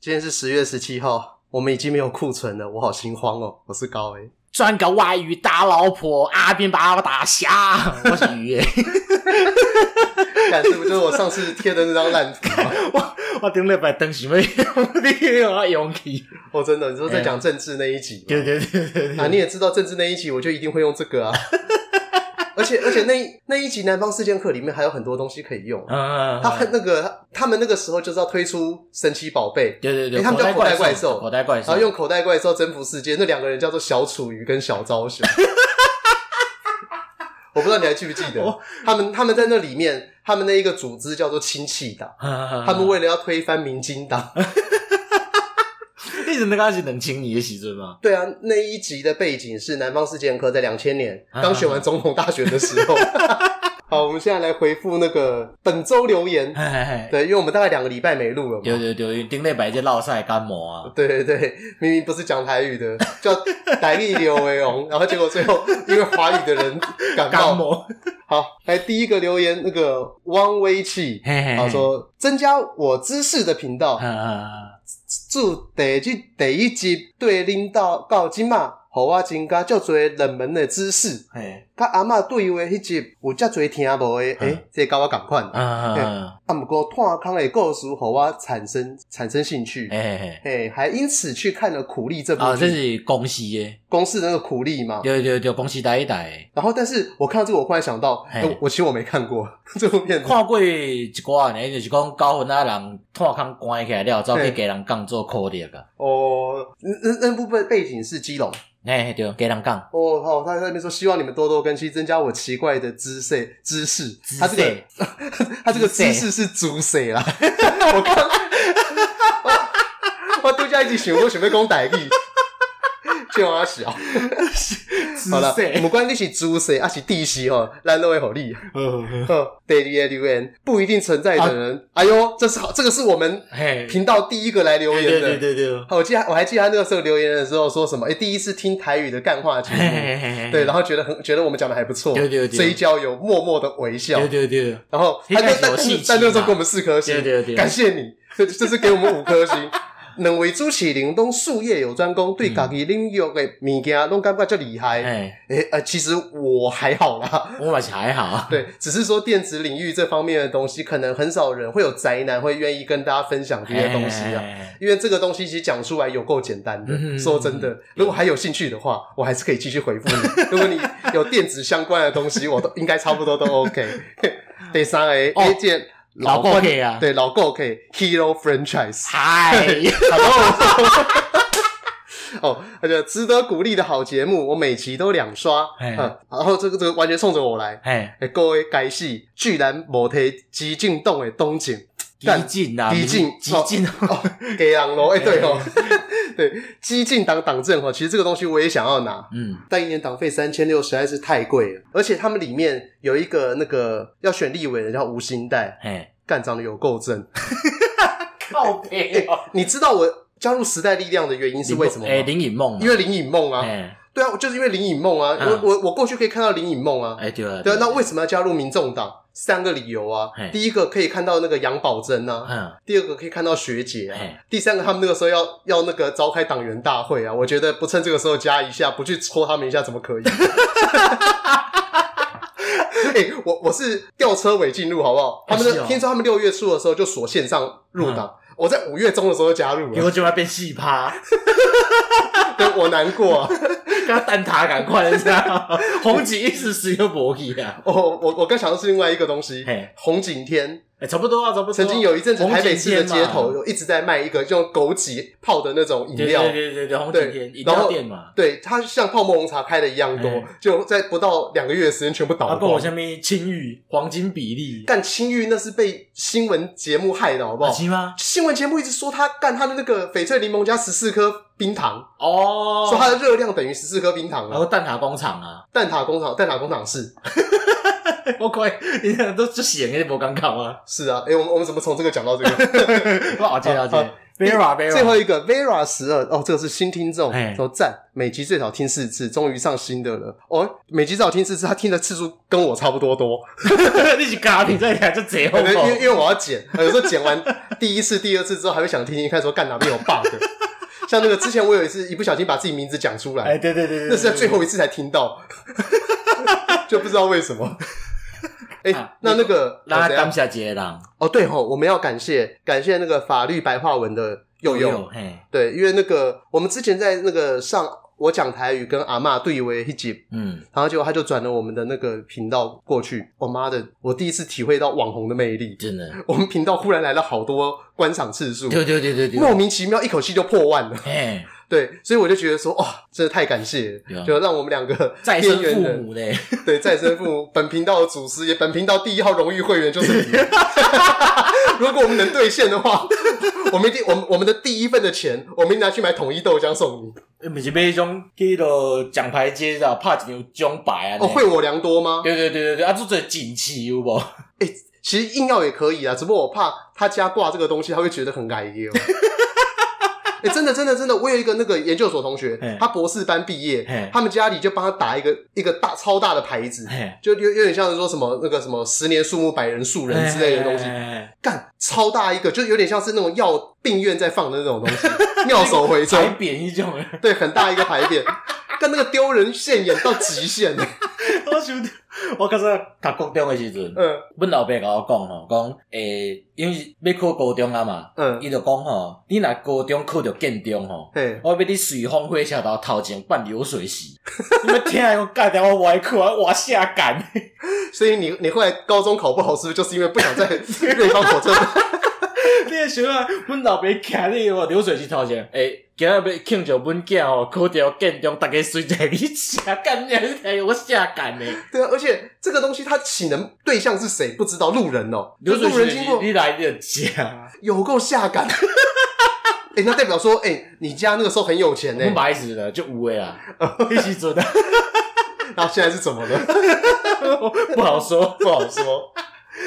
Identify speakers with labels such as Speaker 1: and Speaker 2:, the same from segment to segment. Speaker 1: 今天是十月十七号，我们已经没有库存了，我好心慌哦。我是高 A，
Speaker 2: 赚个外遇打老婆，阿边把阿打瞎。 我是鱼耶，
Speaker 1: 感这不就是我上次贴的那张烂图 吗？
Speaker 2: 我我顶礼拜登 什么？你有啊勇气？
Speaker 1: 我、哦真的，你说在讲政治那一集吗？
Speaker 2: 哎对对对对
Speaker 1: 啊，
Speaker 2: 对，
Speaker 1: 你也知道政治那一集，我就一定会用这个啊。 而且而且那一那一集南方四剑客里面还有很多东西可以用，
Speaker 2: 嗯，
Speaker 1: 他很那个他们那个时候就是要推出神奇宝贝，
Speaker 2: 对对对，
Speaker 1: 诶他们叫
Speaker 2: 口
Speaker 1: 口
Speaker 2: 袋
Speaker 1: 袋怪兽
Speaker 2: 兽，啊口袋怪
Speaker 1: 然后用口袋怪兽征服世界，那两个人叫做小楚鱼跟小昭雄。 我不知道你还记不记得
Speaker 2: 我，
Speaker 1: 他们他们在那里面，他们那一个组织叫做亲戚党，他
Speaker 2: 他
Speaker 1: 们为了要推翻民进 党，
Speaker 2: 一直那个是冷清你的时阵嘛，
Speaker 1: 对啊，那一集的背景是南方四剑客在两千年
Speaker 2: 啊
Speaker 1: 刚选完总统大选的时 候。好，我们现在来回复那个本周留言。
Speaker 2: 嘿嘿嘿
Speaker 1: 对，因为我们大概两个礼拜没录了
Speaker 2: 对
Speaker 1: 嘛。
Speaker 2: 对对，顶礼拜这落赛感冒 啊，
Speaker 1: 对对对，明明不是讲台语的，叫台语刘维荣，然后结果最后因为华语的人感
Speaker 2: 感
Speaker 1: 冒。
Speaker 2: 冒，
Speaker 1: 好，来第一个留言，那个汪威气，
Speaker 2: 嘿嘿
Speaker 1: 他
Speaker 2: 嘿，
Speaker 1: 说增加我知识的频道，
Speaker 2: 嗯嗯嗯
Speaker 1: 祝第一第一集对领导到今嘛，互我增加较多冷门的知识。
Speaker 2: 嘿，
Speaker 1: 甲阿嬷对话迄集有遮侪听无诶，诶、
Speaker 2: 嗯
Speaker 1: 这甲我共款。啊，
Speaker 2: 嗯嗯
Speaker 1: 毋过炭康诶故事，互我产生产生兴趣
Speaker 2: 嗯，。嘿嘿嘿，
Speaker 1: 诶、还因此去看了《苦力》这部
Speaker 2: 啊，这
Speaker 1: 剧，
Speaker 2: 是公司的，
Speaker 1: 公司的那个苦力嘛。
Speaker 2: 对对对，公司台一台，
Speaker 1: 然后，但是我看到这个，我忽然想到，
Speaker 2: 嘿
Speaker 1: 诶我其实我没看过 这部片子。
Speaker 2: 看过一寡呢，就是讲高分啊人炭空关起来了，走去
Speaker 1: 嘿
Speaker 2: 给人讲做苦力啊，
Speaker 1: 哦，那那那部分背景是基隆。
Speaker 2: 嘿，对，给人讲，
Speaker 1: 哦，好、他在那边说希望你们多多更新，增加我奇怪的知识知识。
Speaker 2: 姿
Speaker 1: 他这个
Speaker 2: 势
Speaker 1: 他这个
Speaker 2: 姿
Speaker 1: 知
Speaker 2: 势
Speaker 1: 识是主谁啦？ 我刚 我我独家一起想，我想要讲台语， 就阿小。好了，我们管你是主谁还是地势哦，咱都会好利。呵第二个留言不一定存在的人，哎呦，这是好，这个是我们
Speaker 2: 嘿，
Speaker 1: 频道第一个来留言的。哦
Speaker 2: 对对对对，
Speaker 1: 好我记得我还记得他那个时候留言的时候说什么？哎、第一次听台语的干话节目，
Speaker 2: 嘿
Speaker 1: 对，然
Speaker 2: 后
Speaker 1: 后觉得很觉得我们讲的还不错，
Speaker 2: 对对对
Speaker 1: 这一跤有默默的微笑，
Speaker 2: 对对对，
Speaker 1: 然后
Speaker 2: 一
Speaker 1: 他
Speaker 2: 开
Speaker 1: 就
Speaker 2: 始
Speaker 1: 但
Speaker 2: 有
Speaker 1: 但
Speaker 2: 戏精
Speaker 1: 但那时候
Speaker 2: 嘛
Speaker 1: 给我们四颗星，
Speaker 2: 对对对
Speaker 1: 感谢你，这这是给我们五颗星。 两位主持人拢术业有专攻，对
Speaker 2: 嗯
Speaker 1: 家己领域的物件拢感觉较厉害。诶、
Speaker 2: 哎，
Speaker 1: 呃，其实我还好啦，
Speaker 2: 我嘛是还好，
Speaker 1: 对，只是说电子领域这方面的东西，可能很少人会有宅男会愿意跟大家分享这些东西啊。
Speaker 2: 嘿，
Speaker 1: 因为这个东西其实讲出来有够简单的。
Speaker 2: 嗯
Speaker 1: 说真的，如果还有兴趣的话，我还是可以继续回复 你。如果你有电子相关的东西，我都应该差不多都 OK。第三个
Speaker 2: 哦
Speaker 1: A 件
Speaker 2: 老
Speaker 1: 够
Speaker 2: 过去啊，
Speaker 1: 对老够可以 Hero Franchise。
Speaker 2: 嗨，
Speaker 1: 哦，那个值得鼓励的好节目，我每期都两刷。
Speaker 2: 哎
Speaker 1: 嗯，然后这个这个完全冲着我来。
Speaker 2: 嘿，
Speaker 1: 哎，各位该戏居然无提激进洞的东景，
Speaker 2: 激进啊，
Speaker 1: 激进
Speaker 2: 激进，
Speaker 1: 哦，给人 咯，哎、对哦， 对，激进党党政哦，其实这个东西我也想要拿，
Speaker 2: 嗯，
Speaker 1: 但一年党费三千六实在是太贵了，而且他们里面有一个那个要选立委的叫吴兴代，
Speaker 2: 嘿，
Speaker 1: 干长得有够正，
Speaker 2: 靠背哦，
Speaker 1: 你知道我加入时代力量的原因是为什么吗？
Speaker 2: 哎，林隐梦嘛，
Speaker 1: 因为林颖梦啊，
Speaker 2: 哎
Speaker 1: 对啊，就是因为林颖梦啊，
Speaker 2: 嗯
Speaker 1: 我我我过去可以看到林颖梦啊，
Speaker 2: 哎，对啊，哎
Speaker 1: 对啊，那为什么要加入民众党？三个理由啊
Speaker 2: 嘿，
Speaker 1: 第一个可以看到那个杨宝珍啊，
Speaker 2: 嗯，
Speaker 1: 第二个可以看到学姐啊
Speaker 2: 哎，
Speaker 1: 第三个他们那个时候要要那个召开党员大会啊，我觉得不趁这个时候加一下，不去戳他们一下怎么可以？ 哎、我我是吊车尾进入好不好？他们
Speaker 2: 是
Speaker 1: 的、
Speaker 2: 哦嗯
Speaker 1: 听说他们六月初的时候就锁线上入党，我在五月中的时候就加入
Speaker 2: 结果
Speaker 1: 了，
Speaker 2: 就要变戏趴，
Speaker 1: 对我难过、啊。
Speaker 2: 跟蛋挞赶快，啊你知道吗？ 红警一时死又无去啊，
Speaker 1: 我我我刚想的是另外一个东西
Speaker 2: 嘿，
Speaker 1: 红景天
Speaker 2: 哎，差不多啊，差不多啊。
Speaker 1: 曾经有一阵子
Speaker 2: 红
Speaker 1: 台
Speaker 2: 景
Speaker 1: 北市的
Speaker 2: 天嘛
Speaker 1: 街头有一直在卖一个用枸杞泡的那种饮
Speaker 2: 对
Speaker 1: 料，
Speaker 2: 对对对对，红景天
Speaker 1: 对
Speaker 2: 饮
Speaker 1: 然
Speaker 2: 料
Speaker 1: 后
Speaker 2: 店嘛，
Speaker 1: 对，它像泡沫红茶开的一样多，
Speaker 2: 嗯
Speaker 1: 就在不到两个月的时间全部倒
Speaker 2: 啊，跟
Speaker 1: 光
Speaker 2: 我。下面青玉黄金比例，
Speaker 1: 干青玉那是被新闻节目害的，好不好？
Speaker 2: 青吗？
Speaker 1: 新闻节目一直说他干他的那个翡翠柠檬加十四颗冰糖，
Speaker 2: 哦，
Speaker 1: 说它的热量等于十四颗冰糖
Speaker 2: 然
Speaker 1: 啊。
Speaker 2: 后蛋挞工厂啊，
Speaker 1: 蛋挞工厂，蛋挞工厂是
Speaker 2: 我快，你俩都就闲的，无尴尬吗？ 哦
Speaker 1: 是啊，哎、我们我们怎么从这个讲到这个？
Speaker 2: 我好接好
Speaker 1: 好
Speaker 2: 接， Vera Vera，
Speaker 1: 最后一个 Vera 十二哦，这个是新听众
Speaker 2: 哎，
Speaker 1: 说赞，每集最少听四次，终于上新的了。哦，每集最少听四次，他听的次数跟我差不多
Speaker 2: 哦
Speaker 1: 多，
Speaker 2: 你是咖喱在听就贼好
Speaker 1: 可能因为因
Speaker 2: 不？
Speaker 1: 为我要剪，呃有时候剪完第一次、第二次之后，还会想听听看，说干哪边有 bug。像那个之前我有一次一不小心把自己名字讲出
Speaker 2: 哎，
Speaker 1: 来，
Speaker 2: 对对对对，
Speaker 1: 那是在最
Speaker 2: 后
Speaker 1: 后一次才听到， 就不知道为什么。哎
Speaker 2: 啊，
Speaker 1: 那那个
Speaker 2: 拉
Speaker 1: 哦怎样
Speaker 2: 感谢一个人，
Speaker 1: 哦，对吼，我们要感谢感谢那个法律白话文的佑佑，
Speaker 2: 嘿，
Speaker 1: 对，因为那个我们之前在那个上我讲台语跟阿嬷对为一集，
Speaker 2: 嗯，
Speaker 1: 然后结果他就转了我们的那个频道过去，我、妈的，我第一次体会到网红的魅力，
Speaker 2: 真的，
Speaker 1: 我们频道忽然来了好多观赏次数。
Speaker 2: 对对对对对，
Speaker 1: 莫名其妙一口气就破万了，
Speaker 2: 嘿，
Speaker 1: 对，所以我就觉得说，哇、真的太感谢
Speaker 2: 对
Speaker 1: 了，
Speaker 2: 啊
Speaker 1: 就让我们两个
Speaker 2: 再
Speaker 1: 边
Speaker 2: 生
Speaker 1: 缘
Speaker 2: 父
Speaker 1: 人，
Speaker 2: 母嘞，
Speaker 1: 对，再生父母，本频道的祖师爷，本频道第一号荣誉会员就是你。 如果我们能兑现的话，我们一定，我们我们的第一份的钱，我们一定拿去买统一豆浆送你。
Speaker 2: 不是买迄种去到奖牌街的，拍一张奖牌啊，
Speaker 1: 哦，会，我良多吗？
Speaker 2: 对对对对对，啊，做做锦旗有无？
Speaker 1: 其实硬要也可以啊，只不过我怕他家挂这个东西，他会觉得很改 耶。哎、真的，真的，真的，我有一个那个研究所同学
Speaker 2: 嘿，
Speaker 1: 他博士班毕
Speaker 2: 嘿
Speaker 1: 业，他们家里就帮他打一个一个大超大的牌子，
Speaker 2: 嘿，
Speaker 1: 就有有点像是说什么那个什么十年树木百人树人之类的东西
Speaker 2: 嘿，，嘿嘿嘿
Speaker 1: 干超大一个，就有点像是那种药病院在放的那种东西， 妙手回
Speaker 2: 踩
Speaker 1: 春，
Speaker 2: 扁一种的，
Speaker 1: 对，很大一个牌匾，跟那个丢人现眼到极 限，
Speaker 2: 我想到我刚才读高中的时阵，
Speaker 1: 嗯
Speaker 2: 阮老爸甲我讲吼，讲诶，因为要考高中啊嘛，
Speaker 1: 嗯，
Speaker 2: 伊就讲吼，你若高中考着建中吼，
Speaker 1: 嘿，
Speaker 2: 我要你随风火车头头前办流水席，你们听我干掉我歪裤，我下干，
Speaker 1: 所以你你后来高中考不好，是不是就是因为不想在瑞芳火车 站？
Speaker 2: 你会想啊，阮老爸徛你哦流水席头前，诶、今仔要庆祝阮囝吼考着建中，逐个随在你下干，你听我下 干呢？
Speaker 1: 对啊，而且这个东西它岂能对象是谁不知道？路人哦、就
Speaker 2: 流水
Speaker 1: 路人
Speaker 2: 席
Speaker 1: 经过
Speaker 2: 你你来你就 吃，
Speaker 1: 有够下 感。哎、那代表说，哎、你家那个时候很有钱呢、
Speaker 2: 阮白死了就有诶 啦，迄时阵啊，
Speaker 1: 然后现在是怎么了？
Speaker 2: 不好说。
Speaker 1: 不好说。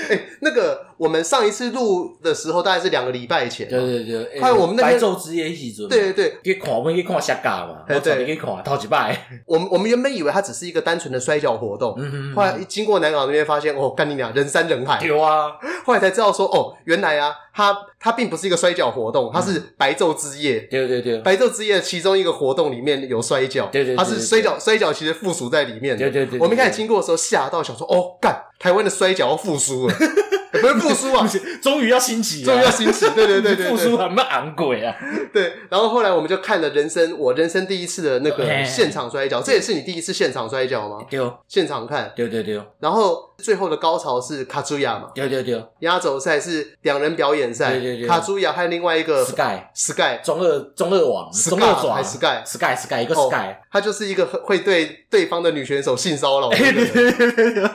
Speaker 1: 哎、那个我们上一次录的时候，大概是两个礼拜前。
Speaker 2: 对对对，欸
Speaker 1: 快我们那
Speaker 2: 白
Speaker 1: 天
Speaker 2: 昼之夜迄时阵，啊
Speaker 1: 对对对，
Speaker 2: 去看，阮去看下架嘛，
Speaker 1: 哎
Speaker 2: 我带
Speaker 1: 对
Speaker 2: 你去看头 一摆。
Speaker 1: 我们我们原本以为它只是一个单纯的摔跤活动，
Speaker 2: 嗯
Speaker 1: 后来一经过南港那边发现，哦，干你俩人山人海。
Speaker 2: 对啊，
Speaker 1: 后来才知道说，哦，原来啊，它它并不是一个摔跤活
Speaker 2: 嗯
Speaker 1: 动，它是白昼之夜。
Speaker 2: 对对对，
Speaker 1: 白昼之夜的其中一个活动里面有摔跤，
Speaker 2: 对对对
Speaker 1: 它是摔跤，摔跤其实附属在里面的。
Speaker 2: 对对对对
Speaker 1: 我们一开始经过的时候吓到，想说哦，干，台湾的摔跤要复苏 了，也不是复苏啊，
Speaker 2: 终于要兴起啊
Speaker 1: 终于要兴起，对对对对
Speaker 2: 复
Speaker 1: 对
Speaker 2: 苏
Speaker 1: 对
Speaker 2: 还蛮昂贵啊。
Speaker 1: 对。然后后来我们就看了人生我人生第一次的那
Speaker 2: 哎
Speaker 1: 个现场摔跤，这也是你第一次现场摔跤吗？
Speaker 2: 对哦
Speaker 1: 现场看，
Speaker 2: 对对对
Speaker 1: 然后最后的高潮是卡朱亚嘛，
Speaker 2: 对对对
Speaker 1: 压轴赛是两人表演赛
Speaker 2: 对对，对
Speaker 1: 卡朱亚和另外一个
Speaker 2: ，Sky
Speaker 1: Sky
Speaker 2: 中二中二王，
Speaker 1: Sky
Speaker 2: 中二爪
Speaker 1: 还 Sky
Speaker 2: Sky Sky 一个
Speaker 1: 哦
Speaker 2: Sky，
Speaker 1: 他就是一个很会对对方的女选手性骚扰的
Speaker 2: 哎
Speaker 1: 人。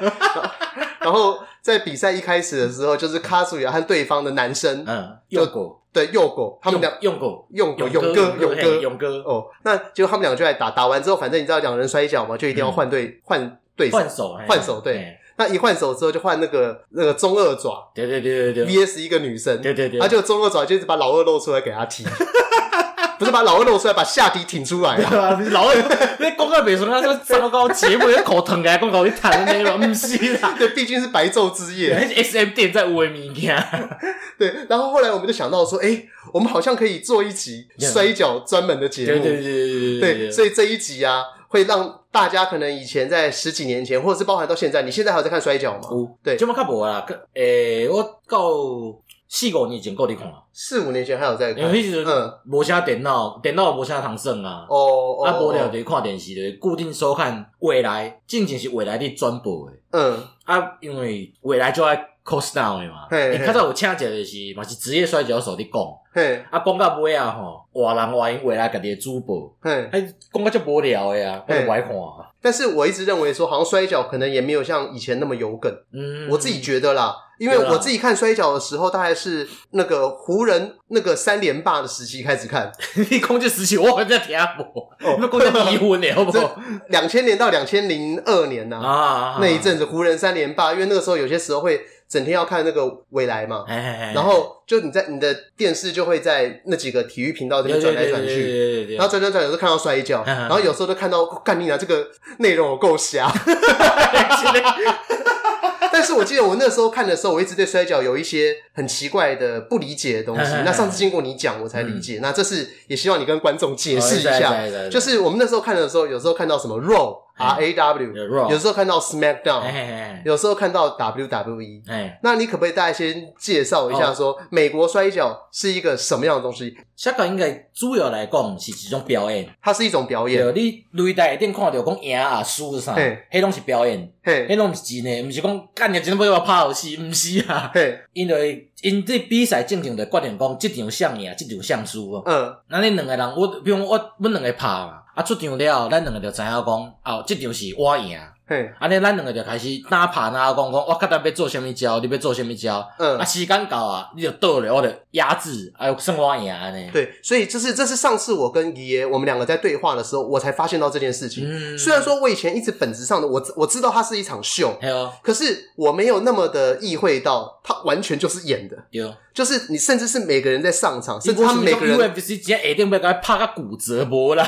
Speaker 1: 然后在比赛一开始的时候，就是卡祖雅和对方的男生，
Speaker 2: 嗯，用过，
Speaker 1: 对右狗，他们
Speaker 2: 用
Speaker 1: 俩
Speaker 2: 用过，
Speaker 1: 用狗
Speaker 2: 勇
Speaker 1: 勇哥勇
Speaker 2: 嘿
Speaker 1: 哥
Speaker 2: 勇哥
Speaker 1: 哦，那结果他们两个就来打，打完之后，反正你知道两人摔跤嘛，就一定要换对换对手。
Speaker 2: 换手嘿
Speaker 1: 换手对
Speaker 2: 嘿
Speaker 1: 那一换手之后，就换那个那个中二爪
Speaker 2: 对对对对对
Speaker 1: VS 一个女生，
Speaker 2: 对对对，
Speaker 1: 啊他就中二爪就一直把老二露出来给他踢， 不是把老二露出来，把下体挺出来啊。
Speaker 2: 对啊，你老二，你讲到袂顺啊，说糟糕，节目你口疼来讲到你谈的内容，毋是 啦，
Speaker 1: 对，毕竟是白昼之夜，
Speaker 2: 迄 S M 店在有诶物件，
Speaker 1: 对，然后后来我们就想到说，哎、我们好像可以做一集
Speaker 2: Yeah.
Speaker 1: 摔跤专门的节
Speaker 2: 对
Speaker 1: 目，
Speaker 2: 对对对
Speaker 1: 对所以这一集啊，会让大家可能以前在十几年前，或者是包含到现在，你现在还有在看摔跤吗？
Speaker 2: 有
Speaker 1: 对
Speaker 2: 即马较无啦，较诶，我到四五年前够你看，
Speaker 1: 四五年前还有在看
Speaker 2: 因，为迄时阵
Speaker 1: 嗯
Speaker 2: 无啥电脑，电脑无啥通耍啊，
Speaker 1: 哦哦，
Speaker 2: 啊无聊
Speaker 1: 哦
Speaker 2: 就是看电视，就是固定收看未来，进前是未来伫转播诶，
Speaker 1: 嗯，
Speaker 2: 啊，因为未来就爱 cost down 诶嘛，
Speaker 1: 嘿嘿
Speaker 2: 伊较早有请一个就是嘛是职业摔跤手伫讲。
Speaker 1: 嘿，
Speaker 2: 啊，讲到尾啊吼，活人活因为来家己的主播，
Speaker 1: 嘿，
Speaker 2: 哎，讲到足无聊的啊，我
Speaker 1: 嘿
Speaker 2: 就歪看啊。
Speaker 1: 但是我一直认为说，好像摔跤可能也没有像以前那么有梗，
Speaker 2: 嗯
Speaker 1: 我自己觉得啦。因为
Speaker 2: 对啦
Speaker 1: 我自己看摔跤的时候，大概是那个湖人那个三连霸的时期开始看，
Speaker 2: 你讲这事情我真听 无，你们讲这离婚的好不好？
Speaker 1: 两千年到两千零二年呐、
Speaker 2: 啊
Speaker 1: 那一阵子湖人三连霸，因为那个时候有些时候会整天要看那个未来嘛，
Speaker 2: 哎哎哎，
Speaker 1: 然后就你在你的电视就会在那几个体育频道这
Speaker 2: 对
Speaker 1: 边转
Speaker 2: 对
Speaker 1: 来
Speaker 2: 对
Speaker 1: 转
Speaker 2: 对
Speaker 1: 去，
Speaker 2: 对对
Speaker 1: 然后转转转，有时候看到摔一跤，
Speaker 2: 嗯嗯
Speaker 1: 然后有时候就看到哦干你啊，这个内容有够瞎。 但是我记得我那时候看的时候，我一直对摔跤有一些很奇怪的不理解的东西
Speaker 2: 嗯嗯。嗯
Speaker 1: 那上次经过你讲，我才理解。那这次也希望你跟观众解释一
Speaker 2: 哦
Speaker 1: 下，，就是我们那时候看的时候，有时候看到什么 Raw
Speaker 2: 嗯
Speaker 1: R A W，
Speaker 2: 有
Speaker 1: 有时候看到 SmackDown，
Speaker 2: 哎
Speaker 1: 有时候看到 W W E。
Speaker 2: 哎，
Speaker 1: 那你可不可以大家先介绍一下，说美国摔跤是一个什么样的东西？
Speaker 2: 香港应该主要来讲是一种表演，
Speaker 1: 它是一种表演，
Speaker 2: 对，你擂台一定看到讲赢啊输啥，
Speaker 1: 嘿
Speaker 2: 迄拢是表演，
Speaker 1: 嘿
Speaker 2: 迄拢毋是真诶，毋是讲干你真要要拍游戏，毋是啊，
Speaker 1: 嘿，
Speaker 2: 因为因这比赛正常就决定讲即场谁赢，即场谁输哦。
Speaker 1: 嗯
Speaker 2: 那恁两个人，我比如讲我阮两个拍嘛，啊出场了后，咱两个就知影讲，哦，即场是我赢，
Speaker 1: 嘿，
Speaker 2: 安尼咱两个就开始哪拍哪讲讲，我今日要做啥物招，你要做啥物招，
Speaker 1: 嗯
Speaker 2: 啊，时间到啊，你就倒了，我就压制，啊，算我赢安尼。
Speaker 1: 对，所以这是这是上次我跟爷爷我们两个在对话的时候，我才发现到这件事情。
Speaker 2: 嗯
Speaker 1: 虽然说我以前一直本质上的我知我知道它是一场秀，
Speaker 2: 嘿哦，
Speaker 1: 可是我没有那么的意会到它完全就是演的，
Speaker 2: 对，
Speaker 1: 就是你甚至是每个人在上场，甚
Speaker 2: 你
Speaker 1: 至他们每个人
Speaker 2: UFC 直接下定要甲拍个骨折无啦，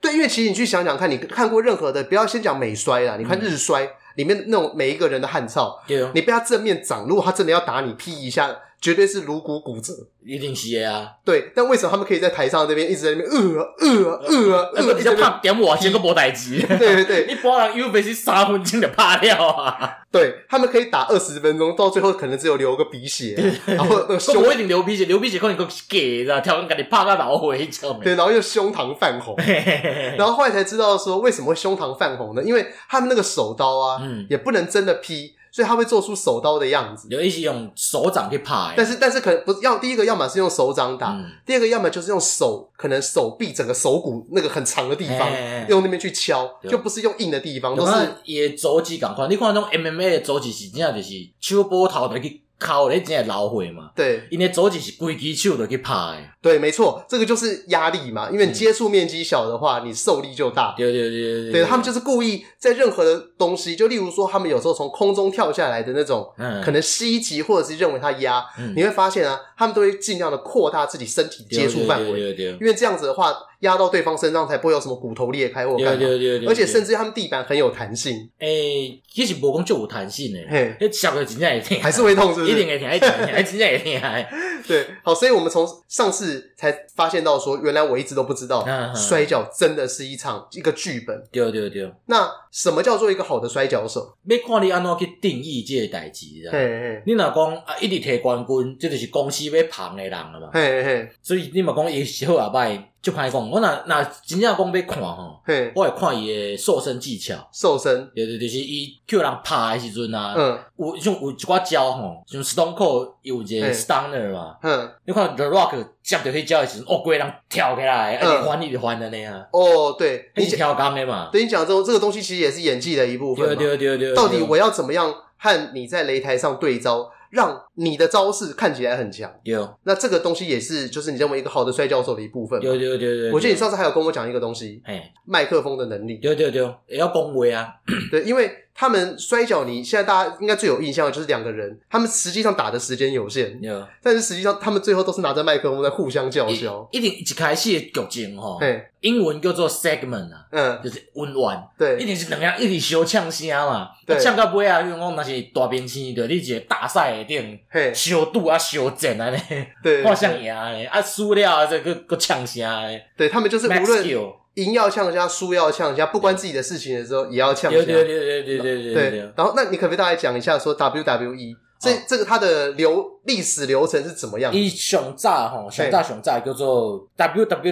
Speaker 1: 对，因为其实你去想想看，你看过任何的，不要先讲美摔啦，你看日摔里面那种每一个人的汗操，
Speaker 2: 对，
Speaker 1: 你被他正面掌，如果他真的要打你劈一下，绝对是颅骨骨折。
Speaker 2: 一定是的啊，
Speaker 1: 对，但为什么他们可以在台上那边一直在那边呃啊呃啊呃啊
Speaker 2: 啊，
Speaker 1: 呃啊，
Speaker 2: 你只
Speaker 1: 一直在
Speaker 2: 拍点外钱个无代志。
Speaker 1: 那边对对对，
Speaker 2: 一般人 UFC 三分钟就拍了啊，
Speaker 1: 对他们可以打二十分钟，到最后可能只有流个鼻血，啊 然后那个
Speaker 2: 我
Speaker 1: 胸
Speaker 2: 不一定流鼻血，流鼻血可能个是假的，挑人家己拍到老血种
Speaker 1: 对，然后又胸膛泛红，
Speaker 2: 然
Speaker 1: 然后后来才知道说为什么会胸膛泛红呢？因为他们那个手刀啊，
Speaker 2: 嗯，
Speaker 1: 也不能真的劈，所以他会做出手刀的样子。
Speaker 2: 就一直用手掌去拍，
Speaker 1: 但是但是可能不是要第一个，要么是用手掌打，
Speaker 2: 嗯
Speaker 1: 第二个要么就是用手，可能手臂整个手骨那个很长的地方，
Speaker 2: 嘿嘿嘿
Speaker 1: 用那边去敲，
Speaker 2: 对
Speaker 1: 就不是用硬的地方，
Speaker 2: 就
Speaker 1: 都是
Speaker 2: 看伊的组织共款。你看那种 MMA 的组织是真正就是手波头就去敲，你真会流血嘛。
Speaker 1: 对。
Speaker 2: 因的组织是规只手就去拍的，
Speaker 1: 对，没错，这个就是压力嘛，因为你
Speaker 2: 嗯
Speaker 1: 接触面积小的话，你受力就大。
Speaker 2: 对对对对
Speaker 1: 对他们就是故意在任何的东西，就例如说他们有时候从空中跳下来的那种，
Speaker 2: 嗯
Speaker 1: 可能吸击或者是认为它压，
Speaker 2: 嗯
Speaker 1: 你会发现啊，他们都会尽量的扩大自己身体接触范围，
Speaker 2: 对对对
Speaker 1: 因为这样子的话，压到对方身上才不会有什么骨头裂开或
Speaker 2: 对
Speaker 1: 干嘛。
Speaker 2: 对对对，
Speaker 1: 而且甚至他们地板很有弹性，
Speaker 2: 诶，其实无讲就有弹性诶
Speaker 1: 嘿，
Speaker 2: 迄小个真正会疼，
Speaker 1: 还是会痛，是不
Speaker 2: 一定
Speaker 1: 是？
Speaker 2: 会疼，一定会疼，真正会啊疼。
Speaker 1: 对，好，所以我们从上次才发现到说，原来我一直都不知道
Speaker 2: 嗯嗯嗯
Speaker 1: 摔跤真的是一场一个剧本。
Speaker 2: 对对对，
Speaker 1: 那什么叫做一个好的摔跤手？
Speaker 2: 要看你安怎去定义这个代志啦。
Speaker 1: 嘿
Speaker 2: 你若讲啊，一直摕冠军，这就是公司要捧的人了嘛
Speaker 1: 嘿。嘿嘿
Speaker 2: 所以你嘛讲伊是好也歹，就歹讲。我若若真正讲要看吼，
Speaker 1: 嘿，
Speaker 2: 我会看伊的瘦身技巧，
Speaker 1: 瘦身，
Speaker 2: 对对，就是伊叫人拍的时阵啊，
Speaker 1: 嗯
Speaker 2: 有像有一寡招吼，像 Stone Cold 有一
Speaker 1: 嘿
Speaker 2: 个 Stunner 嘛，
Speaker 1: 嗯，
Speaker 2: 你看 The Rock 接着迄招的时阵，哦，规个人跳起来，
Speaker 1: 嗯
Speaker 2: 啊，一直翻一直翻的那啊，
Speaker 1: 哦，对
Speaker 2: 一
Speaker 1: 你
Speaker 2: 直
Speaker 1: 讲，
Speaker 2: 跳岗的嘛。
Speaker 1: 对你讲这种这个东西，其实也是演技的一部分
Speaker 2: 对
Speaker 1: 嘛。
Speaker 2: 对对对，
Speaker 1: 到底
Speaker 2: 对
Speaker 1: 我要怎么样和你在擂台上对招，让你的招式看起来很强？
Speaker 2: 对
Speaker 1: 那这个东西也是，就是你认为一个好的摔跤手的一部分嘛。
Speaker 2: 对对对对，
Speaker 1: 我记得你上次还有跟我讲一个东西，
Speaker 2: 哎，
Speaker 1: 麦克风的能力。
Speaker 2: 对对对，会晓讲话啊，
Speaker 1: 对，因为他们摔跤，你现在大家应该最有印象的就是两个人，他们实际上打的时间有限，
Speaker 2: 对。
Speaker 1: 但是实际上他们最后都是拿着麦克风在互相叫嚣。
Speaker 2: 一定一开始的剧情吼，
Speaker 1: 嘿，
Speaker 2: 英文叫做 segment 啊，
Speaker 1: 嗯，
Speaker 2: 就是温婉，一
Speaker 1: 对，
Speaker 2: 定是两个人一直小呛声嘛，
Speaker 1: 对
Speaker 2: 啊呛到尾啊，比如讲若是大明星，就你一个大赛的顶
Speaker 1: 嘿，
Speaker 2: 小赌啊小战安尼，
Speaker 1: 对，
Speaker 2: 看谁赢安尼，啊输了啊再佫佫呛声安尼，
Speaker 1: 对他们就是无
Speaker 2: Max
Speaker 1: 论
Speaker 2: Skill
Speaker 1: 赢要呛一下，输要呛一下，不关自己的事情的时候也要呛一
Speaker 2: 对
Speaker 1: 下。
Speaker 2: 对对对对对对
Speaker 1: 对
Speaker 2: 对，，
Speaker 1: 然后那你可不可以大概讲一下说 WWE 这、
Speaker 2: 哦
Speaker 1: 这个它的流历史流程是怎么样的？
Speaker 2: 伊上早吼，上早上早叫做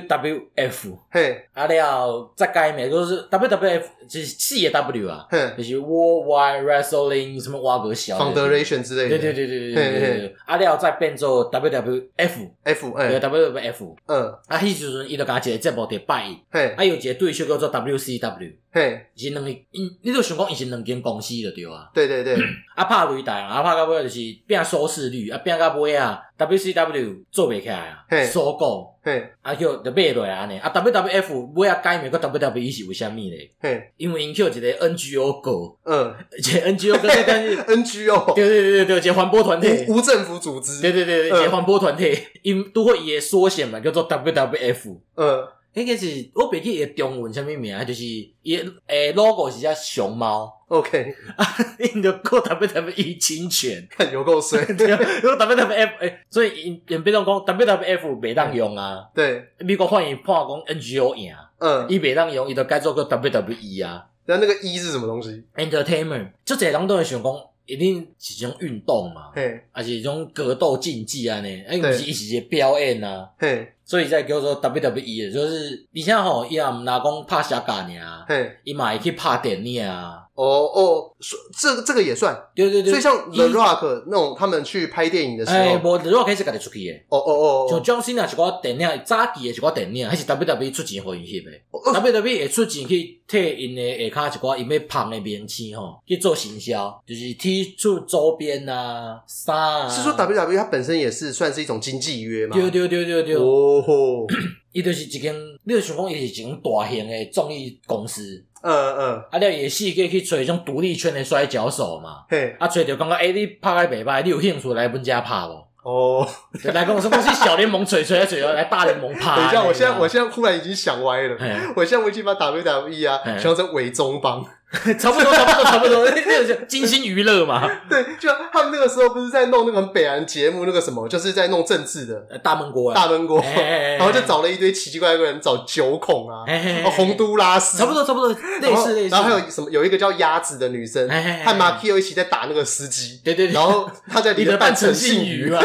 Speaker 2: WWWF，
Speaker 1: 嘿，
Speaker 2: 啊了再改名就是 WWF，就是四个 W 啊。
Speaker 1: 哼
Speaker 2: 就是 Worldwide Wrestling 什么挖格小的
Speaker 1: ，Foundation 之类的，
Speaker 2: 对对对对对对对对，啊了再变做 WWF，
Speaker 1: f
Speaker 2: 对
Speaker 1: 嗯
Speaker 2: WWF，
Speaker 1: 嗯，
Speaker 2: 啊迄时阵伊就甲一个节目第拜一，
Speaker 1: 嘿
Speaker 2: 啊有一个对手叫做 WCW，
Speaker 1: 嘿，
Speaker 2: 是两个，因你就想讲伊是两间公司就对啊，
Speaker 1: 对对对，
Speaker 2: 啊拍擂台，啊拍到尾就是变收视率，啊拼到尾啊，WCW 做袂起来啊
Speaker 1: 嘿，
Speaker 2: 收购
Speaker 1: 嘿
Speaker 2: 啊叫就买落来安尼啊，WWF 尾啊改名个 WWE 是为虾米咧？
Speaker 1: 嘿，
Speaker 2: 因为因叫一个 NGO 狗，
Speaker 1: 嗯
Speaker 2: 一个 NGO 狗， 但是
Speaker 1: ，NGO
Speaker 2: 对对对对对，一个环保团体。
Speaker 1: 无无政府组
Speaker 2: 对
Speaker 1: 织，
Speaker 2: 对对，
Speaker 1: 嗯
Speaker 2: 对一个环保团体，因拄好伊诶缩写嘛，叫做 WWF。
Speaker 1: 嗯
Speaker 2: 迄个是我袂记伊诶中文啥物名，就是伊诶 logo 是只熊猫，
Speaker 1: ，OK，
Speaker 2: 因着靠 WWE E 侵权，
Speaker 1: 看有够衰，
Speaker 2: 对，如果 WWF 诶，所以因因变成讲 WWF 袂当用啊。
Speaker 1: 对，
Speaker 2: 美国法院判讲 NGO 赢，
Speaker 1: 嗯，
Speaker 2: 伊袂当用，伊就改做个 WWE 啊
Speaker 1: 然后那个一是什么东西？
Speaker 2: ，entertainment。就这人都会想讲，一定是一种运动嘛，
Speaker 1: 嘿
Speaker 2: 还是一种格斗竞技安尼，哎，毋
Speaker 1: 对
Speaker 2: 是伊是一个表演啊。
Speaker 1: 嘿
Speaker 2: 所以才叫做 E WWE，的就是而且吼，伊也毋若讲拍写架尔，
Speaker 1: 嘿，
Speaker 2: 伊嘛会去拍电影啊。
Speaker 1: 哦哦，说这这个也算，
Speaker 2: 对对对，
Speaker 1: 所以像 The
Speaker 2: 伊
Speaker 1: Rock 那种他们去拍电影的时候，
Speaker 2: 哎，无如果开始家己出去的，
Speaker 1: 哦哦
Speaker 2: 像
Speaker 1: 哦
Speaker 2: 江森啊一寡电影，早期的一寡电影，还是 WWE 出钱互因翕的
Speaker 1: 哦呃
Speaker 2: ，WWE E 会出钱去替因的下骹一寡因要捧的明星吼去做行销，就是推出周边啊、衫啊。
Speaker 1: 哦，是说 WWE 它本身也是算是一种经济约嘛？
Speaker 2: 对对对对对，
Speaker 1: 哦 吼，
Speaker 2: 伊就是一间，你就想讲伊是一间大型的综艺公司。
Speaker 1: 嗯嗯，
Speaker 2: 啊，了也是计去找迄种独立圈的摔跤手嘛。
Speaker 1: 嘿，
Speaker 2: 啊，找着感觉诶、欸你拍个袂歹，你有兴趣来阮遮拍无？
Speaker 1: 哦，
Speaker 2: 就来讲说，我是小联盟锤锤来锤来来大联盟拍。
Speaker 1: 等一下，我现在
Speaker 2: 你
Speaker 1: 我
Speaker 2: 知
Speaker 1: 现在忽然已经想歪了。
Speaker 2: 道吗
Speaker 1: 我现在我已经把 WWE 啊
Speaker 2: 嗯
Speaker 1: 想成伪中帮，
Speaker 2: 嘿 差不多，差不多，差不 多，那个金星娱乐嘛，
Speaker 1: 对，就他们那个时候不是在弄那个很北韩节目，那个什么，就是在弄政治的
Speaker 2: 呃大闷锅
Speaker 1: 大
Speaker 2: 啊，
Speaker 1: 闷锅，
Speaker 2: 嘿嘿嘿
Speaker 1: 然后就找了一堆奇奇怪怪的人，找九孔啊，
Speaker 2: 嘿嘿嘿
Speaker 1: 哦洪都拉斯，
Speaker 2: 哎差不多，差不多，类
Speaker 1: 然后
Speaker 2: 似哎类似。
Speaker 1: 然后还有什么？有一个叫鸭子的女生，
Speaker 2: 嘿嘿嘿
Speaker 1: 和马 Q 一起在打那个司机，
Speaker 2: 对对对，
Speaker 1: 然后她在
Speaker 2: 你
Speaker 1: 里
Speaker 2: 的
Speaker 1: 面扮
Speaker 2: 扮成
Speaker 1: 成
Speaker 2: 信
Speaker 1: 信
Speaker 2: 鱼
Speaker 1: 鱼，
Speaker 2: 嘛，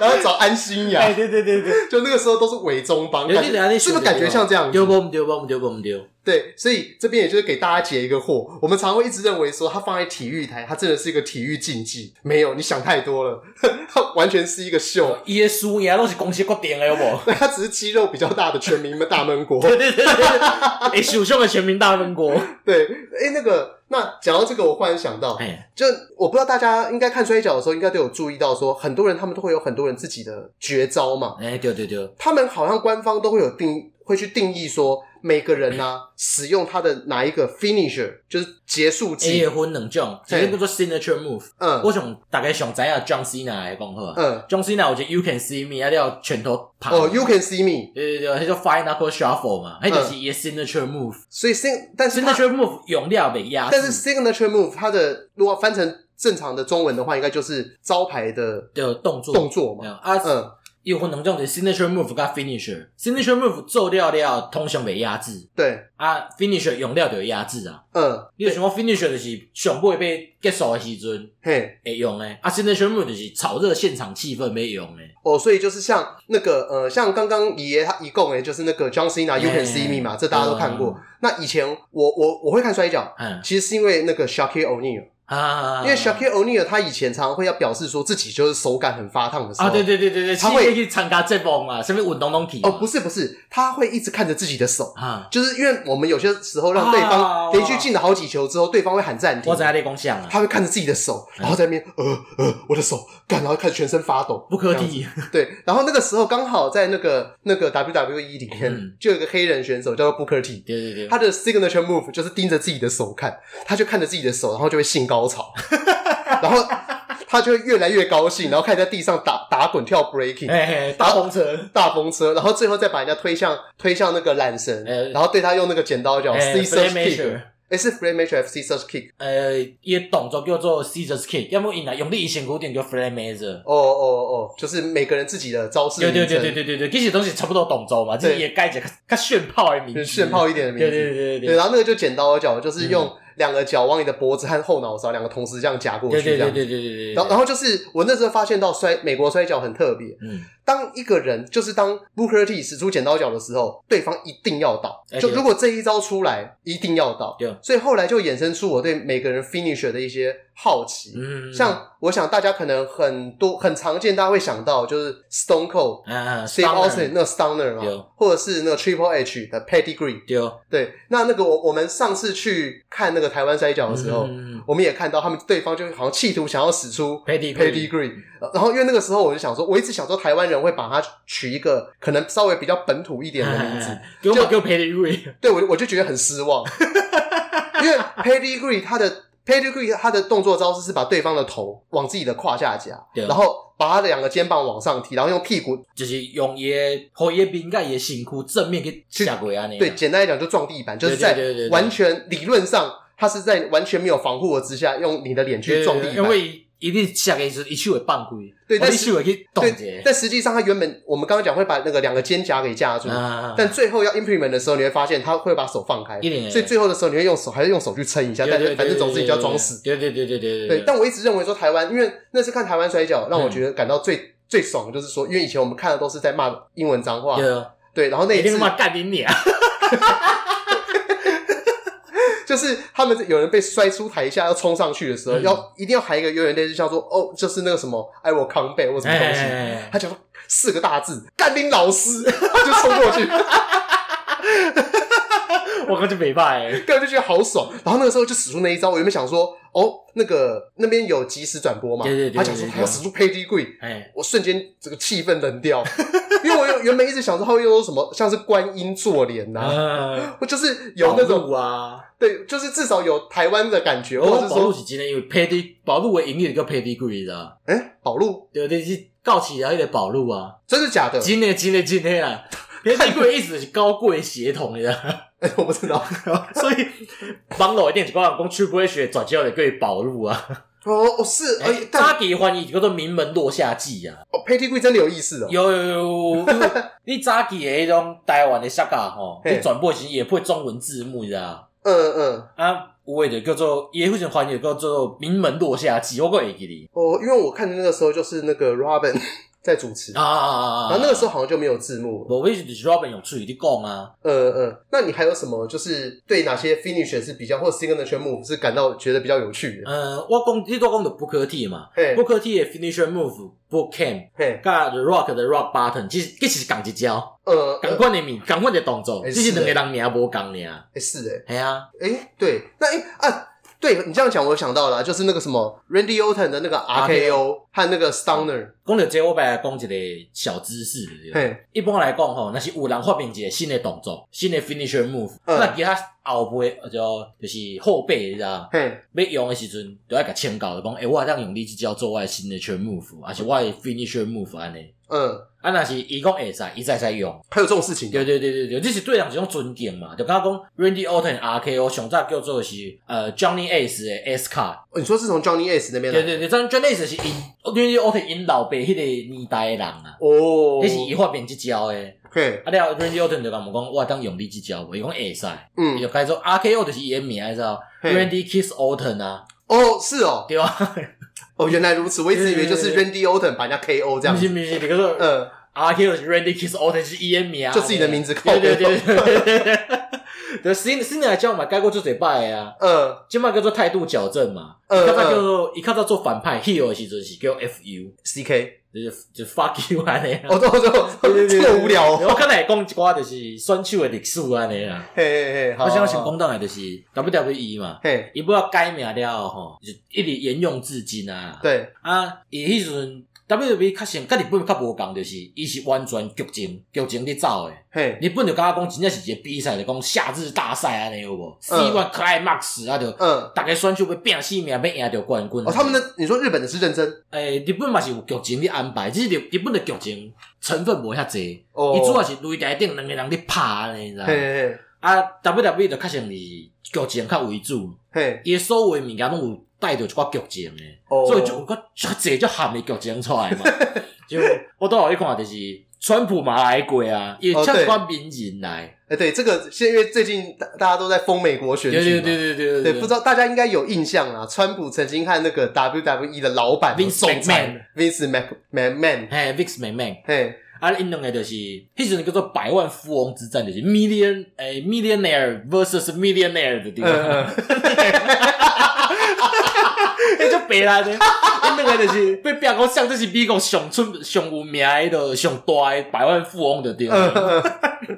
Speaker 1: 然后找安心
Speaker 2: 哎，
Speaker 1: 雅，
Speaker 2: 对对对对，
Speaker 1: 就那个时候都是伪中帮，
Speaker 2: 有
Speaker 1: 感
Speaker 2: 你等下
Speaker 1: 觉
Speaker 2: 你
Speaker 1: 是不是感觉像这样
Speaker 2: 丢
Speaker 1: 子？
Speaker 2: 不丢不丢不丢？
Speaker 1: 对，所以这边也就是给大家解一个惑。我们常会一直认为说，它放在体育台，它真的是一个体育竞技，没有，你想太多了， 它完全是一个秀，
Speaker 2: 伊的输赢拢是公司决定的，有 无？
Speaker 1: 对，它只是肌肉比较大的全民大闷锅。
Speaker 2: 对对对对对，会受伤的全民大闷锅。
Speaker 1: 对，哎，那个，那讲到这个，我忽然想到，
Speaker 2: 哎，
Speaker 1: 就我不知道大家应该看摔跤的时候，应该都有注意到说，很多人他们都会有很多人自己的绝招嘛。
Speaker 2: 哎、对对对，
Speaker 1: 他们好像官方都会有定，会去定义说每个人呢、使用他的哪一个 finisher，就是结束
Speaker 2: 伊
Speaker 1: 技
Speaker 2: 哎会。分两种，一
Speaker 1: 嘿
Speaker 2: 个叫做 signature move，
Speaker 1: 嗯
Speaker 2: 我想大概上知影 John Cena 来讲好啊。
Speaker 1: 嗯，
Speaker 2: John Cena 有一个 You Can See Me，啊了拳头拍。
Speaker 1: 哦，You can see me。
Speaker 2: 对对对，迄叫 Fine Knuckle Shuffle 嘛，迄就是伊的 signature move。
Speaker 1: 所以 sin，但是它
Speaker 2: signature move 用了被压制，
Speaker 1: 但是 signature move 它的如果翻成正常的中文的话，应该就是招牌的
Speaker 2: 就动作
Speaker 1: 动作
Speaker 2: 对
Speaker 1: 嘛。
Speaker 2: 啊，
Speaker 1: 嗯，
Speaker 2: 有分两种，就是 signature move 甲 finisher。signature move 做了了，通常被压制。
Speaker 1: 对，
Speaker 2: 啊，finisher 用了就会压制啊。
Speaker 1: 嗯，
Speaker 2: 你有想讲 finisher 就是上尾被结束的时阵
Speaker 1: 嘿，
Speaker 2: 会用诶，啊，signature move 就是炒热现场气氛要用诶。
Speaker 1: 哦，所以就是像那个呃，像刚刚爷爷他一共诶，就是那个 John Cena You Can See Me 嘛，这大家都看过。那以前我我我会看摔跤，
Speaker 2: 嗯
Speaker 1: 其实是因为那个 Shaquille O'Neal，
Speaker 2: 啊，
Speaker 1: 因为 Shaquille O'Neal 他以前常常会要表示说自己就是手感很发烫的时候。
Speaker 2: 啊，对对对对对，
Speaker 1: 他
Speaker 2: 他
Speaker 1: 会
Speaker 2: 会去参加这风啊，什么运动拢体
Speaker 1: 哦，不是不是，他会一直看着自己的手，
Speaker 2: 啊，
Speaker 1: 就是因为我们有些时候让对方
Speaker 2: 啊
Speaker 1: 连续进了好几球之后，对方会喊暂停
Speaker 2: 我。知道你讲啥啊，
Speaker 1: 他会看着自己的手，然后在那边呃呃，我的手，干，然后开始全身发抖，
Speaker 2: 不可
Speaker 1: 这样子。
Speaker 2: 替
Speaker 1: 对，然后那个时候刚好在那个那个 WWE 里面
Speaker 2: 嗯，
Speaker 1: 就有一个黑人选手叫做 Booker T，
Speaker 2: 对对对，
Speaker 1: 他的 signature move 就是盯着自己的手看，他就看着自己的手，然后就会性高 潮，然后他就会越来越高兴，然后开始在地上打打滚跳 breaking。
Speaker 2: 哎嘿搭风车，
Speaker 1: 大风车，然后最后再把人家推向推向那个缆绳，
Speaker 2: 哎
Speaker 1: 然后对他用那个剪刀脚 C search kick，
Speaker 2: measure，
Speaker 1: 哎是 frame measure F C search kick，
Speaker 2: 呃，伊的动作叫做 scissors kick，要么伊若用力以前固定叫 flame measure，
Speaker 1: 哦哦哦，就是每个人自己的招式
Speaker 2: 对对
Speaker 1: 名
Speaker 2: 对对
Speaker 1: 称
Speaker 2: 对对对，其实都是差不多动作嘛，只
Speaker 1: 对
Speaker 2: 是也改一个较炫炮的名
Speaker 1: 就
Speaker 2: 字，
Speaker 1: 是炫炮一点的名字，
Speaker 2: 对，对对对嗯
Speaker 1: 对，
Speaker 2: 对
Speaker 1: 然后那个就剪刀脚，就是用两个脚往你的脖子和后脑勺两个同时这样夹过
Speaker 2: 对
Speaker 1: 去，
Speaker 2: 对
Speaker 1: 这样。
Speaker 2: 对对对对对，
Speaker 1: 然后，然后就是我那时候发现到摔美国摔跤很特别，
Speaker 2: 嗯，
Speaker 1: 当一个人就是当 Booker T 使出剪刀脚的时候，对方一定要倒
Speaker 2: 哎。
Speaker 1: 就
Speaker 2: 对
Speaker 1: 如果这一招出来，一定要倒
Speaker 2: 对。
Speaker 1: 所以后来就衍生出我对每个人 finisher 的一些好奇。
Speaker 2: 嗯，
Speaker 1: 像我想大家可能很多很常见，大家会想到就是 Stone Cold、
Speaker 2: 啊
Speaker 1: Steve Austin 那个 Stunner
Speaker 2: 对
Speaker 1: 嘛，或者是那个 Triple H 的 Pedigree。
Speaker 2: 丢
Speaker 1: 对，那那个我我们上次去看那个台湾摔跤的时
Speaker 2: 嗯
Speaker 1: 候，我们也看到他们对方就好像企图想要使出
Speaker 2: Petty
Speaker 1: pedigree，呃然后因为那个时候我就想说，我一直想说台湾人会把它取一个可能稍微比较本土一点的名字，
Speaker 2: 给我给我 Petty
Speaker 1: 对我我就觉得很失 望，因为 pedigree 它的 pedigree 它的动作招式是把对方的头往自己的胯下夹，
Speaker 2: 对
Speaker 1: 然后把他的两个肩膀往上提，然后用屁股
Speaker 2: 就是用伊的互伊边甲伊的身躯正面去下过安尼。
Speaker 1: 对，简单来讲就撞地板，就是
Speaker 2: 对对对对
Speaker 1: 在
Speaker 2: 对
Speaker 1: 完全理论上。他是在完全没有防护的之下，用你的脸去撞地板，
Speaker 2: 因为伊咧下个时候，伊手会放开，
Speaker 1: 对但
Speaker 2: 伊
Speaker 1: 是
Speaker 2: 手会去动者。
Speaker 1: 对，但实际上他原本我们刚刚讲会把那个两个肩胛给架住，
Speaker 2: 啊，
Speaker 1: 但最后要 implement 的时候，你会发现他会把手放开，
Speaker 2: 一定的
Speaker 1: 所以最后的时候你会用手还是用手去撑一下，但是反正总之你就要装死。
Speaker 2: 对对对对对
Speaker 1: 对，但我一直认为说台湾，因为那是看台湾摔跤，让我觉得感到最最爽的就是说，因为以前我们看的都是在骂英文脏话，
Speaker 2: 对，
Speaker 1: 对，然后那
Speaker 2: 一
Speaker 1: 一
Speaker 2: 定
Speaker 1: 次
Speaker 2: 嘛干你娘！
Speaker 1: 就是他们有人被摔出台下要冲上去的时候，
Speaker 2: 嗯
Speaker 1: 要一定要喊一个有点类似像说哦，就是那个什么 I will come back 或什么东
Speaker 2: 哎
Speaker 1: 西，他讲说四个大字“干林老师”， 就冲过去。
Speaker 2: 我感觉袂歹，
Speaker 1: 个人就觉得好爽。然后那个时候就使出那一招，我原本想说，哦，那个那边有即时转播嘛，
Speaker 2: 对对对
Speaker 1: 他想说
Speaker 2: 对对
Speaker 1: 他要使出 p a d y g r e
Speaker 2: 哎，
Speaker 1: 我瞬间这个气氛冷掉，因为我有原本一直想说他会用什么，像是观音坐莲呐、
Speaker 2: 啊，
Speaker 1: 或就是有那种
Speaker 2: 啊，
Speaker 1: 对，就是至少有台湾的感觉，或者
Speaker 2: 我
Speaker 1: 是
Speaker 2: 哦保
Speaker 1: 说，
Speaker 2: 路是真的，因为 Petty 保路的盈利叫 Petty Gree 啦，
Speaker 1: 哎、宝路
Speaker 2: 对对是到期了迄个保路啊，
Speaker 1: 真的假的？
Speaker 2: 真的真的真的啦，Petty Gree 意思是高贵血统的，
Speaker 1: 我不知道。
Speaker 2: 所以网络一定是讲讲 Triple H 转交的叫保路啊，
Speaker 1: 哦，哦是，哎、
Speaker 2: 哎，
Speaker 1: 但
Speaker 2: 扎迪翻译叫做名门落下记啊。
Speaker 1: 哦 p a d y g r e 真的有意思哦。
Speaker 2: 有有有，因为你早期的迄种台湾的下架吼，
Speaker 1: 嘿
Speaker 2: 你转播的时候也配中文字幕，你知道？
Speaker 1: 嗯嗯，
Speaker 2: 啊，有诶就叫做，伊迄阵翻译叫做《名门落下记》，我阁会记哩。
Speaker 1: 哦，因为我看的那个时候就是那个 Robin 在主持，
Speaker 2: 啊啊啊！
Speaker 1: 然后那个时候，好像就没有字幕了。
Speaker 2: 无迄阵就是 Robin 用喙咧讲啊，
Speaker 1: 呃呃，那你还有什么就是对哪些 finish 是比较或 signature move 是感到觉得比较有趣的？
Speaker 2: 呃，我讲你都讲着 Booker T 嘛
Speaker 1: 嘿
Speaker 2: ，Booker T 的 finisher move Book Cam，
Speaker 1: 嘿，
Speaker 2: 甲 The Rock 的 Rock Button，其实其实是共一招，
Speaker 1: 呃，
Speaker 2: 共款的物，共款的动作，
Speaker 1: 哎
Speaker 2: 只是
Speaker 1: 是的
Speaker 2: 两个人名无共尔。
Speaker 1: 呃诶是诶、
Speaker 2: 系啊，
Speaker 1: 诶、对，那诶、啊，对你这样讲，我想到了啊，就是那个什么 Randy Orton 的那个 RKO 和那个 Stunner，
Speaker 2: 讲着这我来讲一个小知识对不对。
Speaker 1: 嘿，
Speaker 2: 一般来讲吼，若是有人发明一个新的动作，新的 finisher move，
Speaker 1: 嗯
Speaker 2: 那其他后背就就是后背，你知道吗？
Speaker 1: 嘿，
Speaker 2: 要用的时阵，就要甲签到，就讲，诶、欸，我会当用你即招做我的新的全 move，还是我的 finisher move 安尼。
Speaker 1: 嗯、
Speaker 2: 啊，若是伊讲会使，伊才会使用。
Speaker 1: 还有这种事情，啊
Speaker 2: 对对对对对，这是对人一种尊敬嘛。就敢讲 Randy Orton RKO 上早叫做的是呃 Johnny Ace 的 S 卡。
Speaker 1: 哦你说是从 Johnny S 那边来
Speaker 2: 对
Speaker 1: 的，
Speaker 2: 对对，咱 Johnny Ace 是因 Randy Orton 因老爸迄个年代的人啊，
Speaker 1: 哦，
Speaker 2: 迄、是伊发明即招的。
Speaker 1: 嘿，
Speaker 2: 啊，了 Randy Orton 就甲我们讲，我会当用你即招无，伊讲会使，伊
Speaker 1: 嗯
Speaker 2: 就，改做 RKO 就是伊的名，你知道
Speaker 1: 嘿
Speaker 2: ？Randy Kiss Orton 啊，
Speaker 1: 哦，是哦，
Speaker 2: 对吧？啊
Speaker 1: 哦，原来如此，我一直以为就是
Speaker 2: 对
Speaker 1: Randy Orton 把人家 KO 这样
Speaker 2: 不是
Speaker 1: 子，
Speaker 2: 不是，比如说
Speaker 1: 嗯，
Speaker 2: R Q 是 Randy Kiss Orton 是 E M 啊，
Speaker 1: 就自己的名字
Speaker 2: 对对对对对对。 对，新新来叫嘛，改过做嘴巴的啊，
Speaker 1: 呃
Speaker 2: 即嘛叫做态度矫正嘛，
Speaker 1: 呃
Speaker 2: 伊较早叫
Speaker 1: 呃
Speaker 2: 做伊较早做反派 heel 的时阵是叫 F U，
Speaker 1: ，CK，
Speaker 2: 就是就 fuck you 安尼啊。
Speaker 1: 哦，这这这么无聊哦。
Speaker 2: 我刚才讲一寡就是选手的历史安尼啊，
Speaker 1: 嘿嘿嘿，好，
Speaker 2: 我想想
Speaker 1: 好，好
Speaker 2: 讲到的就是 WWE 嘛，
Speaker 1: 嘿，
Speaker 2: 伊不要改名了后吼，就一直沿用至今啊。
Speaker 1: 对，
Speaker 2: 啊，伊迄时阵 WWE 较像甲日本较无共，就是伊是完全剧情剧情咧走诶。
Speaker 1: 嘿，
Speaker 2: 日本就甲我讲，真正是一个比赛，就讲夏日大赛安尼有无？C
Speaker 1: 嗯
Speaker 2: One Climax 啊，就
Speaker 1: 嗯，
Speaker 2: 逐个选手要拼性命，要赢着冠军。
Speaker 1: 哦，他们的你说日本的是认真
Speaker 2: 诶、日本嘛是有剧情咧安排，只是日日本的剧情成分无遐济，伊、
Speaker 1: 哦，
Speaker 2: 主要是擂台顶两个人咧拍安尼，你知道吗
Speaker 1: 嘿，？嘿
Speaker 2: 啊，WWE 就较像是剧情较为主，
Speaker 1: 嘿，嘿，
Speaker 2: 伊的所有的物件拢有带着一寡剧情诶。
Speaker 1: 哦，
Speaker 2: 所以就有个足侪足含的剧情出来嘛。就我倒互你看，就是川普嘛来过啊，也
Speaker 1: 哦
Speaker 2: 叫
Speaker 1: 对
Speaker 2: 关民进来。
Speaker 1: 哎，对，这个是因为最近大大家都在疯美国选
Speaker 2: 对
Speaker 1: 举嘛，
Speaker 2: 对对对对
Speaker 1: 哦对，不知道大家应该有印象啊，川普曾经和那个 WWE 的老板
Speaker 2: Vince
Speaker 1: 总裁 Vince Mc- McMahon，
Speaker 2: 嘿，Vix 妹妹，
Speaker 1: 嘿，
Speaker 2: 啊，因两个就是，迄阵叫做百万富翁之战，就是 million 诶 millionaire versus millionaire 的地方。
Speaker 1: 嗯
Speaker 2: 迄种白人诶，因两个就是被变讲像，这是美国上出上有名诶，就上大诶百万富翁的地方。
Speaker 1: 嗯，嗯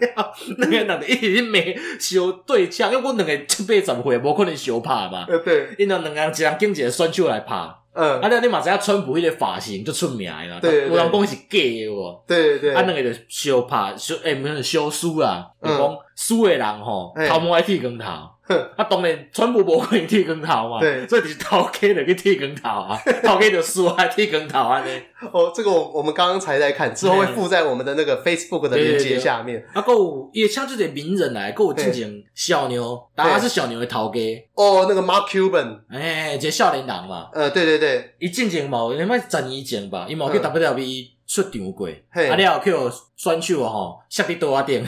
Speaker 2: 两个人就一直没相对呛，因为阮两个七八十岁，无可能相拍嘛。
Speaker 1: 呃 对，
Speaker 2: 因两两个人一人经一个选手来拍，啊，
Speaker 1: 嗯，
Speaker 2: 你你嘛知影川普迄个发型就出名的啦，
Speaker 1: 对对
Speaker 2: 有人讲是假的哦。
Speaker 1: 对对，
Speaker 2: 啊，两个就相拍，相诶，毋是相输啦，就
Speaker 1: 嗯
Speaker 2: 讲输诶人吼，
Speaker 1: 嘿
Speaker 2: 头毛爱剃光头，
Speaker 1: 哼
Speaker 2: 啊，当然全部无可能剃光头嘛，
Speaker 1: 对
Speaker 2: 所以就是头家就去剃光头啊，头家就输啊，剃光头 啊尼。
Speaker 1: 哦，这个我我们刚刚才在看，之后会附在我们的那个 Facebook 的链接下面。
Speaker 2: 啊，还有伊请即个名人啊来，还有进前小牛，当然是小牛的头家，
Speaker 1: 哦，那个 Mark Cuban，
Speaker 2: 诶、一个少年人嘛，
Speaker 1: 呃，对对对，
Speaker 2: 伊进前嘛，有，你莫十年前吧，伊嘛有去
Speaker 1: 嗯
Speaker 2: WWE 出场过，
Speaker 1: 嘿
Speaker 2: 啊，了后去有选手吼，摔伫桌仔 顶，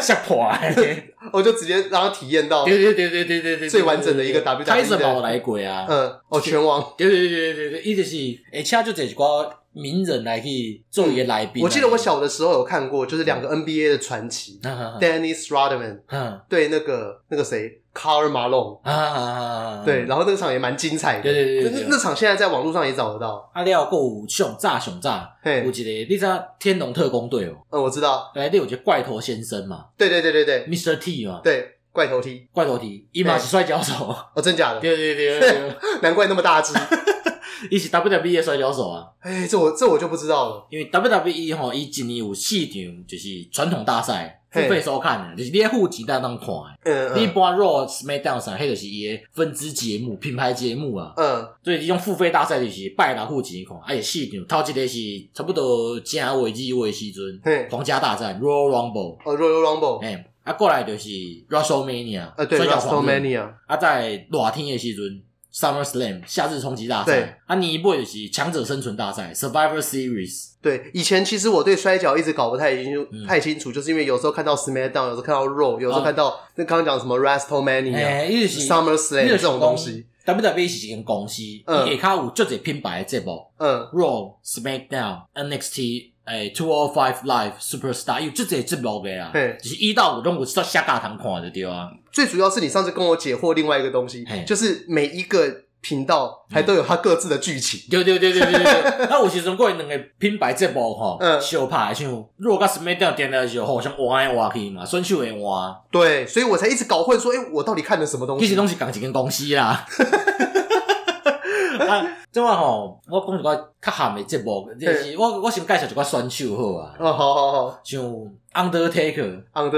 Speaker 2: 摔破啊 的。
Speaker 1: 我哦就直接让他体验到，
Speaker 2: 对对对对对对对，
Speaker 1: 最完整的一个 WWE
Speaker 2: 开始冇来过啊，
Speaker 1: 嗯，哦，拳王，
Speaker 2: E 对对对对对，伊就是，而且就这一寡名人来去做伊个来宾啊。
Speaker 1: 我记得我 小的时候有看过，就是两
Speaker 2: 嗯
Speaker 1: 个 NBA 的传奇
Speaker 2: 啊，啊
Speaker 1: ，Dennis Rodman
Speaker 2: 啊啊
Speaker 1: 对那个那个谁 Karl Malone，
Speaker 2: 啊啊，
Speaker 1: 对，然后那个场也蛮精彩的，
Speaker 2: 对对对对
Speaker 1: 那
Speaker 2: 对
Speaker 1: 那场现在在网络上也找得到，
Speaker 2: 啊了后有上炸上炸，
Speaker 1: 嘿
Speaker 2: 有一，个你知影天龙特工队哦，
Speaker 1: 嗯，我知道，
Speaker 2: 来你有一个怪头先生嘛
Speaker 1: 对对对对对
Speaker 2: ，Mr T 嘛，
Speaker 1: 对，怪头踢，
Speaker 2: 怪头 T，伊嘛是摔跤手，
Speaker 1: 哦，真假的，
Speaker 2: 对对对对对，
Speaker 1: 难怪那么大只，
Speaker 2: 伊是 WWE 的摔跤手啊。
Speaker 1: 哎，这我这我就不知道了，
Speaker 2: 因为 WWE 吼，伊一年有四场，就是传统大赛付
Speaker 1: 嘿
Speaker 2: 费收看的，就是你咧付钱当当看的。
Speaker 1: 嗯
Speaker 2: 你一
Speaker 1: 嗯
Speaker 2: 般 Raw、SmackDown 上，迄就是伊的分支节目、品牌节目啊。
Speaker 1: 嗯，
Speaker 2: 所以这种付费大赛就是拜六付钱看，啊是四场，头一个是差不多正月二月时阵，
Speaker 1: 嘿，
Speaker 2: 皇家大战 Royal Rumble，
Speaker 1: 哦，Royal Rumble，
Speaker 2: 哎、啊过来就是 WrestleMania，
Speaker 1: 呃，对
Speaker 2: 摔跤狂热
Speaker 1: ，WrestleMania，
Speaker 2: 啊在热天的时阵 Summer Slam 夏日冲击大
Speaker 1: 对
Speaker 2: 赛，啊年尾就是强者生存大赛 Survivor Series。
Speaker 1: 对，以前其实我对摔跤一直搞不太清
Speaker 2: 嗯
Speaker 1: 太清楚，就是因为有时候看到 SmackDown，有时候看到 Raw，有时
Speaker 2: 哦
Speaker 1: 候看到那刚刚讲什么 WrestleMania、
Speaker 2: 哎，伊就是
Speaker 1: Summer Slam 啊这种东西，。
Speaker 2: WWE E 是一间公司，伊下
Speaker 1: 嗯
Speaker 2: 骹有足侪品牌的节目
Speaker 1: 嗯，
Speaker 2: ，Raw、SmackDown、NXT、诶 Two O Five Live、Superstar，伊有足侪节目诶啊
Speaker 1: 嘿，
Speaker 2: 就是一到五拢有到下架堂看着对啊。
Speaker 1: 最主要是你上次跟我解惑另外一个东西
Speaker 2: 嘿，嗯
Speaker 1: 就是每一个频道还都有它各自的剧情，
Speaker 2: 对对对对 对对。那有时阵过两个品牌节目吼，
Speaker 1: 嗯
Speaker 2: 相拍像 Raw 甲 SmackDown 点了就互相换来换去嘛，选手会换，
Speaker 1: 对，所以我才一直搞混说，哎，我到底看了什么东
Speaker 2: 其实
Speaker 1: 西？
Speaker 2: 拢是同一间公司 啦。啊，即嘛吼，我讲一寡较含的节目，就是我我先介绍一寡选手好啊，
Speaker 1: 哦，好好好
Speaker 2: 像 Undertaker，巴西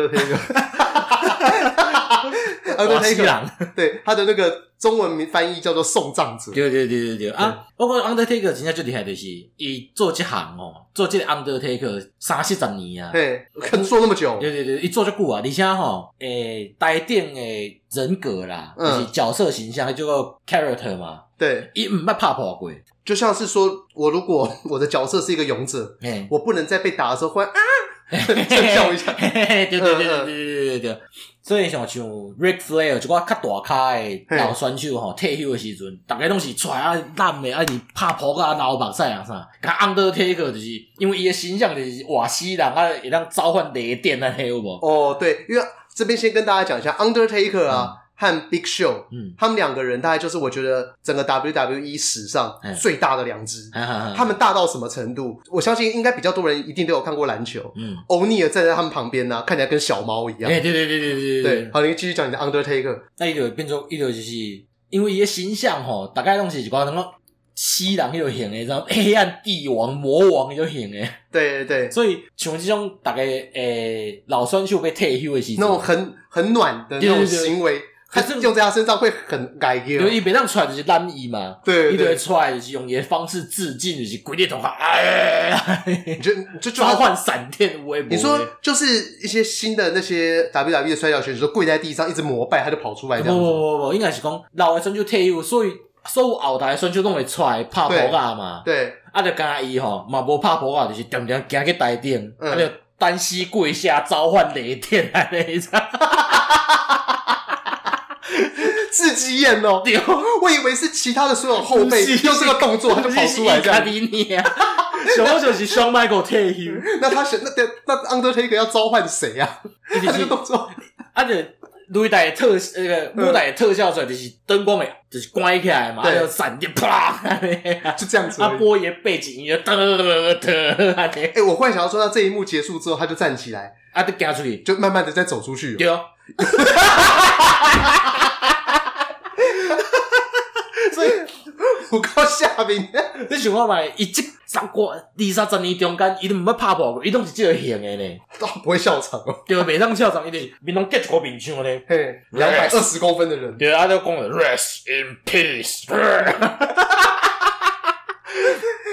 Speaker 1: ，Undertaker，Undertaker，
Speaker 2: 人，
Speaker 1: 对，他的那个中文名翻译叫做送葬者，
Speaker 2: 对对对对对啊！我讲 Undertaker 真正最厉害，就是伊做即行哦，做即个 Undertaker 三四十年啊，
Speaker 1: 嘿，看做那么久，
Speaker 2: 对对对，伊做足久啊，而且吼，诶、台顶诶人格啦，
Speaker 1: 嗯
Speaker 2: 就是角色形象，叫做 character 嘛，
Speaker 1: 对，
Speaker 2: 伊毋捌拍破过，诶、
Speaker 1: 就像是说我如果 我的角色是一个勇者，我不能在被打的时候忽然啊， 笑一下，
Speaker 2: 嘿嘿嘿对对对对对对对对。所以像像 Rick Flair 即寡较大咖诶老选手吼，退休诶时阵，逐个拢是出来啊烂诶，啊是拍扑克啊流目屎啊啥。甲 Undertaker 就是因为伊诶形象就是瓦西人啊，会当召唤雷电安尼有无？
Speaker 1: 哦，对，因为这边先跟大家讲一下，Undertaker 啊、和 Big Show，
Speaker 2: 嗯，
Speaker 1: 他们两个人大概就是我觉得整个 WWE 史上
Speaker 2: 嗯
Speaker 1: 最大的两支。他
Speaker 2: 他
Speaker 1: 们大到什么程度？我相信应该比较多人一定都有看过篮球。
Speaker 2: 嗯，
Speaker 1: 欧尼尔站在他们旁边呢、看起来跟小猫一样。
Speaker 2: 哎对对对对对
Speaker 1: 对，，好，你继续讲你的 Undertaker。
Speaker 2: 那伊就会变做伊就就是因为伊诶形象吼，大概拢是一寡那个西人迄种型诶，然后黑暗帝王、魔王迄种型诶。
Speaker 1: 对对对，
Speaker 2: 所以像这种大概诶、老选手被退休的时
Speaker 1: 那种
Speaker 2: 候，
Speaker 1: 很很暖的那
Speaker 2: 对
Speaker 1: 种
Speaker 2: 对对
Speaker 1: 行为，
Speaker 2: 可
Speaker 1: 他
Speaker 2: 是
Speaker 1: 用在他身上会很改变。
Speaker 2: 因为伊袂当出来就是烂伊嘛，
Speaker 1: 对
Speaker 2: 伊就会
Speaker 1: 对，
Speaker 2: 出来就是用伊的方式致敬，就是鬼脸头发，哎，
Speaker 1: 你就 你就就
Speaker 2: 召唤闪电微博。
Speaker 1: 你说就是一些新的那些 WWE 的摔跤选手跪在地上一直膜拜，他就跑出来
Speaker 2: 不
Speaker 1: 这
Speaker 2: 不
Speaker 1: 样子。
Speaker 2: 不不，应该是讲老的选手退休，所以所有后台的选手拢会出来拍扑克嘛，
Speaker 1: 对，
Speaker 2: 啊，就敢若伊吼，嘛无拍扑克，就是点点行去台顶，
Speaker 1: 嗯
Speaker 2: 啊，就单膝跪下召唤雷电啊安尼，
Speaker 1: 自己演哦。
Speaker 2: 对，
Speaker 1: 我以为是其他的所有后辈
Speaker 2: 不是
Speaker 1: 用这个动作，他就跑出来这样。
Speaker 2: 样。 想要就是双麦克退休，
Speaker 1: 那他选那那那 Undertaker 要召唤谁啊？他
Speaker 2: 伊就
Speaker 1: 这个
Speaker 2: 是
Speaker 1: 动作，
Speaker 2: 啊，就擂台的特那个
Speaker 1: 嗯
Speaker 2: 舞台的特效出来，就是灯光诶，就是关起来嘛，啊，
Speaker 1: 对
Speaker 2: 就闪电啪，安尼啊
Speaker 1: 就这样子
Speaker 2: 啊，
Speaker 1: 而已。
Speaker 2: 波爷背景音就得得安尼，
Speaker 1: 哎，我忽然想要说，到这一幕结束之后，他就站起来，
Speaker 2: 啊，就行出去，
Speaker 1: 就慢慢的再走出去。
Speaker 2: 对哦。所以
Speaker 1: 我靠，下面
Speaker 2: 你想看嘛，伊即十过二三十年中间，伊都毋捌拍破过，伊拢是即个型诶呢，
Speaker 1: 都不会笑场哦。
Speaker 2: 对，袂当笑场，伊就是面拢结一个面相咧。
Speaker 1: 嘿，两百二十公分的人，
Speaker 2: 对啊，就讲了 rest in peace。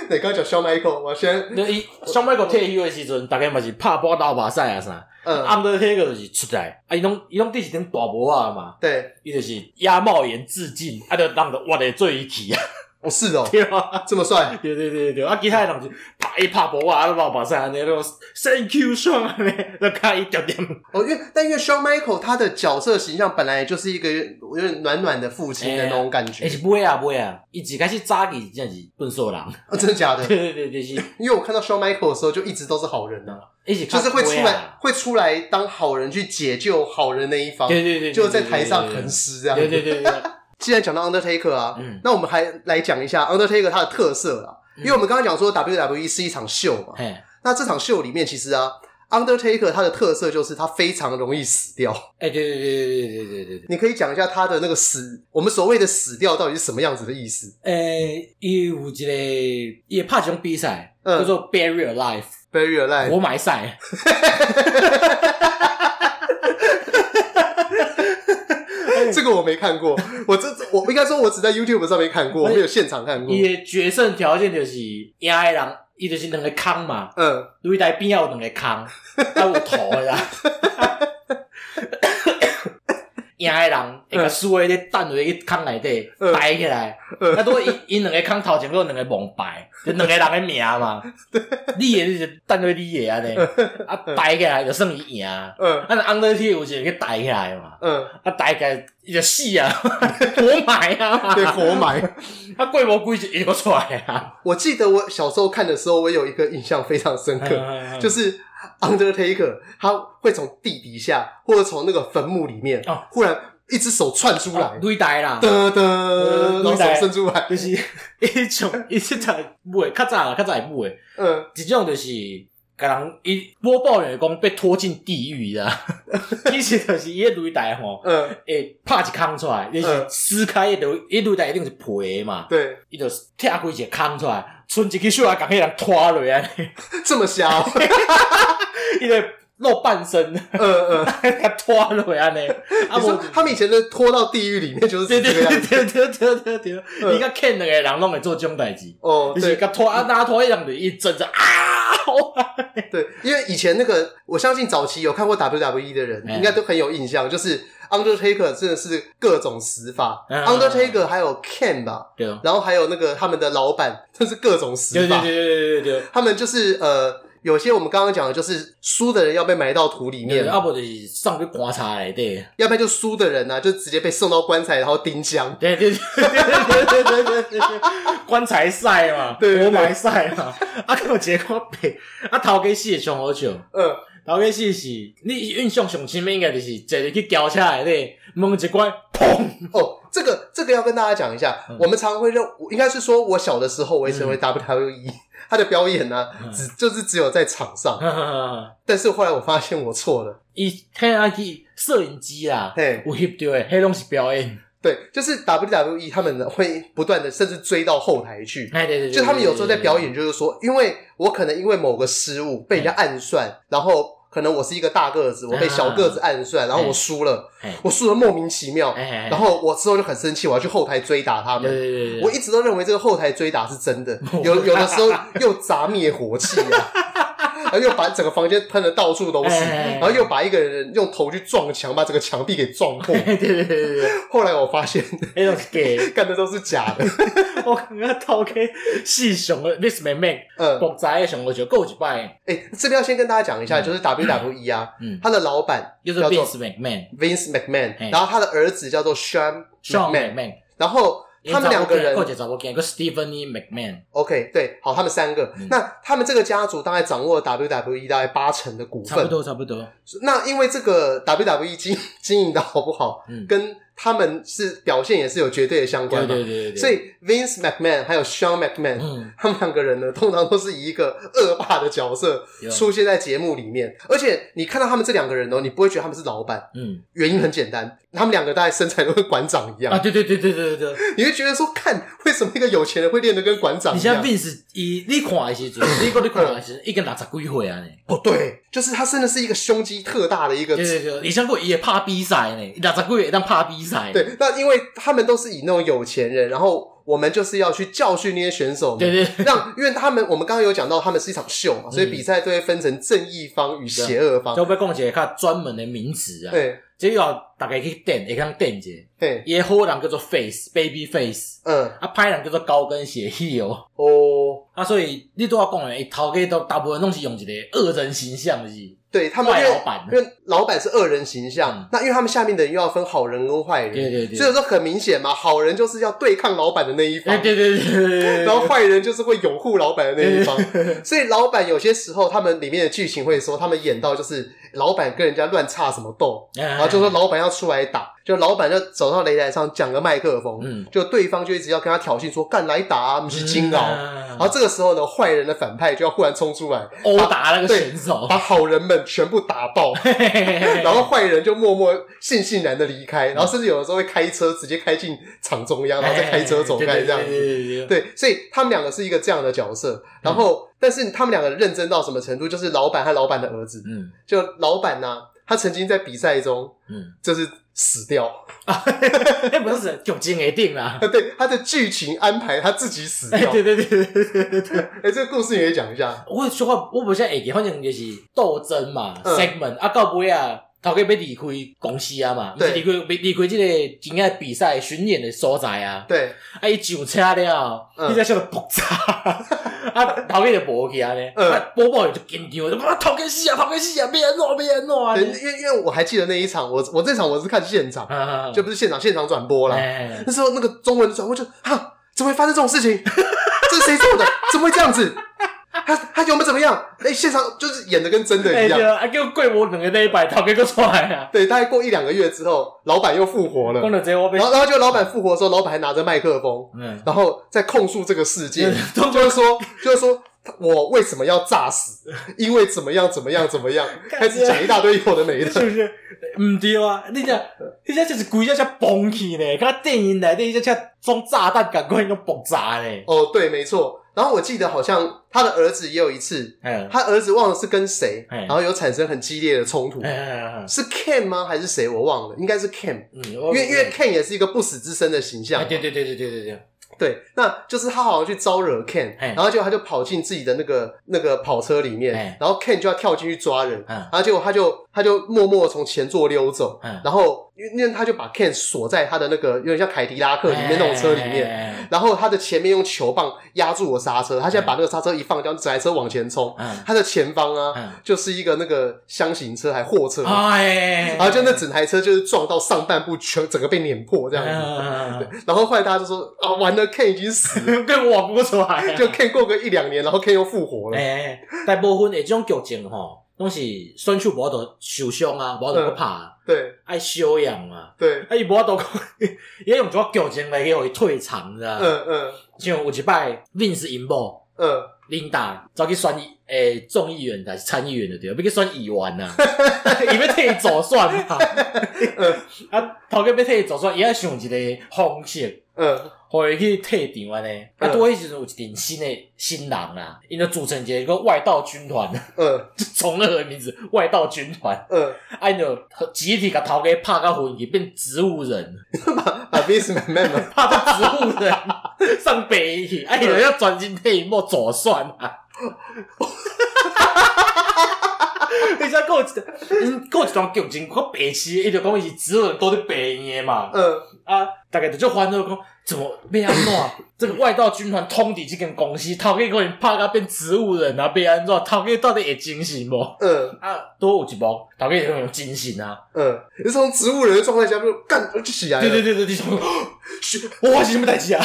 Speaker 1: 对，刚刚讲 Shawn Michael，我先
Speaker 2: 那伊上摆个退休的时阵，大概嘛是拍波斗马赛啊啥，
Speaker 1: 嗯，
Speaker 2: 暗到迄个就是出来，啊伊拢伊拢戴一顶大帽啊嘛，
Speaker 1: 对，
Speaker 2: 伊就是鸭帽檐致敬，啊就人就挖的做伊去啊，
Speaker 1: 哦是哦，
Speaker 2: 对啊。
Speaker 1: 这么帅，
Speaker 2: 对对对对，啊，其他的人就拍一拍波啊，啊，把马赛安尼，就 thank you 上安尼，就看伊点点，
Speaker 1: 哦，因为但因为 Shawn Michael 他的角色形象本来就是一个有点暖暖的父亲的那种感觉
Speaker 2: 诶，，是买啊买啊，伊一开始早起真是笨手人，
Speaker 1: 哦真的假的？
Speaker 2: 对对对对是，
Speaker 1: 因为我看到 Shawn Michael 的时候，就一直都是好人呐、
Speaker 2: 伊是较
Speaker 1: 就是会出
Speaker 2: 买
Speaker 1: 来
Speaker 2: 啊，
Speaker 1: 会出来当好人去解救好人那一方，
Speaker 2: 对对对，对
Speaker 1: 就在台上横，尸这样。
Speaker 2: 对对对对对，对
Speaker 1: 既然讲到 Undertaker 啊，
Speaker 2: 嗯
Speaker 1: 那我们还来讲一下 Undertaker 他的特色啦，
Speaker 2: 嗯
Speaker 1: 因为我们刚刚讲说 WWE 是一场秀嘛，
Speaker 2: 嘿。
Speaker 1: 那这场秀里面其实啊。Undertaker 他的特色就是他非常容易死掉，
Speaker 2: 哎，对对对对对对对对，
Speaker 1: 你可以讲一下他的那个死，我们所谓的死掉到底是什么样子的意思？
Speaker 2: 诶，伊呃有一个伊拍一种比赛，
Speaker 1: 嗯哎
Speaker 2: 叫做 Barrier Life
Speaker 1: Bury alive，
Speaker 2: 活埋赛。
Speaker 1: 这个我没看过，我这我应该说我只在 YouTube 上面看过，我没有现场看过。
Speaker 2: 伊的决胜条件就是赢的人，伊就是两个空嘛，
Speaker 1: 嗯，
Speaker 2: 擂台边仔有两个 空，啊有头的啦。赢的人会甲输的咧等落去空内底
Speaker 1: 嗯
Speaker 2: 排起来，
Speaker 1: 嗯
Speaker 2: 啊，拄因因两个空头前还有两个蒙牌，就两个人的名 嘛。你的就是等落你的安尼，啊排起来就算伊赢。啊，
Speaker 1: 嗯
Speaker 2: 那 under T 有一个抬起来嘛，
Speaker 1: 嗯，
Speaker 2: 啊抬起来伊就 死啊，活埋啊，
Speaker 1: 对，活埋。
Speaker 2: 啊过无规就伊就出来啊。
Speaker 1: 我记得我小时候看的时候，我有一个印象非常深
Speaker 2: 哎
Speaker 1: 刻，
Speaker 2: 嗯
Speaker 1: 就是是 Undertaker 他会从地底下或者从那个坟墓里面
Speaker 2: 哦，
Speaker 1: 忽然一只手窜出来，
Speaker 2: 擂台啦。
Speaker 1: 噔噔，然后
Speaker 2: 对
Speaker 1: 手伸出来，
Speaker 2: 就是 一种，伊即台买较早啦，较早会买。
Speaker 1: 嗯，
Speaker 2: 一种就是甲人伊播报员讲被拖进地 狱啦，其实就是伊个擂台吼，
Speaker 1: 嗯，
Speaker 2: 会拍一空出来，就是
Speaker 1: 嗯
Speaker 2: 撕开迄擂，迄擂台一定是皮的嘛，
Speaker 1: 对，
Speaker 2: 伊就拆开一个空出来，剩一支手啊，甲迄人拖落来，
Speaker 1: 这么瞎哦，
Speaker 2: 伊就露半身，
Speaker 1: 嗯嗯，
Speaker 2: 甲拖落来呢。啊
Speaker 1: 你说
Speaker 2: 无。
Speaker 1: 他们以前的拖到地狱里面就是
Speaker 2: 对
Speaker 1: 这
Speaker 2: 对
Speaker 1: 个
Speaker 2: 对
Speaker 1: 样子，
Speaker 2: 对对对对对，伊甲欠两个人拢会做这种代志。
Speaker 1: 哦，
Speaker 2: 就是
Speaker 1: 对
Speaker 2: 甲拖啊拉拖一样的，一整着啊，
Speaker 1: 对，因为以前那个我相信早期有看过 WWE 的人，
Speaker 2: 嗯
Speaker 1: 应该都很有印象，就是 Undertaker 真的是各种死法
Speaker 2: 嗯
Speaker 1: ，Undertaker 还有 Ken 吧。
Speaker 2: 对哦，
Speaker 1: 然后还有那个他们的老板，真是各种死
Speaker 2: 对对
Speaker 1: 法。
Speaker 2: 对对对对
Speaker 1: 他们就是呃，有些我们刚刚讲的，就是输的人要被埋到土里
Speaker 2: 对，
Speaker 1: 面，
Speaker 2: 啊无就是送去观察内底，
Speaker 1: 要不然就输的人呢、啊就直接被送到棺材，然后钉枪。
Speaker 2: 对对对对对对对对对，棺材赛嘛，
Speaker 1: 对对对
Speaker 2: 活埋赛嘛，啊，还有一个我白，啊，头家死的上好笑，
Speaker 1: 嗯，
Speaker 2: 头家死是你印象上深的应该就是坐入去轿车内底，问一关，砰，
Speaker 1: 哦，这个这个要跟大家讲一下，
Speaker 2: 嗯
Speaker 1: 我们常会认，应该是说我小的时候，我也成为 WWE，、他 的表演呢、
Speaker 2: 嗯
Speaker 1: 只就是只有在场上，但是后来我发现我错了。
Speaker 2: 伊看下啊去摄影机啦，
Speaker 1: 嘿，
Speaker 2: 有翕到诶，迄拢是表演，
Speaker 1: 对，就是 WWE 他们会不断的，甚至追到后台去，
Speaker 2: 哎对对对，
Speaker 1: 就他们有时候在表演，就是说，因为我可能因为某个失误被人
Speaker 2: 嗯
Speaker 1: 家暗算，然后可能我是一个大个子，我
Speaker 2: 啊
Speaker 1: 被小个子暗算，然后我输了
Speaker 2: 哎，
Speaker 1: 我输的莫名其妙，
Speaker 2: 哎，哎，哎
Speaker 1: 然后我之后就很生气，我要去后台追打他
Speaker 2: 对
Speaker 1: 们。
Speaker 2: 对对对，对
Speaker 1: 我一直 都认为这个后台追打是真的，有有的时候又砸灭火器啊，然后又把整个房间喷的到处都是，
Speaker 2: 哎
Speaker 1: 然后又把一个人用头去撞墙，把整个墙壁给撞破。
Speaker 2: 对对对对，
Speaker 1: 后来我发现，
Speaker 2: 迄种是
Speaker 1: 干的都是假的。
Speaker 2: 假的，我感觉头家是上个 Miss 妹妹，
Speaker 1: 嗯，
Speaker 2: 国仔的上个就够一摆，
Speaker 1: 哎、这边要先跟大家讲一下，就是 WWE 啊，
Speaker 2: 嗯，
Speaker 1: 他的老板
Speaker 2: 叫
Speaker 1: 叫
Speaker 2: 做
Speaker 1: 做
Speaker 2: Miss 妹妹
Speaker 1: Vince McMahon，、
Speaker 2: 嘿
Speaker 1: 然后他的儿子叫做 Sean
Speaker 2: 哎，Sean
Speaker 1: McMahon，
Speaker 2: McMahon，
Speaker 1: 然后他们两个人
Speaker 2: 够一个查某囝，个 Stephanie McMahon，
Speaker 1: OK，对，好，他们三个，
Speaker 2: 嗯
Speaker 1: 那他们这个家族大概掌握了 WWE 大概八成的股
Speaker 2: 差不
Speaker 1: 份。
Speaker 2: 多差不多，
Speaker 1: 那因为这个 WWE 经经营的好不好，
Speaker 2: 嗯，
Speaker 1: 跟他们是表现也是有绝对的相关
Speaker 2: 对
Speaker 1: 嘛。
Speaker 2: 对对对，
Speaker 1: 所以 Vince McMahon 还有 Sean McMahon，、
Speaker 2: 嗯，
Speaker 1: 他们两个人呢，通常都是以一个恶霸的角色
Speaker 2: 有
Speaker 1: 出现在节目里面。而且你看到他们这两个人哦，你不会觉得他们是老板，
Speaker 2: 嗯
Speaker 1: 原因很简单，他们两个大概身材都跟馆长一样，
Speaker 2: 啊，对对对对 对对对，
Speaker 1: 你会觉得说，看为什么一个有钱人会练得跟馆长
Speaker 2: 你
Speaker 1: 一
Speaker 2: 像
Speaker 1: 样？
Speaker 2: Vince 伊，你看的时阵，你讲你看的时阵，已经六十几岁啊呢，
Speaker 1: 哦，对，就是他真的是一个胸肌特大的一个
Speaker 2: 对。对对，你像过伊会拍比赛呢，六十几岁当拍比赛，
Speaker 1: 对，那因为他们都是以那种有钱人，然后我们就是要去教训那些选手
Speaker 2: 对嗯
Speaker 1: 们。
Speaker 2: 对对
Speaker 1: 让，因为他们我们刚刚有讲到，他们是一场秀嘛，所以比赛都会分成正义方与邪恶方。
Speaker 2: 就要讲一个较专门的名词啊，
Speaker 1: 对，
Speaker 2: 即要大家去点，会通点者。
Speaker 1: 对，
Speaker 2: 伊诶好人叫做 face，baby face，
Speaker 1: 嗯，
Speaker 2: 啊，歹人叫做高跟鞋 heel。
Speaker 1: 哦，
Speaker 2: 啊，所以你拄仔讲诶，伊头家都大部分拢是用一个恶人形象是。
Speaker 1: 对他们因
Speaker 2: 坏
Speaker 1: 为
Speaker 2: 老板
Speaker 1: 因为老板是恶人形象
Speaker 2: 嗯，
Speaker 1: 那因为他们下面的人又要分好人跟坏人，
Speaker 2: 对对对
Speaker 1: 所以说很明显嘛，好人就是要对抗老板的那一
Speaker 2: 对
Speaker 1: 方，
Speaker 2: 哎对对对对。
Speaker 1: 然后坏人就是会拥护老板的那一 方，所以老板有些时候他们里面的剧情会说，他们演到就是老板跟人家乱插什么斗，
Speaker 2: 然
Speaker 1: 然后就说老板要出来打，就老板就走到擂台上讲个麦克风，
Speaker 2: 嗯，
Speaker 1: 就对方就一直要跟他挑衅说干来打啊，不是金鳌。
Speaker 2: 然
Speaker 1: 然后这个时候呢，坏人的反派就要忽然冲出来，
Speaker 2: 嗯啊殴打那个选手，
Speaker 1: 把好人们全部打爆， 然
Speaker 2: 然
Speaker 1: 后坏人就默默悻悻然的离开，然后甚至有的时候会开车直接开进场中央，然后再开车走开这样子。
Speaker 2: 对对对对。
Speaker 1: 对，所以他们两个是一个这样的角色。然后，但是他们两个认真到什么程度？就是老板和老板的儿子，
Speaker 2: 嗯
Speaker 1: 就老板呐、他曾经在比赛中
Speaker 2: 嗯，
Speaker 1: 就是死掉，
Speaker 2: 那不是剧情一定啦。
Speaker 1: 对他的剧情安排他自己死
Speaker 2: 哎，
Speaker 1: 掉。
Speaker 2: 对对对对对对对。
Speaker 1: 哎，这个故事你也讲一下。
Speaker 2: 我小可我无啥会记，反正就是斗争嘛、
Speaker 1: 嗯
Speaker 2: segment 啊，到尾啊，头家要离开公司啊嘛，毋是
Speaker 1: 对
Speaker 2: 离开离开即个真正比赛巡演的所在啊，
Speaker 1: 对，
Speaker 2: 啊伊上车了，
Speaker 1: 嗯
Speaker 2: 伊才晓得爆炸，啊头家就无去啊咧，
Speaker 1: 嗯
Speaker 2: 啊宝宝就紧张，就啊头家死啊，头家死啊，要安怎要安怎啊
Speaker 1: 对
Speaker 2: 咧，
Speaker 1: 因为因为我还记得那一场，我我这场我是看现场，
Speaker 2: 啊
Speaker 1: 就不是现场现场转播啦。
Speaker 2: 哎
Speaker 1: 那时候那个中文转播就哈，怎么会发生这种事情？ 这是谁做的？怎么会这样子？他他有没有怎么样？哎、现场就是演的跟真的
Speaker 2: 哎
Speaker 1: 一样。
Speaker 2: 对啊，啊叫过无两个礼拜，头家佫出来啊，
Speaker 1: 对，大概过一两个月之后，老板又复活
Speaker 2: 讲
Speaker 1: 了。
Speaker 2: 到这我被
Speaker 1: 然，后，然后就老板复活的时候，老板还拿着麦克风，
Speaker 2: 嗯，
Speaker 1: 然后在控诉这个世界，
Speaker 2: 都
Speaker 1: 就是说，就是说我为什么要炸死？因为怎么样，怎么样，怎么样，开始讲一大堆有的没
Speaker 2: 是
Speaker 1: 的。
Speaker 2: 不是？唔对啊！你只，你只就是规只只崩起呢，甲电影内底只只装炸弹感觉种爆炸呢。
Speaker 1: 哦，对，没错。然后我记得好像他的儿子也有一次，
Speaker 2: 嗯，
Speaker 1: 他儿子忘了是跟谁，
Speaker 2: 哎
Speaker 1: 然后有产生很激烈的冲突。
Speaker 2: 嗯，
Speaker 1: 是 Ken 吗？还是谁？我忘了，应该是 Ken。因
Speaker 2: 因
Speaker 1: 为因为 Ken 也是一个不死之身的形象
Speaker 2: 哎，
Speaker 1: 嘛，
Speaker 2: 对对对对对对对，
Speaker 1: 对，那就是他好像去招惹 Ken，
Speaker 2: 嘿
Speaker 1: 然后结果他就跑进自己的那个那个跑车里面
Speaker 2: 嘿，
Speaker 1: 然后 Ken 就要跳进去抓人，
Speaker 2: 哎嗯
Speaker 1: 然后结果他就他就默默地从前座溜走，
Speaker 2: 嗯，
Speaker 1: 然后因为因为他就把 Ken 锁在他的那个有点像凯迪拉克里面那种车里面，
Speaker 2: 面，
Speaker 1: 然后他的前面用球棒压住我刹车，他现在把那个刹车一放掉，整台车往前冲，
Speaker 2: 嗯
Speaker 1: 他的前方啊
Speaker 2: 嗯，
Speaker 1: 就是一个那个箱型车还货车，
Speaker 2: 哎，
Speaker 1: 然后就那整台车就是撞到上半部全整个被碾破这样
Speaker 2: 嗯
Speaker 1: 子，
Speaker 2: 子，
Speaker 1: 然后后来大家就说啊，完了，Ken 已经死了，
Speaker 2: 跟我不出来，
Speaker 1: 就 Ken 过个一两年，然后 Ken 又复活了。
Speaker 2: 哎，大部分的这种剧情吼，拢是选手无度受伤啊，无度去拍，
Speaker 1: 对
Speaker 2: 爱休养啊。
Speaker 1: 对，
Speaker 2: 啊，伊无法度讲， 伊用一个剧情来去互伊退场，你知道吗？
Speaker 1: 嗯嗯
Speaker 2: 像有一摆 Vince 因某
Speaker 1: 嗯，
Speaker 2: Linda 走去选议诶、众议员还是参议员就对了，要去选议员 呐，伊要替伊做选嘛。
Speaker 1: 嗯
Speaker 2: 啊，头家要替伊做选，伊要想一个方式。
Speaker 1: 嗯
Speaker 2: 互伊去退场安尼，啊，
Speaker 1: 嗯
Speaker 2: 拄好迄时阵有一阵新的新人啦，因就组成一个外道军团，啊
Speaker 1: 嗯
Speaker 2: 就从那个名字外道军团，
Speaker 1: 嗯，
Speaker 2: 啊，因就集体甲头家拍到昏去，变植物人。
Speaker 1: 把啊 Vince McMahon 嘛
Speaker 2: 怕到植物人上北去，哎、啊，伊就要专心替伊某左算啊。你知有一个，嗯，有一段剧情我白痴，伊就讲伊是植物人都是白的嘛，
Speaker 1: 嗯，
Speaker 2: 啊，大概就烦恼讲怎么被安怎？这个外道军团通敌这间公司，头家可能拍到变植物人啊，被安怎？头家到底会精神无？
Speaker 1: 嗯
Speaker 2: 啊，都有一幕，头家会有精神啊，
Speaker 1: 嗯，你是从植物人的状态下面干我就起来了，
Speaker 2: 对对对对，你想讲，我发生什么代志啊？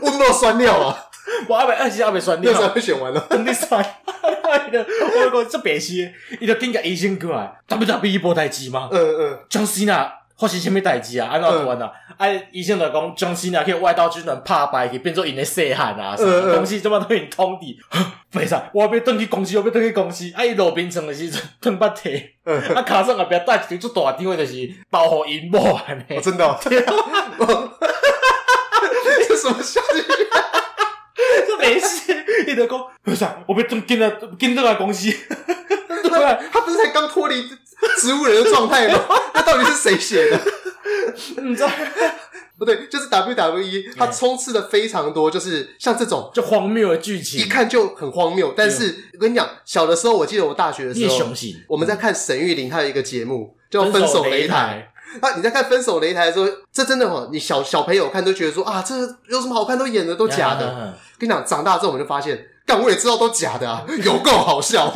Speaker 1: 我都要酸尿啊，
Speaker 2: 我阿伯二十阿伯选你
Speaker 1: 那才会选完了，
Speaker 2: 你算， 我就我就讲这白痴，伊就紧甲医生过来，W W E 无代志嘛。
Speaker 1: 嗯嗯，
Speaker 2: 江西呐发生什么代志啊？安怎突然啊？啊，医生就讲江西呐去外道军团拍败去，变做因的细汉啊，啥
Speaker 1: 嗯嗯
Speaker 2: 公司怎么都因通敌？ 袂使，我要转去公司，我要转去公司。啊，伊路边床的时阵转捌摕，
Speaker 1: 嗯，
Speaker 2: 啊，卡上后壁带一张足大张的，就是包互因某 安尼
Speaker 1: 我。真的哦，这什么消息？
Speaker 2: 这没事，伊就讲，不是，我要转进来，进来公司。 对啊，
Speaker 1: 他不是才刚脱离植物人的状态吗？那到底是谁写的？
Speaker 2: 你知道。
Speaker 1: 不对，就是 WWE，它充斥了非常多，就是像这种
Speaker 2: 就荒谬的剧
Speaker 1: 一
Speaker 2: 情，
Speaker 1: 看就很荒谬。但是我跟你讲，小的时候，我记得我大学的
Speaker 2: 你
Speaker 1: 时
Speaker 2: 雄
Speaker 1: 候，
Speaker 2: 心，
Speaker 1: 我们在看沈玉琳她有一个节目叫《分手擂台》。
Speaker 2: 台，
Speaker 1: 啊， 你在看《分手擂台》的时候，这真的哦，你小小朋友看都觉得说啊，这有什么好看，都演的都假的。
Speaker 2: 的。
Speaker 1: 跟你讲，长大之后我们就发现，干我也知道都假的啊，有够好笑。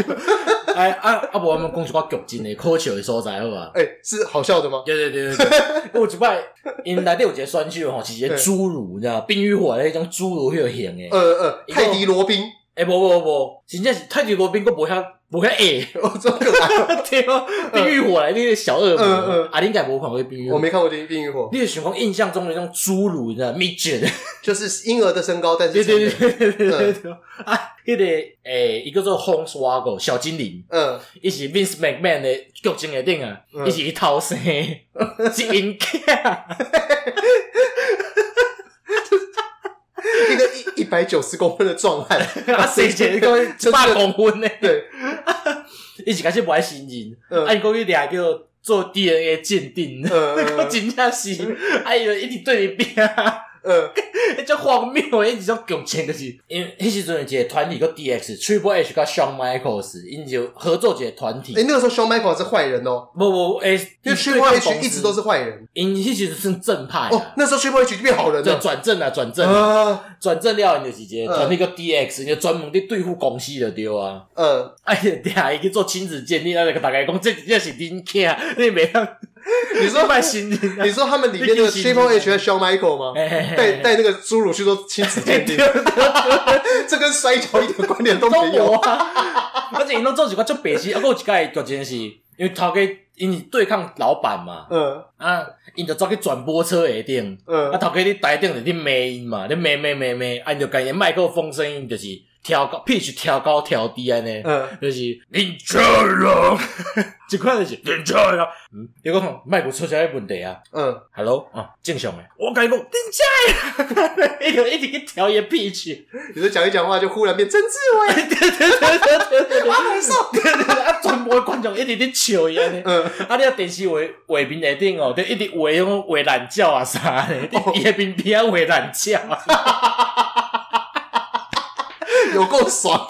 Speaker 2: 哎啊啊！无我们讲一寡剧情的可笑的所在，好吧？
Speaker 1: 哎、是好笑 的吗？
Speaker 2: 对对对对对，我有一摆因内底有一个选手吼，是一个侏儒，你知道吗？冰与火的迄种侏儒迄个型的。
Speaker 1: 呃呃，泰迪罗宾，
Speaker 2: 哎，无无无，真正是泰迪罗宾，佫无遐无遐矮。
Speaker 1: 我真可爱。
Speaker 2: 对哦，冰与火的那个小恶
Speaker 1: 嗯
Speaker 2: 魔
Speaker 1: 嗯，
Speaker 2: 啊，你应该无看过冰与
Speaker 1: 我
Speaker 2: 火。
Speaker 1: 没看过《冰冰与 火
Speaker 2: 你就想讲印象中的那种侏儒，你知道吗 midget？》，
Speaker 1: 就是婴儿的身高，但
Speaker 2: 对
Speaker 1: 是
Speaker 2: 对
Speaker 1: 成人
Speaker 2: 对对对对对。啊，迄个诶，一个叫做 h o n s w a g o 小精灵。
Speaker 1: 嗯，
Speaker 2: 伊是 Vince McMahon 的剧情的顶啊，
Speaker 1: 嗯
Speaker 2: 伊是伊头生 的，是因囝，
Speaker 1: 一个一一百九十公分的壮汉，
Speaker 2: 啊，生一个 一百公分的，
Speaker 1: 对，
Speaker 2: 伊是开始无爱承认，
Speaker 1: 嗯
Speaker 2: 啊，伊讲伊俩叫做 DNA 鉴定，
Speaker 1: 嗯嗯
Speaker 2: 我真正是，啊，伊就一直对你拼啊，
Speaker 1: 嗯
Speaker 2: 迄种荒谬的，迄种剧情就是，因为迄时阵有一个团体叫 DX Triple H 甲 Shawn Michaels，因就合作一个团体
Speaker 1: 哎、，那个时候 Shawn Michael 是坏人哦，
Speaker 2: 无无诶，
Speaker 1: 因为
Speaker 2: 因对抗
Speaker 1: Triple
Speaker 2: 公
Speaker 1: H
Speaker 2: 司
Speaker 1: 一直都是，坏人。
Speaker 2: 因迄时阵算正派
Speaker 1: 哦
Speaker 2: 啊，，
Speaker 1: 那时候 Triple H 就变好人
Speaker 2: 就
Speaker 1: 了。
Speaker 2: 转正啊，转正啊。
Speaker 1: 啊，
Speaker 2: 转正了，你就是一
Speaker 1: 嗯
Speaker 2: 个团体叫 DX，你就专门伫对付公司就对啊。
Speaker 1: 嗯，
Speaker 2: 哎呀，对啊，伊去做亲子鉴定，啊，个大概讲这这是恁囝，你袂当，
Speaker 1: 你说
Speaker 2: 卖 新人啊
Speaker 1: 你？说他们里面那个哎 Triple H 和 Shawn Michael 吗？
Speaker 2: 嘿嘿嘿
Speaker 1: 带带那个侏儒去做亲子鉴 定，这跟摔跤一点关联都
Speaker 2: 都
Speaker 1: 没
Speaker 2: 无
Speaker 1: 有。
Speaker 2: 啊！而且因拢做一寡足白痴，啊，还有一届就真是，因为头家因是对抗老板嘛，
Speaker 1: 嗯
Speaker 2: 啊，因就走去转播车下顶，啊，
Speaker 1: 嗯
Speaker 2: 头家伫台顶就伫骂因嘛，咧骂骂骂骂，啊，因就家己的麦克风声音就是调高，pitch 调高调低安尼。
Speaker 1: 嗯，
Speaker 2: 就是林超 龙，一款就是林超龙。嗯，你讲麦克出啥问题啊
Speaker 1: 嗯，
Speaker 2: ？Hello 啊，正常诶。我甲你讲，林超龙，伊 就一直去调伊屁 去，
Speaker 1: 你说讲一讲话就忽然变曾志 伟，
Speaker 2: 对对对对对对，
Speaker 1: 阿猛兽，
Speaker 2: 啊，全部的观众一直伫笑伊安尼。
Speaker 1: 嗯，
Speaker 2: 啊！你啊，电视画画面下顶哦，就一直画迄种画懒鸟啊啥的，伊诶面边啊画懒鸟啊。
Speaker 1: 有够爽。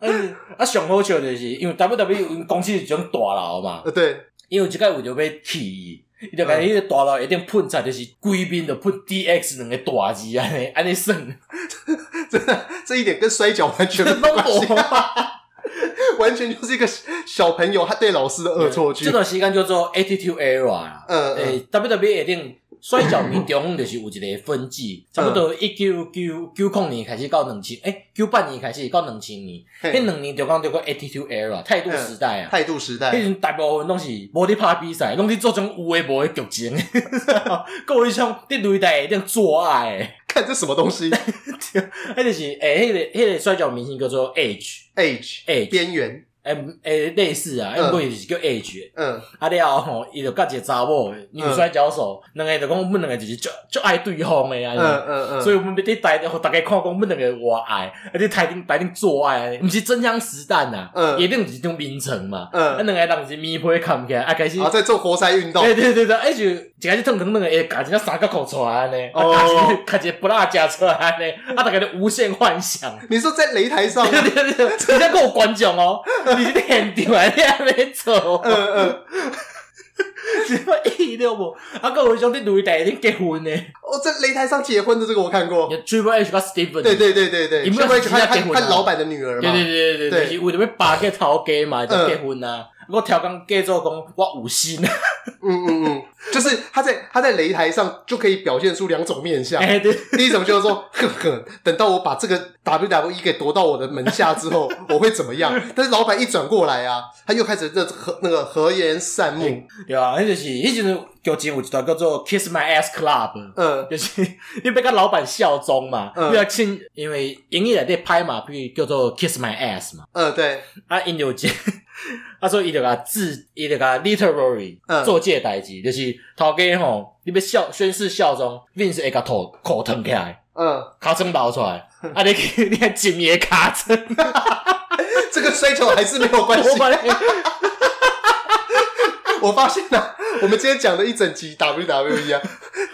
Speaker 2: 嗯啊，上好笑就是因为 WWE 因公司是一种大佬嘛，
Speaker 1: 呃，对，
Speaker 2: 因为有一个为着要气伊，伊就甲
Speaker 1: 嗯
Speaker 2: 迄个大佬一定喷出来，就是规面就喷 DX 两个大字啊安尼 安尼算，
Speaker 1: 真的这一点跟摔跤完全没
Speaker 2: 拢
Speaker 1: 关 系，
Speaker 2: 无。
Speaker 1: 完全就是一个小朋友他对老师的恶作剧
Speaker 2: 这。段时间叫做 Attitude Era 啦。
Speaker 1: 嗯
Speaker 2: 诶
Speaker 1: 嗯
Speaker 2: ，WWE 一定摔跤迷中就是有一个分季，
Speaker 1: 嗯
Speaker 2: 差不多一九九九零年开始到两千，诶，九八年开始到两千年，
Speaker 1: 嘿嗯
Speaker 2: 迄两年就讲叫做 Attitude Era 态度时代啊。
Speaker 1: 态度时
Speaker 2: 迄
Speaker 1: 代，
Speaker 2: 阵大部分拢是无伫拍比赛，拢伫做种有诶无诶剧情，够有迄种伫擂台下顶做爱的。
Speaker 1: 看这什么东 西
Speaker 2: 欸迄就是诶，迄、个迄、个摔跤明星叫做 H
Speaker 1: ？H
Speaker 2: H
Speaker 1: 边缘，
Speaker 2: 诶诶类似啊，因为是叫 Edge 的。
Speaker 1: 嗯，
Speaker 2: 啊了后吼，伊就甲一个查某的女摔跤手，两个就讲阮两个就是足足爱对方的
Speaker 1: 嗯
Speaker 2: 啊。
Speaker 1: 嗯嗯，
Speaker 2: 所
Speaker 1: 以
Speaker 2: 以，我们伫台，互大家看讲，阮两个偌爱，啊！伫台顶台顶做爱，毋是真枪实弹呐，
Speaker 1: 嗯
Speaker 2: 一定是一种名称嘛。
Speaker 1: 嗯
Speaker 2: 啊，两个人是棉被盖起来，啊，开始
Speaker 1: 啊在做活塞运动，
Speaker 2: 对对对对，哎就一开始烫烫那个，哎，夹一个三角口出来呢，
Speaker 1: 哦
Speaker 2: 啊，夹一个夹一个不拉夹出来呢，啊，大家就无限幻想。
Speaker 1: 你说在擂台上吗
Speaker 2: 对 对对，直接跟我观众哦，你是现场啊，你还没走，
Speaker 1: 嗯嗯，
Speaker 2: 什么意料无？啊，跟我兄弟擂台已经结婚呢
Speaker 1: 哦，在擂台上结婚的这个我看
Speaker 2: 哦
Speaker 1: 过，
Speaker 2: ，Triple H 跟 Steven，
Speaker 1: 对对对对对，
Speaker 2: 你们
Speaker 1: 要不然去看
Speaker 2: 要结
Speaker 1: 看
Speaker 2: 婚啊
Speaker 1: 看老板的女儿
Speaker 2: 对
Speaker 1: 嘛，
Speaker 2: 对对对，
Speaker 1: 对
Speaker 2: 就是为了要把个头家嘛，就结婚啊。我超工叫做讲我有 心，
Speaker 1: 嗯嗯嗯，就是他在他在擂台上就可以表现出两种面相，
Speaker 2: 哎对，
Speaker 1: 第一种就是说，呵呵，等到我把这个 WWE 给夺到我的门下之后，我会怎么样？但是老板一转过来啊，他又开始那和那个和颜善目，
Speaker 2: 对啊，那就是迄阵剧情有一段叫做 Kiss My Ass Club。
Speaker 1: 嗯
Speaker 2: 就是你要跟老板效忠嘛，
Speaker 1: 嗯
Speaker 2: 你要亲，因为英语内底拍嘛，比如叫做 Kiss My Ass 嘛，
Speaker 1: 嗯，对，
Speaker 2: 啊，因就这， 啊，所以伊就甲自，伊就甲 literary
Speaker 1: 嗯
Speaker 2: 做这代志，就是头家吼，你要效宣誓效忠，Vince 会甲头口腾起来，
Speaker 1: 嗯，
Speaker 2: 尻川流 出来，啊，你去你还紧也卡川，
Speaker 1: 这个摔跤还是没有关系
Speaker 2: 我。把你
Speaker 1: 我发现啊，我们今天讲了一整集 WWE 啊，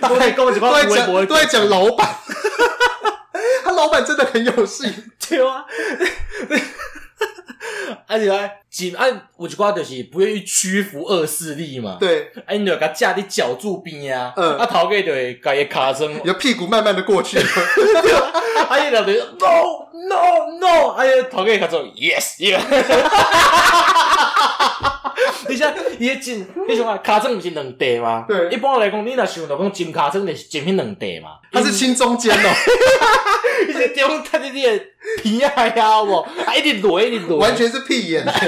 Speaker 1: 大
Speaker 2: 我
Speaker 1: 概
Speaker 2: 在讲一
Speaker 1: 都
Speaker 2: 寡
Speaker 1: 在
Speaker 2: 有的没
Speaker 1: 讲
Speaker 2: 的
Speaker 1: 都在讲老板， 他老板真的很有戏，
Speaker 2: 对啊， 啊，就啊，紧啊，有一寡就是不愿意屈服恶势力嘛，
Speaker 1: 对，
Speaker 2: 啊，因就甲架伫脚柱边啊，
Speaker 1: 嗯
Speaker 2: 啊头家就会甲伊卡装，
Speaker 1: 你的屁股慢慢的过去，
Speaker 2: 啊伊就对 no no no，啊伊头家卡装 yes yes，你想伊的进，你想看卡装毋是两块吗？
Speaker 1: 对
Speaker 2: 一般来讲，你若想到讲进卡装就是进迄两块嘛，
Speaker 1: 他是亲中间哦，
Speaker 2: 伊是中他你的鼻啊呀无，啊一直落一直落，
Speaker 1: 完全是屁眼，好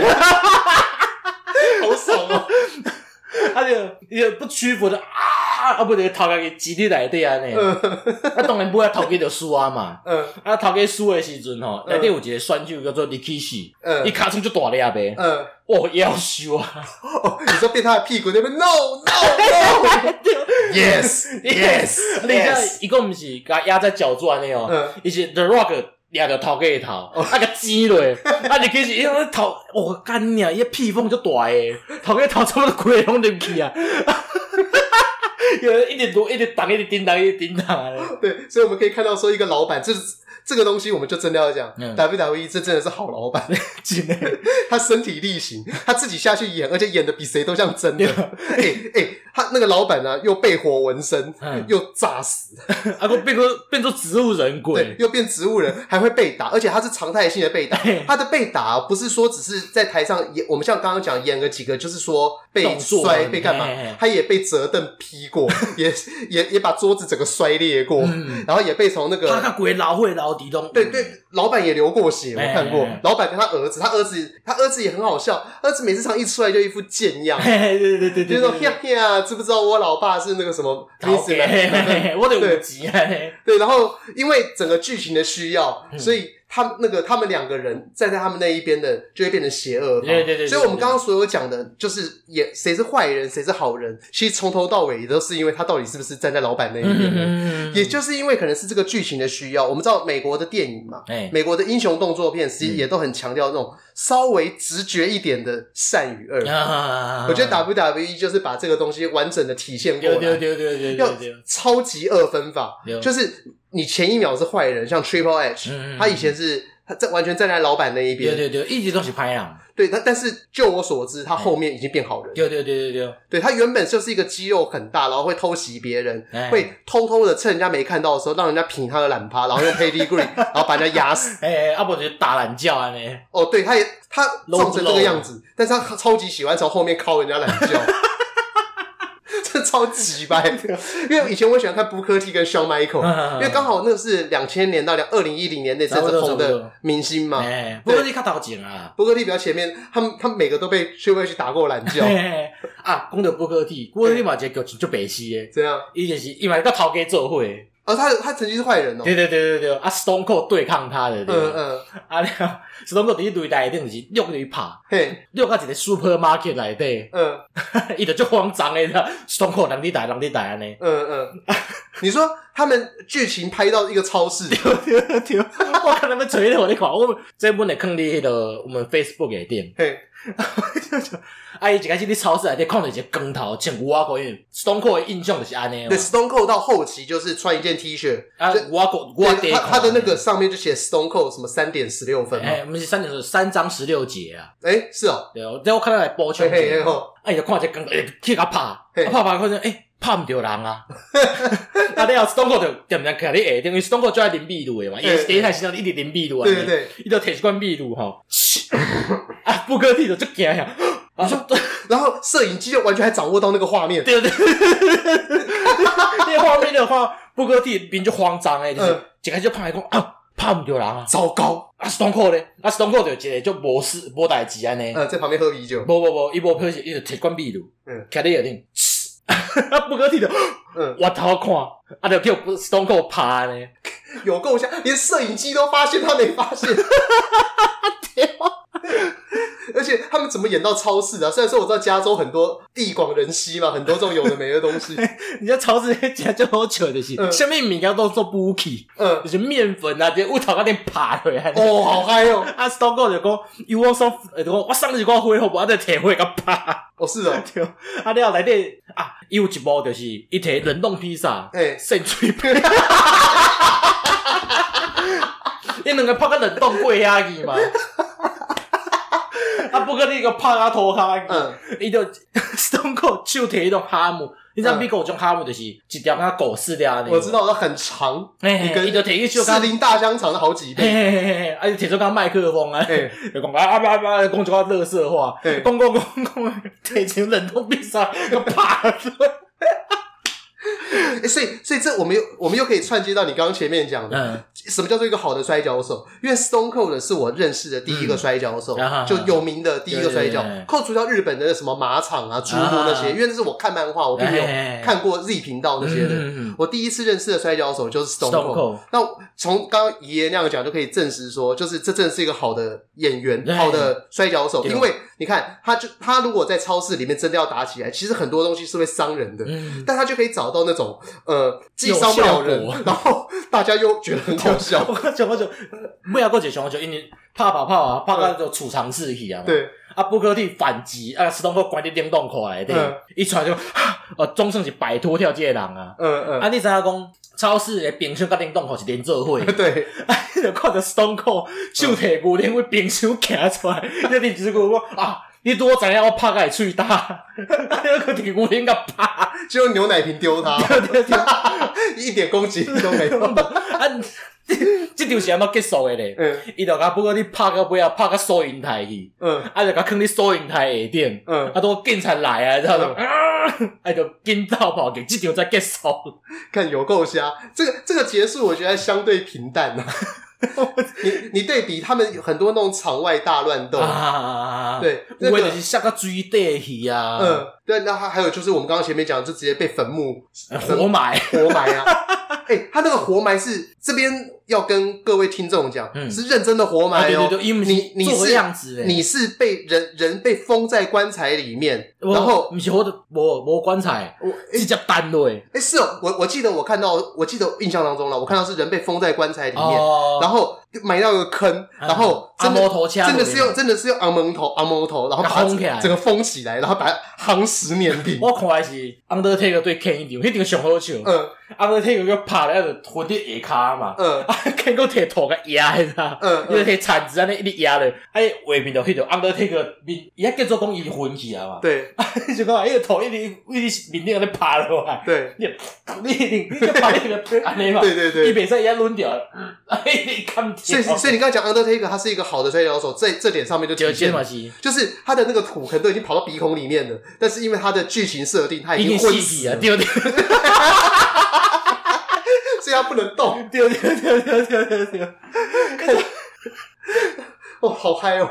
Speaker 1: 爽哦。
Speaker 2: 啊就伊就不屈服的啊，啊不就头家给挤伫内底安尼，
Speaker 1: 呃
Speaker 2: 啊当然不要头家就输啊嘛。
Speaker 1: 嗯
Speaker 2: 啊，头家输的时阵吼，
Speaker 1: 嗯
Speaker 2: 内底有一个选手叫做 Rikishi，伊
Speaker 1: 嗯
Speaker 2: 卡通就大粒呗，
Speaker 1: 嗯，
Speaker 2: 哦，夭寿 啊！
Speaker 1: 哦，你说变他的屁股那边，no no no，yes yes
Speaker 2: 你知道
Speaker 1: yes，
Speaker 2: 伊个毋是甲压在脚转的哦，
Speaker 1: 嗯，哦
Speaker 2: 伊是 The Rock 掠着头家的头，啊个挤落，啊 Rikishi 伊个头，哦干娘，伊个屁缝就大诶，头家头差不多规个拢入去啊！ 有一直落，一直动，一直叮当，一直叮当。啊
Speaker 1: 对，所以我们可以看到说一个老板，这是这个东西，我们就真的要讲
Speaker 2: 嗯
Speaker 1: WWE 这真的是好老板，
Speaker 2: 真的，
Speaker 1: 他身体力行，他自己下去演，而且演的比谁都像真的。哎哎，他那个老板呢、又被火纹身
Speaker 2: 嗯，
Speaker 1: 又炸死，
Speaker 2: 啊个变个变做植物人
Speaker 1: 对
Speaker 2: 鬼，，
Speaker 1: 又变植物人，还会被打，而且他是常态性的被打
Speaker 2: 嘿。
Speaker 1: 他的被打不是说只是在台上演，我们像刚刚讲演个几个，就是说被
Speaker 2: 动作
Speaker 1: 摔
Speaker 2: 啊
Speaker 1: 被干嘛
Speaker 2: 嘿嘿嘿，
Speaker 1: 他也被折凳劈 过，也也也把桌子整个摔裂过，
Speaker 2: 嗯，
Speaker 1: 然后也被从那个
Speaker 2: 他个鬼老会老底东，
Speaker 1: 哦对对，老板也流过血，我
Speaker 2: 哎
Speaker 1: 看过
Speaker 2: 哎哎。
Speaker 1: 老板跟他儿子，他儿子他儿子也很好笑，儿子每次常一出来就一副贱样，
Speaker 2: 嘿， 对对对
Speaker 1: 就
Speaker 2: 对，
Speaker 1: 是
Speaker 2: 对
Speaker 1: 说呀呀，知不知道我老爸是那个什么
Speaker 2: 头
Speaker 1: Vince
Speaker 2: 家嘿嘿嘿
Speaker 1: Man？
Speaker 2: 嘿我得有级啊！嘿
Speaker 1: 对，然后因为整个剧情的需要，
Speaker 2: 嗯
Speaker 1: 所以他们那个他们两个人站在他们那一边的，就会变成邪恶方。
Speaker 2: 对对对对
Speaker 1: 所以我们
Speaker 2: 对
Speaker 1: 刚刚所有讲的，就是也谁是坏人，谁是好人，其实从头到尾也都是因为他到底是不是站在老板那一
Speaker 2: 嗯
Speaker 1: 边的。 也就是因为可能是这个剧情的需要，我们知道美国的电影嘛，
Speaker 2: 哎
Speaker 1: 美国的英雄动作片其实
Speaker 2: 嗯
Speaker 1: 也都很强调那种稍微直觉一点的善与恶。
Speaker 2: 啊
Speaker 1: 我觉得 WWE 就是把这个东西完整的体现过
Speaker 2: 丢丢
Speaker 1: 来，
Speaker 2: 丢丢丢
Speaker 1: 要
Speaker 2: 丢丢，
Speaker 1: 超级二分法
Speaker 2: 对，
Speaker 1: 就是你前一秒是坏人，像 Triple H，
Speaker 2: 嗯嗯嗯
Speaker 1: 他以前是他在完全站在老板那一
Speaker 2: 丢
Speaker 1: 边，
Speaker 2: 丢丢，一直都是拍人，
Speaker 1: 对，但但是就我所知，他后面已经变好人，
Speaker 2: 丢丢丢丢丢，
Speaker 1: 对他原本就是一个肌肉很大，然后会偷袭别人，
Speaker 2: 哎
Speaker 1: 会偷偷的趁人家没看到的时候，让人家品他的懒趴，然后用 pedigree，然 后把人家压死。
Speaker 2: 哎，啊不就是打懒觉安尼，
Speaker 1: 哦，对，他也他撞成这个样子，但是他超级喜欢从后面敲人家懒觉， 这超级掰。因为以前我喜欢看 Booker T 跟 Shawn Michael，因为刚好那个是两千年到两二零一零年那阵子红
Speaker 2: 嗯差不多差不多
Speaker 1: 的明星嘛。
Speaker 2: 哎，不过你较头前啊。
Speaker 1: Booker T 比较前面，他们他们每个都被 Triple H 打过懒觉，
Speaker 2: 嘿嘿啊，讲到布克蒂，布克蒂嘛，一个剧情就白痴的，
Speaker 1: 这样
Speaker 2: 伊就是伊嘛甲头家做伙，
Speaker 1: 啊哦，他他曾经是坏人哦。
Speaker 2: 对对对对对，啊，Stone Cold 对抗他的，对
Speaker 1: 嗯
Speaker 2: 吧。
Speaker 1: 嗯，
Speaker 2: 啊了，Stone Cold 伫一堆台顶就是约你拍，
Speaker 1: 嘿，
Speaker 2: 约到一个 supermarket 内底，
Speaker 1: 嗯
Speaker 2: 伊就足慌张诶，Stone Cold 人伫台，人伫台安尼。
Speaker 1: 嗯 嗯，你说他们剧情拍到一个超 市，
Speaker 2: 对，我看他们锤了我，你看，我这本会放伫迄个我们 Facebook 下顶。
Speaker 1: 嘿，
Speaker 2: 啊，伊一开始伫超市内底看到一个光头穿牛仔裤，因为 Stone Cold 的印象就是安尼嘛
Speaker 1: 对。，Stone Cold 到后期就是穿一件 T 恤，
Speaker 2: 啊，
Speaker 1: 就
Speaker 2: 牛仔裤，牛仔
Speaker 1: 对
Speaker 2: 裤
Speaker 1: 他他的那个上面就写 Stone Cold 什么三点十六分嘛，
Speaker 2: 哎，我们是三点十三章十六节啊，
Speaker 1: 哎，是哦，
Speaker 2: 对哦，这我看到来补充一下
Speaker 1: 嘿嘿嘿吼，
Speaker 2: 啊，伊就看一个光头，哎去甲拍，啊
Speaker 1: 嘿
Speaker 2: 拍拍看见，哎，拍毋着人啊， 啊，然后 Stone Cold 就点点徛伫下顶，因为 Stone Cold 最爱啉秘鲁的嘛，伊
Speaker 1: 对对
Speaker 2: 第一台时阵一直啉秘鲁啊，
Speaker 1: 对对对，
Speaker 2: 伊就摕一罐秘鲁吼，啊，布哥弟就足惊呀，啊，对
Speaker 1: 然后摄影机就完全还掌握到那个画面，
Speaker 2: 对 对，那个画面的话，布哥弟面就慌张诶，就是
Speaker 1: 嗯
Speaker 2: 一开始就拍伊讲啊，拍毋着人啊，
Speaker 1: 糟糕，
Speaker 2: 啊，Stone Cold 咧，啊，Stone Cold 就一个就无事无代志安尼。
Speaker 1: 呃，在旁边喝啤酒，
Speaker 2: 无无无，伊无表示，伊就摕罐秘鲁
Speaker 1: 嗯，
Speaker 2: 徛伫下顶，啊，不过你就
Speaker 1: 嗯，
Speaker 2: 我头看，啊，就叫 Stone Cold 拍呢，
Speaker 1: 有够像，连摄影机都发现他没发现。而且他们怎么演到超市的、啊？虽然说我知道加州很多地广人稀嘛，很多这种有的没的东西。
Speaker 2: 你在超市食就好笑就是
Speaker 1: 嗯，
Speaker 2: 啥物物件都做补起，
Speaker 1: 嗯
Speaker 2: 就，是面粉啊，这乌头甲恁拍落来。
Speaker 1: 哦，好嗨哦！
Speaker 2: 啊，Stone Cold 就讲，You want some？呃就讲我送你一罐火，好无？啊，就摕火甲拍。
Speaker 1: 哦，是哦，
Speaker 2: 对， 啊，了后内底啊，伊有一幕就是伊摕冷冻披萨，
Speaker 1: 哎、
Speaker 2: 圣水杯。因两个拍到冷冻过遐 去嘛。啊，不过你个拍到涂骹去，
Speaker 1: 嗯，
Speaker 2: 伊就 Stone Cold 手摕迄种哈姆，你知道
Speaker 1: 嗯
Speaker 2: 美国有种哈姆就是一条敢狗饲掉安尼。
Speaker 1: 我知，道，它很长，
Speaker 2: 嘿
Speaker 1: 一根
Speaker 2: 嘿，伊就摕去手
Speaker 1: 士
Speaker 2: 甲，
Speaker 1: 林大香肠的好几
Speaker 2: 嘿
Speaker 1: 倍。
Speaker 2: 嘿嘿嘿嘿，啊，伊摕手甲麦克风啊
Speaker 1: 哎、，
Speaker 2: 就讲啊啊啊啊，讲一寡垃圾话，
Speaker 1: 嘿
Speaker 2: 讲讲讲讲，摕成冷冻披萨个拍出来。
Speaker 1: 哎所以所以这我们又我们又可以串接到你刚刚前面讲的，
Speaker 2: 嗯，
Speaker 1: 什么叫做一个好的摔跤手？因为 Stone Cold 是我认识的第一个摔跤手，
Speaker 2: 嗯啊哈
Speaker 1: 就有名的第一个摔跤
Speaker 2: 对对对。对
Speaker 1: 扣除掉日本的什么马场啊、猪屋那些，
Speaker 2: 啊哎
Speaker 1: 因为那是我看漫画，我并没有看过 Z 频道那些的。
Speaker 2: 嗯嗯嗯
Speaker 1: 我第一次认识的摔跤手就是 Stone
Speaker 2: Stone
Speaker 1: Cold。
Speaker 2: Cold。
Speaker 1: 那从刚刚爷爷那样讲，就可以证实说，就是这真的是一个好的演员，
Speaker 2: 对
Speaker 1: 好的摔跤手。
Speaker 2: 对
Speaker 1: 因为你看，他就他如果在超市里面真的要打起来，其实很多东西是会伤人的。
Speaker 2: 嗯，
Speaker 1: 但他就可以找到那种呃，既
Speaker 2: 有
Speaker 1: 伤不了
Speaker 2: 效
Speaker 1: 人
Speaker 2: 果，
Speaker 1: 然后大家又觉得很好笑。
Speaker 2: 我讲我就尾仔过一个想法就因为拍跑跑啊，拍到就储藏室去啊嘛。
Speaker 1: 对，
Speaker 2: 啊，布克蒂反击啊，斯通克关伫冷冻库内底
Speaker 1: 嗯，
Speaker 2: 伊出来就哦，总算是摆脱掉这个人啊。
Speaker 1: 嗯
Speaker 2: 啊，
Speaker 1: 嗯，
Speaker 2: 你知影讲超市的冰箱甲冷冻库是连做伙 的，
Speaker 1: 对，
Speaker 2: 啊，你就看着 Stone Cold 手提牛奶为冰箱行出来，你就只是讲我啊，你拄我知影我拍甲会喙焦，啊，你个提牛奶甲拍，啊
Speaker 1: 就用牛奶瓶丢他，
Speaker 2: 对对对，
Speaker 1: 一点攻击力都没 有。
Speaker 2: 啊，这这场是安怎结束的咧？
Speaker 1: 嗯
Speaker 2: 伊就甲不过你拍到尾啊，拍到收银台去，
Speaker 1: 嗯
Speaker 2: 啊就甲囥伫收银台下顶，
Speaker 1: 嗯，
Speaker 2: 啊都警察来啊，然后就啊，啊就紧走跑去，即场才结束。
Speaker 1: 看有够瞎。这个这个结束，我觉得相对平淡啊。 你你对比他们有很多那种场外大乱斗，
Speaker 2: 啊，，
Speaker 1: 对那
Speaker 2: 有诶就
Speaker 1: 个
Speaker 2: 是。摔到水底去啊，
Speaker 1: 嗯，对，那还还有就是我们刚刚前面讲，就直接被坟墓
Speaker 2: 活埋，
Speaker 1: 活埋 啊！哎、他那个活埋是这边要跟各位听众讲，
Speaker 2: 嗯
Speaker 1: 是认真的活
Speaker 2: 啊
Speaker 1: 埋
Speaker 2: 对
Speaker 1: 哦。
Speaker 2: 对对，伊毋
Speaker 1: 你你
Speaker 2: 是做
Speaker 1: 是
Speaker 2: 样子诶，
Speaker 1: 你是被人人被封在棺材里面，
Speaker 2: 我
Speaker 1: 然后
Speaker 2: 毋是我的无无棺材，
Speaker 1: 我
Speaker 2: 直接单落
Speaker 1: 哎、是哦，我我记得我看到，我记得印象当中了，我看到是人被封在棺材里面，
Speaker 2: 哦，
Speaker 1: 然后埋到一个坑，
Speaker 2: 啊
Speaker 1: 然后
Speaker 2: 阿
Speaker 1: 真
Speaker 2: 摩
Speaker 1: 的。
Speaker 2: 头车
Speaker 1: 真的是用真的是用昂蒙头昂蒙头，然后把它
Speaker 2: 封起来
Speaker 1: 整个封起来，然后把它夯十年 平。
Speaker 2: 我看的是 Undertaker 对 Ken 一场，迄场上好笑
Speaker 1: 嗯
Speaker 2: ，Undertaker 佮拍了就昏伫下骹嘛，
Speaker 1: 嗯
Speaker 2: 啊，Ken 佮摕土甲压迄个。
Speaker 1: 嗯
Speaker 2: 伊就
Speaker 1: 嗯，
Speaker 2: 摕铲子安尼一直压咧，啊，伊画面就迄种 Undertaker 面，伊还叫做讲伊昏去啊嘛，
Speaker 1: 对
Speaker 2: 你就讲伊个头一直一直面顶安尼趴落来，
Speaker 1: 对
Speaker 2: 你你你你趴迄个安尼嘛，
Speaker 1: 对对嗯
Speaker 2: 伊
Speaker 1: 对。
Speaker 2: 袂使伊遐抡掉，啊，伊砍
Speaker 1: 所以
Speaker 2: 掉，
Speaker 1: 所以你刚才讲 Undertaker 他是一个好的摔跤手，这这点上面就
Speaker 2: 就
Speaker 1: 体
Speaker 2: 这
Speaker 1: 现
Speaker 2: 嘛，是。
Speaker 1: 就是他的那个土可能都已经跑到鼻孔里面了，但是因为他的剧情设定，他
Speaker 2: 已
Speaker 1: 经
Speaker 2: 经
Speaker 1: 昏
Speaker 2: 死
Speaker 1: 哎死
Speaker 2: 去
Speaker 1: 了
Speaker 2: 啊，，对对
Speaker 1: 所以他不能动。
Speaker 2: 对对对对对对对。
Speaker 1: 哦，好嗨哦！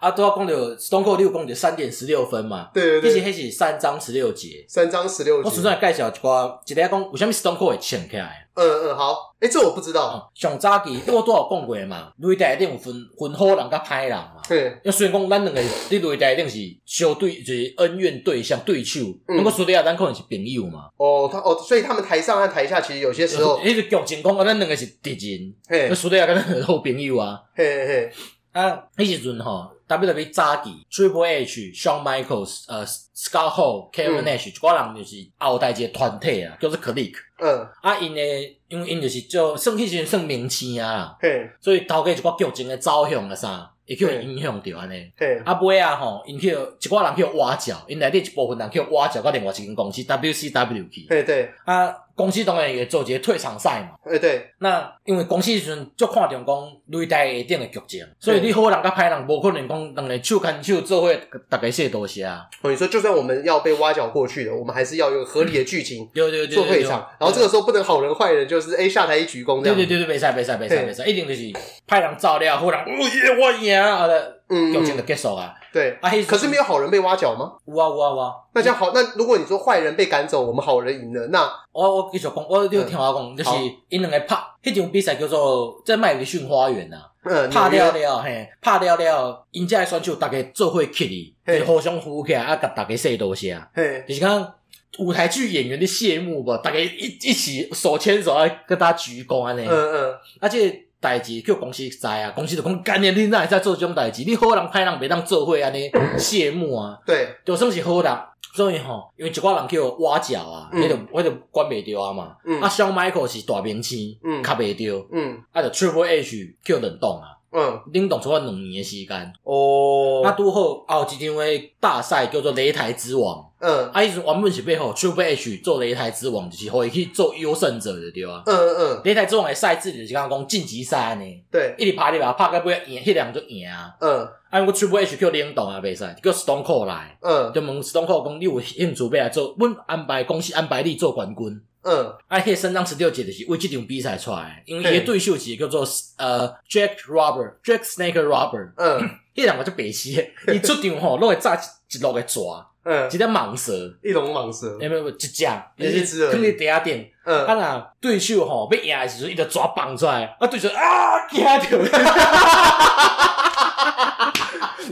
Speaker 2: 啊，都要讲到 Stone Cold 六讲到三点十六分嘛，
Speaker 1: 对对
Speaker 2: 其实
Speaker 1: 对，
Speaker 2: 迄是三章十六节。
Speaker 1: 三张十六集
Speaker 2: 我。纯粹来介绍一寡，一个讲为什么 Stone Cold 会请起来。
Speaker 1: 嗯嗯，好，诶，这我不知道。
Speaker 2: 哦上早期我都有讲过嘛，擂台一定有分分好人甲歹人嘛。
Speaker 1: 对，
Speaker 2: 因为虽然讲咱两个伫擂台一定是相对就是恩怨对象对手，
Speaker 1: 嗯
Speaker 2: 不过私底下咱可能是朋友嘛。
Speaker 1: 哦，他哦，所以他们台上和台下其实有些时候，
Speaker 2: 迄个剧情讲，咱两个是敌
Speaker 1: 嘿
Speaker 2: 人，，私底下咱两个好朋友啊。
Speaker 1: 嘿嘿，
Speaker 2: 啊，迄时阵吼，WWE 早期 Triple H、Shawn Michaels、呃 Scott Hall、Kevin
Speaker 1: 嗯
Speaker 2: Nash 一寡人就是后代一个团体啊，叫做 Click。
Speaker 1: 嗯，
Speaker 2: 啊，因诶，因为因就是叫算迄时阵算明星啊，
Speaker 1: 嘿
Speaker 2: 所以头家一寡剧情诶走向啊啥，会去
Speaker 1: 嗯
Speaker 2: 影响着安尼。
Speaker 1: 嘿，
Speaker 2: 啊尾啊吼，因去一寡人去挖角，因内底一部分人去挖角到另外一间公司 WCW 去。
Speaker 1: 嘿对，
Speaker 2: 啊，公司当然会做一个退场赛嘛。
Speaker 1: 诶对，
Speaker 2: 那因为公司时阵足看重讲擂台下顶的剧情，所以你好人甲歹人无可能讲两个手牵手做伙，逐个说多些啊。
Speaker 1: 哦，你说就算我们要被挖角过去了，我们还是要有合理的剧情
Speaker 2: 对对对，
Speaker 1: 做退场，然后这个时候不能好人坏人，就是诶下台一鞠躬这
Speaker 2: 对
Speaker 1: 样。
Speaker 2: 对对对，袂使袂使袂使袂使，一定就是歹人照料，好人哦耶我赢啊，就
Speaker 1: 嗯，
Speaker 2: 剧情
Speaker 1: 嗯
Speaker 2: 就结束啊。
Speaker 1: 对。
Speaker 2: 啊，迄
Speaker 1: 可是没
Speaker 2: 有
Speaker 1: 有好人被挖角吗？
Speaker 2: 有啊有啊有啊，
Speaker 1: 那这样好，那如果你说坏人被赶走，我们好人赢了，那
Speaker 2: 我我继续讲，我你有听我讲，就是
Speaker 1: 好
Speaker 2: 因两个拍迄场比赛叫做在麦迪逊花园啊，
Speaker 1: 呃，
Speaker 2: 拍
Speaker 1: 纽约
Speaker 2: 了了嘿，拍了了，因遮个选手逐个做伙起哩，就
Speaker 1: 嘿
Speaker 2: 是互相扶起来啊，甲逐个说多些啊。
Speaker 1: 嘿，
Speaker 2: 就是讲舞台剧演员的谢幕吧，大家一一起手牵手来跟大家鞠躬安尼。
Speaker 1: 嗯嗯，
Speaker 2: 啊，这个代志叫公司知啊，公司就讲干年你哪会在做这种代志？你好人歹人袂当做伙安尼谢幕啊，
Speaker 1: 对，
Speaker 2: 就算是好人。所以吼，因为一寡人叫挖角啊，
Speaker 1: 嗯
Speaker 2: 迄就我就管袂着啊嘛。
Speaker 1: 嗯
Speaker 2: 啊，Shawn Michael 是大明星，
Speaker 1: 嗯
Speaker 2: 较袂着，
Speaker 1: 嗯
Speaker 2: 啊，就 Triple H 叫冷冻啊，
Speaker 1: 嗯，
Speaker 2: 冷冻出了两年的时间。啊，
Speaker 1: 哦，
Speaker 2: 拄好啊后一场的大赛叫做擂台之王，
Speaker 1: 嗯
Speaker 2: 啊，伊是原本是背后 Triple H 做擂台之王，就是互伊去做优胜者的对啊
Speaker 1: 嗯。嗯，
Speaker 2: 擂台之王的赛制就是讲讲晋级赛呢，
Speaker 1: 对，
Speaker 2: 一直拍你吧，拍到尾赢，迄两就赢啊。
Speaker 1: 嗯
Speaker 2: 啊，我 Triple H 叫领导啊，袂使，叫 Stone Cold 来，
Speaker 1: 嗯
Speaker 2: 就问 Stone Cold 讲，你有兴趣要来做？阮安排公司安排你做冠军。
Speaker 1: 嗯
Speaker 2: 啊，迄个三张十六节就是为即场比赛出来的，因为伊
Speaker 1: 嘿
Speaker 2: 的对手是叫做呃 Jack Robert、Jack Snake Robert，
Speaker 1: 嗯
Speaker 2: 迄两个就白痴的，伊出场吼，拢会炸一一路的蛇，
Speaker 1: 嗯
Speaker 2: 一，只蟒蛇。
Speaker 1: 一龙蟒蛇，
Speaker 2: 有没有一只，
Speaker 1: 一只而已
Speaker 2: 放伫地下顶。
Speaker 1: 嗯，
Speaker 2: 啊若对手吼要赢的时阵，伊就抓放出来，啊对手啊惊着。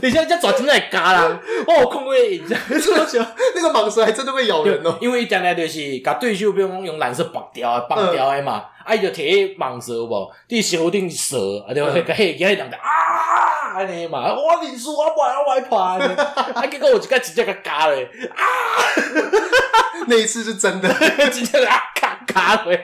Speaker 2: 而且只蛇真的会咬人，哦我有看过伊，
Speaker 1: 那个蟒蛇还真的会咬人哦，
Speaker 2: 因为伊定定就是甲对手，比如讲用蓝色绑掉的、绑掉的嘛，啊伊就摕迄蟒蛇有无，伫手顶蛇，啊对吧？
Speaker 1: 嗯
Speaker 2: 甲迄个人就啊安尼嘛，我认输，我袂，我袂怕安尼，啊结果有一个直接甲咬咧。
Speaker 1: 那一次是真的，
Speaker 2: 直接啊卡卡 回。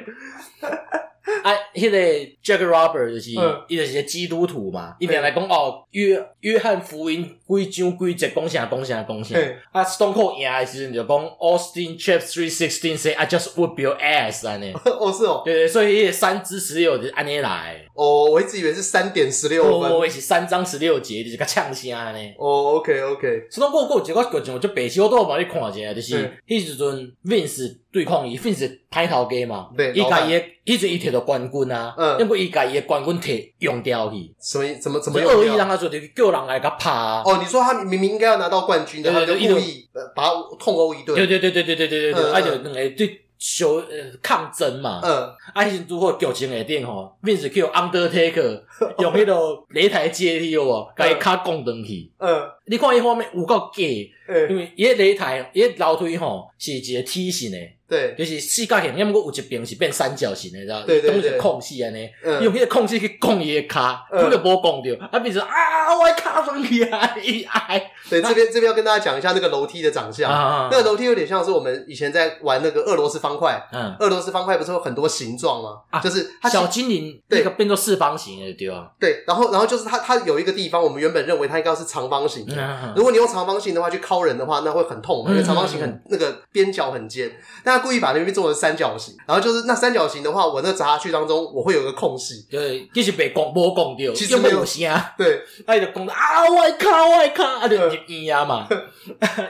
Speaker 2: 啊，迄、个 Jack Robert 就是，伊、
Speaker 1: 嗯
Speaker 2: 就是一个基督徒嘛，伊定来讲哦，约约翰福音几章几节讲啥讲啥讲啥
Speaker 1: 嗯。
Speaker 2: 啊，Stone Cold 赢的时阵就讲 Austin Chapter Three Sixteen say I just whip your ass 安尼。
Speaker 1: 哦是哦，
Speaker 2: 对对，所以迄个三之十六就是安尼来的，
Speaker 1: 哦，我一直以为是三点十六分，
Speaker 2: 我
Speaker 1: 哦
Speaker 2: 我是三章十六节就是个呛声安尼。
Speaker 1: ，OK OK，
Speaker 2: 所以我有一个剧情，我就白痴，我都有帮你看一下，就是
Speaker 1: 嗯
Speaker 2: 迄时阵 Vince 对抗伊，Vince 歹头家嘛，
Speaker 1: 对
Speaker 2: 伊
Speaker 1: 老
Speaker 2: 家
Speaker 1: 板
Speaker 2: 伊的，迄阵伊摕到冠军啊，
Speaker 1: 嗯
Speaker 2: 要不伊家伊的冠军摕用掉去，
Speaker 1: 什么怎么怎
Speaker 2: 就
Speaker 1: 么
Speaker 2: 是恶意
Speaker 1: 用
Speaker 2: 让
Speaker 1: 掉？
Speaker 2: 他做，就是叫人来甲拍啊。
Speaker 1: 哦，你说他明明应该要拿到冠军的，
Speaker 2: 对
Speaker 1: 他
Speaker 2: 对
Speaker 1: 就
Speaker 2: 对
Speaker 1: 故意呃把我痛殴一
Speaker 2: 对
Speaker 1: 顿，
Speaker 2: 对对对对对对对对，
Speaker 1: 嗯
Speaker 2: 啊
Speaker 1: 嗯
Speaker 2: 就两个对修呃抗争嘛，
Speaker 1: 嗯
Speaker 2: 啊迄阵拄好剧情下顶吼，Vince 叫 Undertaker 用迄个擂台阶梯有无，甲伊骹拱断去。
Speaker 1: 嗯
Speaker 2: 你看伊方面有够假，因
Speaker 1: 嗯，
Speaker 2: 为伊的擂台伊的楼梯吼是一个梯形的。
Speaker 1: 对，
Speaker 2: 就是四角形，要么有一边是变三角形的，你知道？
Speaker 1: 对对对
Speaker 2: 中间有空隙安尼，
Speaker 1: 嗯
Speaker 2: 用迄个空隙去拱伊的骹，
Speaker 1: 嗯
Speaker 2: 我就无拱着。啊，比如说啊，我的骹上去啊，伊哎
Speaker 1: 对，这边这边要跟大家讲一下那个楼梯的长相，
Speaker 2: 啊
Speaker 1: 那个楼梯有点像是我们以前在玩那个俄罗斯方块，
Speaker 2: 嗯，
Speaker 1: 俄罗斯方块不是有很多形状吗？
Speaker 2: 啊
Speaker 1: 就是它
Speaker 2: 小精灵
Speaker 1: 对
Speaker 2: 那个变做四方形的对啊，
Speaker 1: 对，然后然后就是它它有一个地方，我们原本认为它应该是长方形的。
Speaker 2: 嗯嗯
Speaker 1: 如果你用长方形的话去敲人的话，那会很痛，因为长方形很那个边角很尖。但他故意把那边做成三角形，然后就是那三角形的话，我那砸下去当中，我会有个空隙。
Speaker 2: 对，其实被讲无讲掉，
Speaker 1: 其实没有
Speaker 2: 有声，啊，
Speaker 1: 对，
Speaker 2: 伊就讲啊，我的卡，我的卡，啊，就入院啊嘛，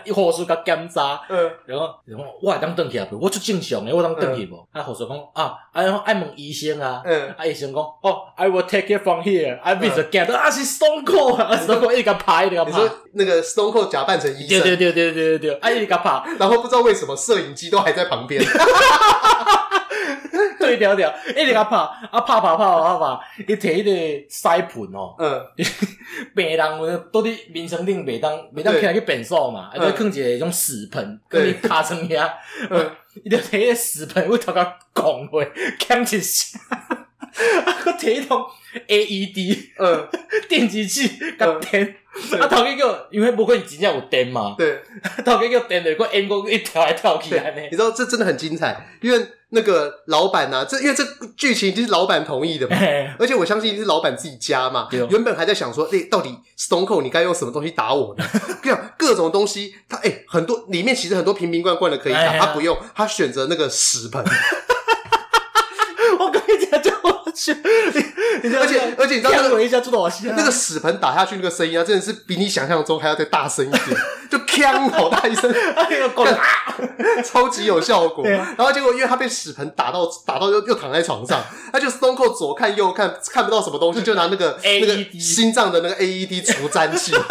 Speaker 2: 护士甲检查，
Speaker 1: 嗯，
Speaker 2: 然后然后我会当转去啊，我出正常诶，我当转去无？啊，护士讲啊，啊，然后爱问医生啊，
Speaker 1: 嗯
Speaker 2: 啊，医生讲哦，I will take it from here, I will get，啊是 Stone Cold 啊，Stone Cold 一直甲拍，一直甲
Speaker 1: 你
Speaker 2: 拍，
Speaker 1: 说那个 Stone Cold 假扮成医
Speaker 2: 对对
Speaker 1: 生，
Speaker 2: 对对对对对，啊一直甲拍，
Speaker 1: 然后不知道为什么摄影机都还在旁边，
Speaker 2: 对条条，一直甲拍，啊拍拍拍拍拍，伊摕迄个屎盆哦，
Speaker 1: 嗯
Speaker 2: 病人倒伫眠床顶袂当袂当起来去便所嘛，啊，
Speaker 1: 嗯
Speaker 2: 就放一个迄种屎盆，放
Speaker 1: 对
Speaker 2: 伫尻川遐，
Speaker 1: 嗯，
Speaker 2: 伊就摕迄个屎盆，我头壳拱落，扛一下，啊，佮摕迄种 AED
Speaker 1: 嗯，
Speaker 2: 电击器甲电，
Speaker 1: 嗯
Speaker 2: 啊，头家叫，因为无可能真正有电嘛，
Speaker 1: 对
Speaker 2: 头家叫电落，佮烟锅一跳来跳去安
Speaker 1: 对，你
Speaker 2: 尼，
Speaker 1: 知道这真的很精彩，因为那个老板呐、这因为这剧情就是老板同意的 嘛。
Speaker 2: 嘿
Speaker 1: 而且我相信是老板自己加嘛，
Speaker 2: 对哦
Speaker 1: 原本还在想说，哎、到底 Stone Cold 你该用什么东西打我呢？ 跟你讲各种东西，他哎、很多里面其实很多瓶瓶罐罐的可以打，
Speaker 2: 哎呀
Speaker 1: 他不用，他选择那个屎盆，
Speaker 2: 我跟你讲，就我去，你
Speaker 1: 而且而且你知道那
Speaker 2: 跳
Speaker 1: 个
Speaker 2: 了一下做多啊少
Speaker 1: 那个屎盆打下去那个声音啊，真的是比你想象中还要再大声一点，就 锵好大一声，
Speaker 2: 那个拱啊，
Speaker 1: 超级有效果。
Speaker 2: 对啊
Speaker 1: 然后结果因为他被屎盆打到打到又又躺在床上，他就 Stone Cold 左看右看看不到什么东西，就拿那 个那个
Speaker 2: AED
Speaker 1: 心脏的那个 AED 除粘器。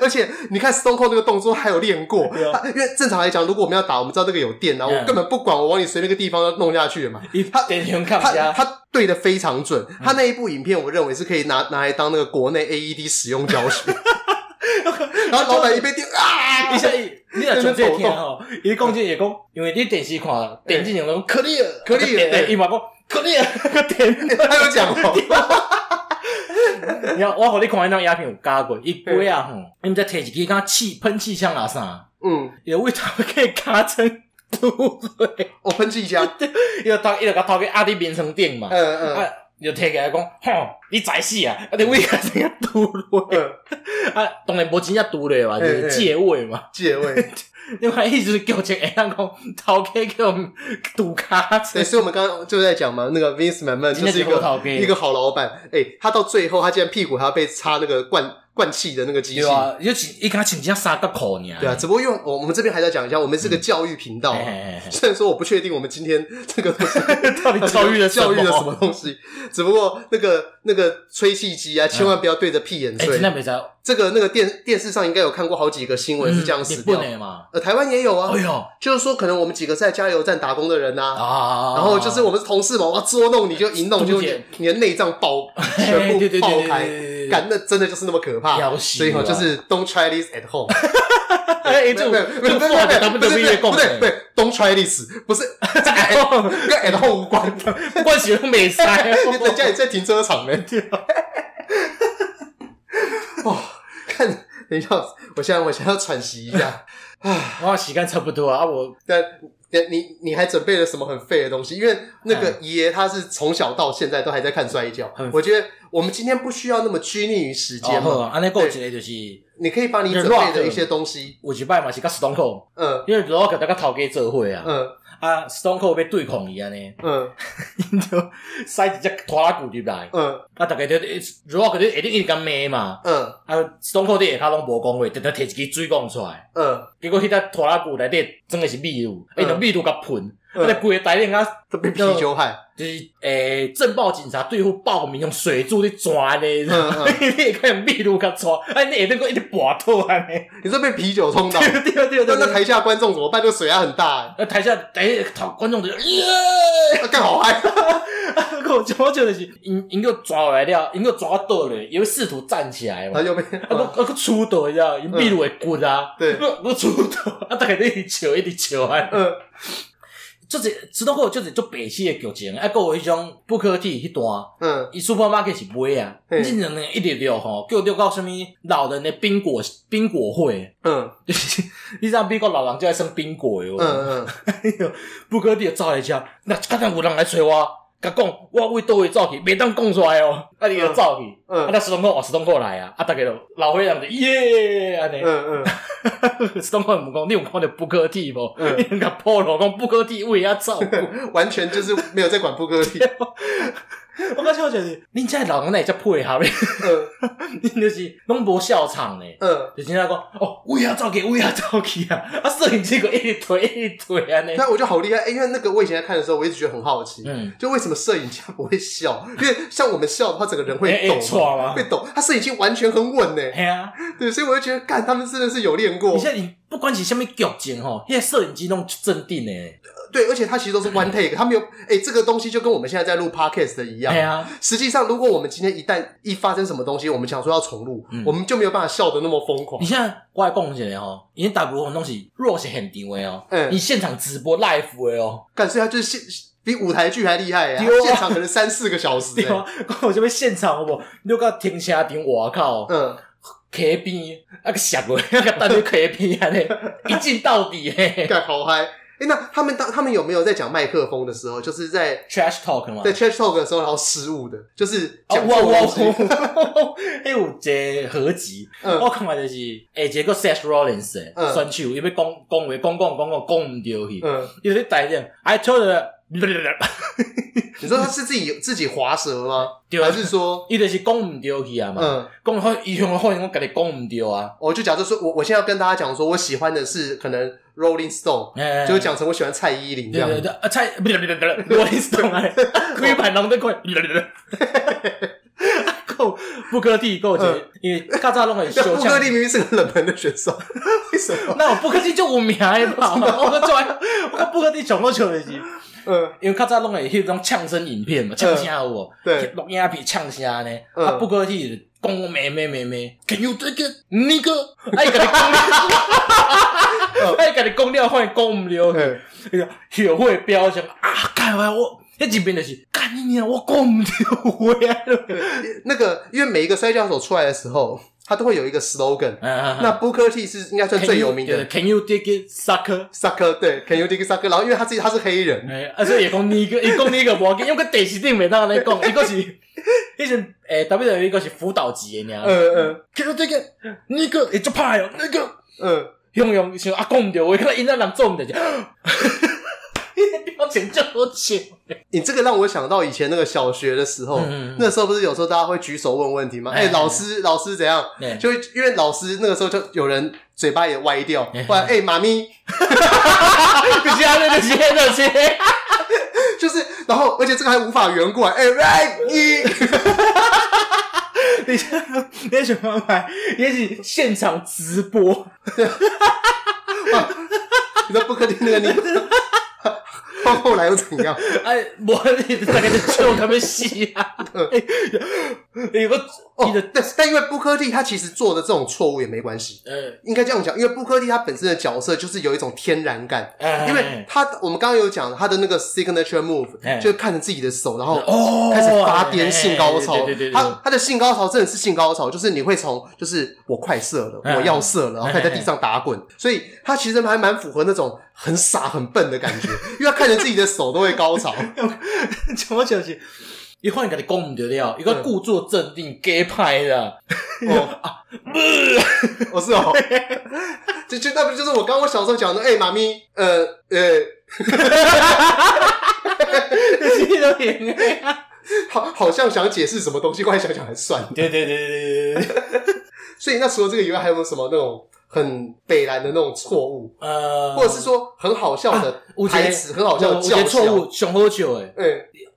Speaker 1: 而且你看 Stone Cold 那个动作还有练过，
Speaker 2: 对啊
Speaker 1: 他因为正常来讲，如果我们要打，我们知道那个有电啊，我
Speaker 2: 嗯
Speaker 1: 根本不管，我往你随便一个地方弄下去嘛。
Speaker 2: 伊电胸看不啊
Speaker 1: 他
Speaker 2: 下，嗯
Speaker 1: 他对的非常准，他那一部影片，我认为是可以拿拿来当那个国内 AED 使用教学。 然后老板一被电啊，
Speaker 2: 你像伊，你若从这听啊吼，伊讲这也讲，因为你电视看，电视上讲 clear
Speaker 1: clear，
Speaker 2: 哎伊嘛讲 clear 个电，
Speaker 1: 他有讲哦，
Speaker 2: 然后我互你看迄张鸦片有加过，伊杯啊吼，伊毋知摕一支敢气喷气枪啊啥，
Speaker 1: 嗯，
Speaker 2: 伊为头家加成吐落，
Speaker 1: 我喷气枪，
Speaker 2: 伊就头伊就甲头家压伫眠床顶嘛，
Speaker 1: 嗯
Speaker 2: 啊
Speaker 1: 嗯。
Speaker 2: 就摕起来讲，吼，你宰死啊！啊，你为个怎样吐落？
Speaker 1: 嗯，
Speaker 2: 啊，当然无真正拄咧嘛，就是借位嘛。
Speaker 1: 借位。
Speaker 2: 另外，意思是叫一个人讲头家叫堵卡车
Speaker 1: 对，，所以我们刚刚就在讲嘛，那个 Vince McMahon
Speaker 2: 真
Speaker 1: 就
Speaker 2: 的
Speaker 1: 是一
Speaker 2: 是个好
Speaker 1: 个
Speaker 2: 头家
Speaker 1: 一个好老板。哎、他到最后，他竟然屁股还要被插那个灌灌气的那个机器。
Speaker 2: 对啊，伊就伊敢穿只三角裤尔。
Speaker 1: 对啊，，只不过用我我们这边还在讲一下，我们是个教育频道啊、
Speaker 2: 哎，
Speaker 1: 虽然说我不确定我们今天 这个
Speaker 2: 到底教育了
Speaker 1: 教育了什
Speaker 2: 么？
Speaker 1: 么东西，只不过那个那个吹气机啊，千万不要对着屁眼
Speaker 2: 哎，
Speaker 1: 吹。
Speaker 2: 真的没在
Speaker 1: 这个那个电电视上应该有看过好几个新
Speaker 2: 嗯
Speaker 1: 闻是这样死
Speaker 2: 日
Speaker 1: 掉
Speaker 2: 本
Speaker 1: 的，
Speaker 2: 的嘛？
Speaker 1: 呃，台湾也有啊。
Speaker 2: 哎呦
Speaker 1: 就是说，可能我们几个在加油站打工的人呐、
Speaker 2: 啊！
Speaker 1: 然后就是我们是同事嘛，我捉弄你就一弄，
Speaker 2: 对
Speaker 1: 就
Speaker 2: 不
Speaker 1: 你
Speaker 2: 起
Speaker 1: 你的内脏 爆，全
Speaker 2: 哎对对
Speaker 1: 部
Speaker 2: 对
Speaker 1: 爆
Speaker 2: 对
Speaker 1: 开，
Speaker 2: 对
Speaker 1: 干那真的就是那么可怕
Speaker 2: 要。死
Speaker 1: 所以哈，
Speaker 2: 啊
Speaker 1: 就是 Don't try this at home。
Speaker 2: 哎，这
Speaker 1: 不是不
Speaker 2: 这
Speaker 1: 是不是
Speaker 2: 话
Speaker 1: 不是不是
Speaker 2: WWE 的讲
Speaker 1: 不对，对，Don't try this，不是这个
Speaker 2: 哎
Speaker 1: at- 跟 at home 无关，
Speaker 2: 不管是都没塞，
Speaker 1: 你人家也在停车场呢。 哦，看，等一下，我现在我现在要喘息一下。
Speaker 2: 我时间差不多啊，啊我
Speaker 1: 但但你你还准备了什么很废的东西？因为那个爷他是从小到现在都还在看摔跤
Speaker 2: 很，
Speaker 1: 我觉得我们今天不需要那么拘泥于时
Speaker 2: 哦
Speaker 1: 间
Speaker 2: 好
Speaker 1: 嘛，
Speaker 2: 啊，安尼还有一个就是
Speaker 1: 你可以把你准备的一些东西，
Speaker 2: 有一摆嘛是甲 Stone Cold，
Speaker 1: 嗯
Speaker 2: 因为 Rock 甲头家做伙啊，
Speaker 1: 嗯
Speaker 2: 啊 Stone Cold 要对抗伊安尼，
Speaker 1: 嗯
Speaker 2: 伊就塞一只拖拉机入来，
Speaker 1: 嗯
Speaker 2: 啊，大家就 Rock 就一定一直甲骂嘛。
Speaker 1: 嗯
Speaker 2: 啊，Stone Cold 伫下骹拢无讲话，直直摕一支水讲出来。
Speaker 1: 嗯，
Speaker 2: 结果迄只拖拉机内底装的是秘鲁，伊
Speaker 1: 嗯
Speaker 2: 用秘鲁甲喷，
Speaker 1: 嗯
Speaker 2: 啊，规个台面啊，
Speaker 1: 都被啤酒害，
Speaker 2: 就是诶，镇暴警察对付暴民用水柱去抓咧， 你
Speaker 1: 嗯嗯
Speaker 2: 会看用秘鲁甲抓，啊，你下底个一直跋倒安尼，
Speaker 1: 你这被啤酒冲到，
Speaker 2: 对对对
Speaker 1: 那
Speaker 2: 对
Speaker 1: 那
Speaker 2: 对。
Speaker 1: 台下观众怎么办？这水压很大、欸，
Speaker 2: 啊，台下台下头观众 就耶，
Speaker 1: 啊更好嗨，
Speaker 2: 啊，我我就是因因个抓回来了，因个抓倒了，因为试图站起来嘛
Speaker 1: 他，又被
Speaker 2: 啊个啊个出倒，你知道，因秘鲁会骨啊。
Speaker 1: 对，
Speaker 2: 我我出头，啊，大家都一直笑，一直笑啊！
Speaker 1: 嗯
Speaker 2: 就是，直到后就是做白痴的剧情，啊，还有迄种不可替迄段，啊
Speaker 1: 嗯
Speaker 2: 伊 supermarket 是买啊，
Speaker 1: 嘿
Speaker 2: 你两个一直聊吼，叫聊到什物老人的冰果冰果会，
Speaker 1: 嗯
Speaker 2: 就是你知道美国老 人就爱生冰果哟，哦
Speaker 1: 嗯嗯，
Speaker 2: 不可替走来吃，那刚才有人来找我，甲讲我为倒位走去，袂当讲出来哦，啊你就走去，
Speaker 1: 嗯
Speaker 2: 啊那史东哥哦史东哥来啊，啊大家就老伙人就耶安尼。
Speaker 1: 嗯嗯，
Speaker 2: 是东汉武功，你有看到不可替无？
Speaker 1: 嗯
Speaker 2: 你甲破老讲不可替，为啊 照顾。
Speaker 1: 完全就是没有在管扑克力。
Speaker 2: 我感觉我就是，恁这老人哪会遮配合 的？
Speaker 1: 嗯
Speaker 2: 恁就是拢无笑场咧，
Speaker 1: 嗯，
Speaker 2: 就真正讲哦，为啊走去，为啊走去啊！啊，摄影机个一直推，一直推安尼。
Speaker 1: 那我就好厉害，欸因为那个我以前在看的时候，我一直觉得很好奇，
Speaker 2: 嗯，
Speaker 1: 就为什么摄影家不会笑？因为像我们笑的话，整个人
Speaker 2: 欸
Speaker 1: 会
Speaker 2: 欸错
Speaker 1: 抖嘛，
Speaker 2: 吗
Speaker 1: 会抖。他摄影机完全很稳呢，
Speaker 2: 系啊，
Speaker 1: 对，所以我就觉得，干，他们真的是有练过
Speaker 2: 而。且你不管是啥物剧情吼，迄个摄影机拢镇定诶。
Speaker 1: 对，而且他其实 都是 one take，他没有，哎，这个东西就跟我们现在在录 podcast 的一样
Speaker 2: 系。啊，
Speaker 1: 实际上，如果我们今天一旦一发生什么东西，我们想说要重录，
Speaker 2: 嗯
Speaker 1: 我们就没有办法笑得那么疯狂
Speaker 2: 你。现在我来讲一个吼，因为大部分拢是若是现场诶哦，
Speaker 1: 嗯
Speaker 2: 你现场直播 live 诶哦。
Speaker 1: 干，所以他就是现比舞台剧还厉害呀、
Speaker 2: 对啊
Speaker 1: 现场可能三四个小时、
Speaker 2: 对
Speaker 1: 欸
Speaker 2: 啊。，我这边现场好无，你到停车场外口，
Speaker 1: 嗯，
Speaker 2: 溪边啊个石落， 啊个等你溪边安尼，一镜到底 嘿。
Speaker 1: 干好嗨！哎、那他们当他们有没有在讲麦克风的时候，就是在
Speaker 2: Trash talk 嘛
Speaker 1: 在，trash talk 的时候，然后失误的，就是
Speaker 2: 啊
Speaker 1: 讲
Speaker 2: 哇
Speaker 1: 错
Speaker 2: 哇
Speaker 1: 东西？
Speaker 2: 哇！ 迄有一个合集，
Speaker 1: 嗯
Speaker 2: 我看嘛就是，诶，一个 Seth Rollins 诶，
Speaker 1: 嗯
Speaker 2: 选手伊要讲讲话，讲讲讲讲讲毋对去，
Speaker 1: 嗯，
Speaker 2: 伊咧台顶，I told her，
Speaker 1: 你说他是自己自己滑舌吗？
Speaker 2: 对啊
Speaker 1: 还，是 说，
Speaker 2: 伊就是讲毋对去啊嘛，
Speaker 1: 嗯，
Speaker 2: 讲好伊向发现我家己讲毋对啊，
Speaker 1: 我就假设说我我现在要跟大家讲说，我喜欢的是可能 Rolling Stone，
Speaker 2: 诶
Speaker 1: 哦就讲成我喜欢蔡依林这
Speaker 2: 嗯对
Speaker 1: 样
Speaker 2: 对对，啊，菜 不对不对不对，罗林 斯通啊，规盘人在看，不对不对。啊够不可地够
Speaker 1: 嗯
Speaker 2: 者，因为较早拢会
Speaker 1: 那
Speaker 2: 修
Speaker 1: 布克
Speaker 2: 枪
Speaker 1: 利。明明是个冷门的选手， 为什么？
Speaker 2: 那我不可地就有名的 嘛，我做我不可地上到笑的是，
Speaker 1: 嗯，
Speaker 2: 因为较早拢会翕种呛声影片嘛，呛声有无？
Speaker 1: 对，
Speaker 2: 录音片呛声呢，
Speaker 1: 嗯
Speaker 2: 啊不可地讲咩咩咩咩，Can you take it？那个，
Speaker 1: 嗯
Speaker 2: 哎，甲你讲，哎，甲你讲了，发现讲唔了。
Speaker 1: 嗯
Speaker 2: 哎呀，血会飙上啊！干完我，那一边就是干你娘，我讲唔对话啊！
Speaker 1: 那个因为每一个摔跤手出来的时候，他都会有一个 slogan，那 Booker T 是应该算最有名的
Speaker 2: 啊嗯 Can you dig it, sucker？
Speaker 1: sucker，对，Can you dig sucker？然后因为他自己他是黑人，
Speaker 2: 哎，啊，所以也讲你个，也讲你个无要紧，因为第四顶袂当安尼讲，伊个是， 迄阵诶 WWE 个是辅导级的尔。
Speaker 1: 嗯嗯
Speaker 2: Can you dig it？你个会足歹哦，那个
Speaker 1: 嗯，
Speaker 2: 用用像啊讲唔对话，看到因那人做唔对就，你表情就好笑。
Speaker 1: 你这个让我想到以前那个小学的时候
Speaker 2: 嗯嗯嗯，
Speaker 1: 那时候不是有时候大家会举手问问题吗？
Speaker 2: 哎
Speaker 1: 哎，老师老师怎样
Speaker 2: 哎？
Speaker 1: 就会因为老师那个时候就有人嘴巴也歪掉，不然哎妈咪
Speaker 2: 就是安尼，就是就是。
Speaker 1: 就是，然后而且这个还无法圆过来，哎哎你，
Speaker 2: 你想，你想办法，也许现场直播，
Speaker 1: 你知道 Booker T 那个你，到后 来又怎样？
Speaker 2: 哎，我你大概就笑他们死啊！哎，哎我
Speaker 1: 哦
Speaker 2: 你的，
Speaker 1: 但但因为布克利他其实做的这种错误也没关系，
Speaker 2: 呃
Speaker 1: 应该这样讲，因为布克利他本身的角色就是有一种天然感，
Speaker 2: 哎，
Speaker 1: 因为他我们刚刚有讲他的那个 signature move，、
Speaker 2: 哎
Speaker 1: 就是看着自己的手，然后
Speaker 2: 哦
Speaker 1: 开始发癫性高潮。
Speaker 2: 哎对对对对
Speaker 1: 他
Speaker 2: 对，
Speaker 1: 他的性高潮真的是性高潮，就是你会从就是我快射了，
Speaker 2: 嗯哎
Speaker 1: 我要射了，然后开始在地上打滚，所以他其实还蛮符合那种很傻很笨的感觉，因为他看着自己的手都会高潮。
Speaker 2: 怎么就是？伊发现甲你讲毋对了，伊个故作镇定，假派啦。
Speaker 1: 哦，我是哦，就就那不就是我刚刚我小时候讲的？哎、妈咪，呃呃，
Speaker 2: 你都赢诶！
Speaker 1: 好，好像想解释什么东西，后来想想还算。
Speaker 2: 对对对对对对 对。
Speaker 1: 所以那除了这个以外，还有没有什么那种很北然的那种错误，
Speaker 2: 呃，
Speaker 1: 或者是说很好笑的
Speaker 2: 有一个
Speaker 1: 台词，很好笑的
Speaker 2: 有有一
Speaker 1: 叫
Speaker 2: 个
Speaker 1: 嚣？
Speaker 2: 错误，上好笑诶
Speaker 1: 哎、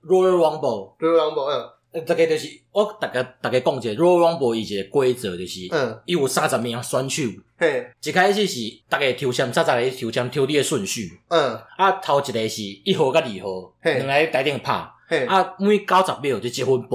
Speaker 2: ，Royal Rumble。
Speaker 1: 刘郎宝，嗯
Speaker 2: 呃大概就是我大概大概讲者，Royal Rumble 伊一个规则就是，
Speaker 1: 嗯，
Speaker 2: 伊有三十名选手，
Speaker 1: 嘿，
Speaker 2: 一开始是大概抽签，三十个抽签抽你的顺序，
Speaker 1: 嗯
Speaker 2: 啊，头一个是一号甲二号，
Speaker 1: 嘿
Speaker 2: 两个在台顶拍，
Speaker 1: 嘿，
Speaker 2: 啊，每九十秒就一分半，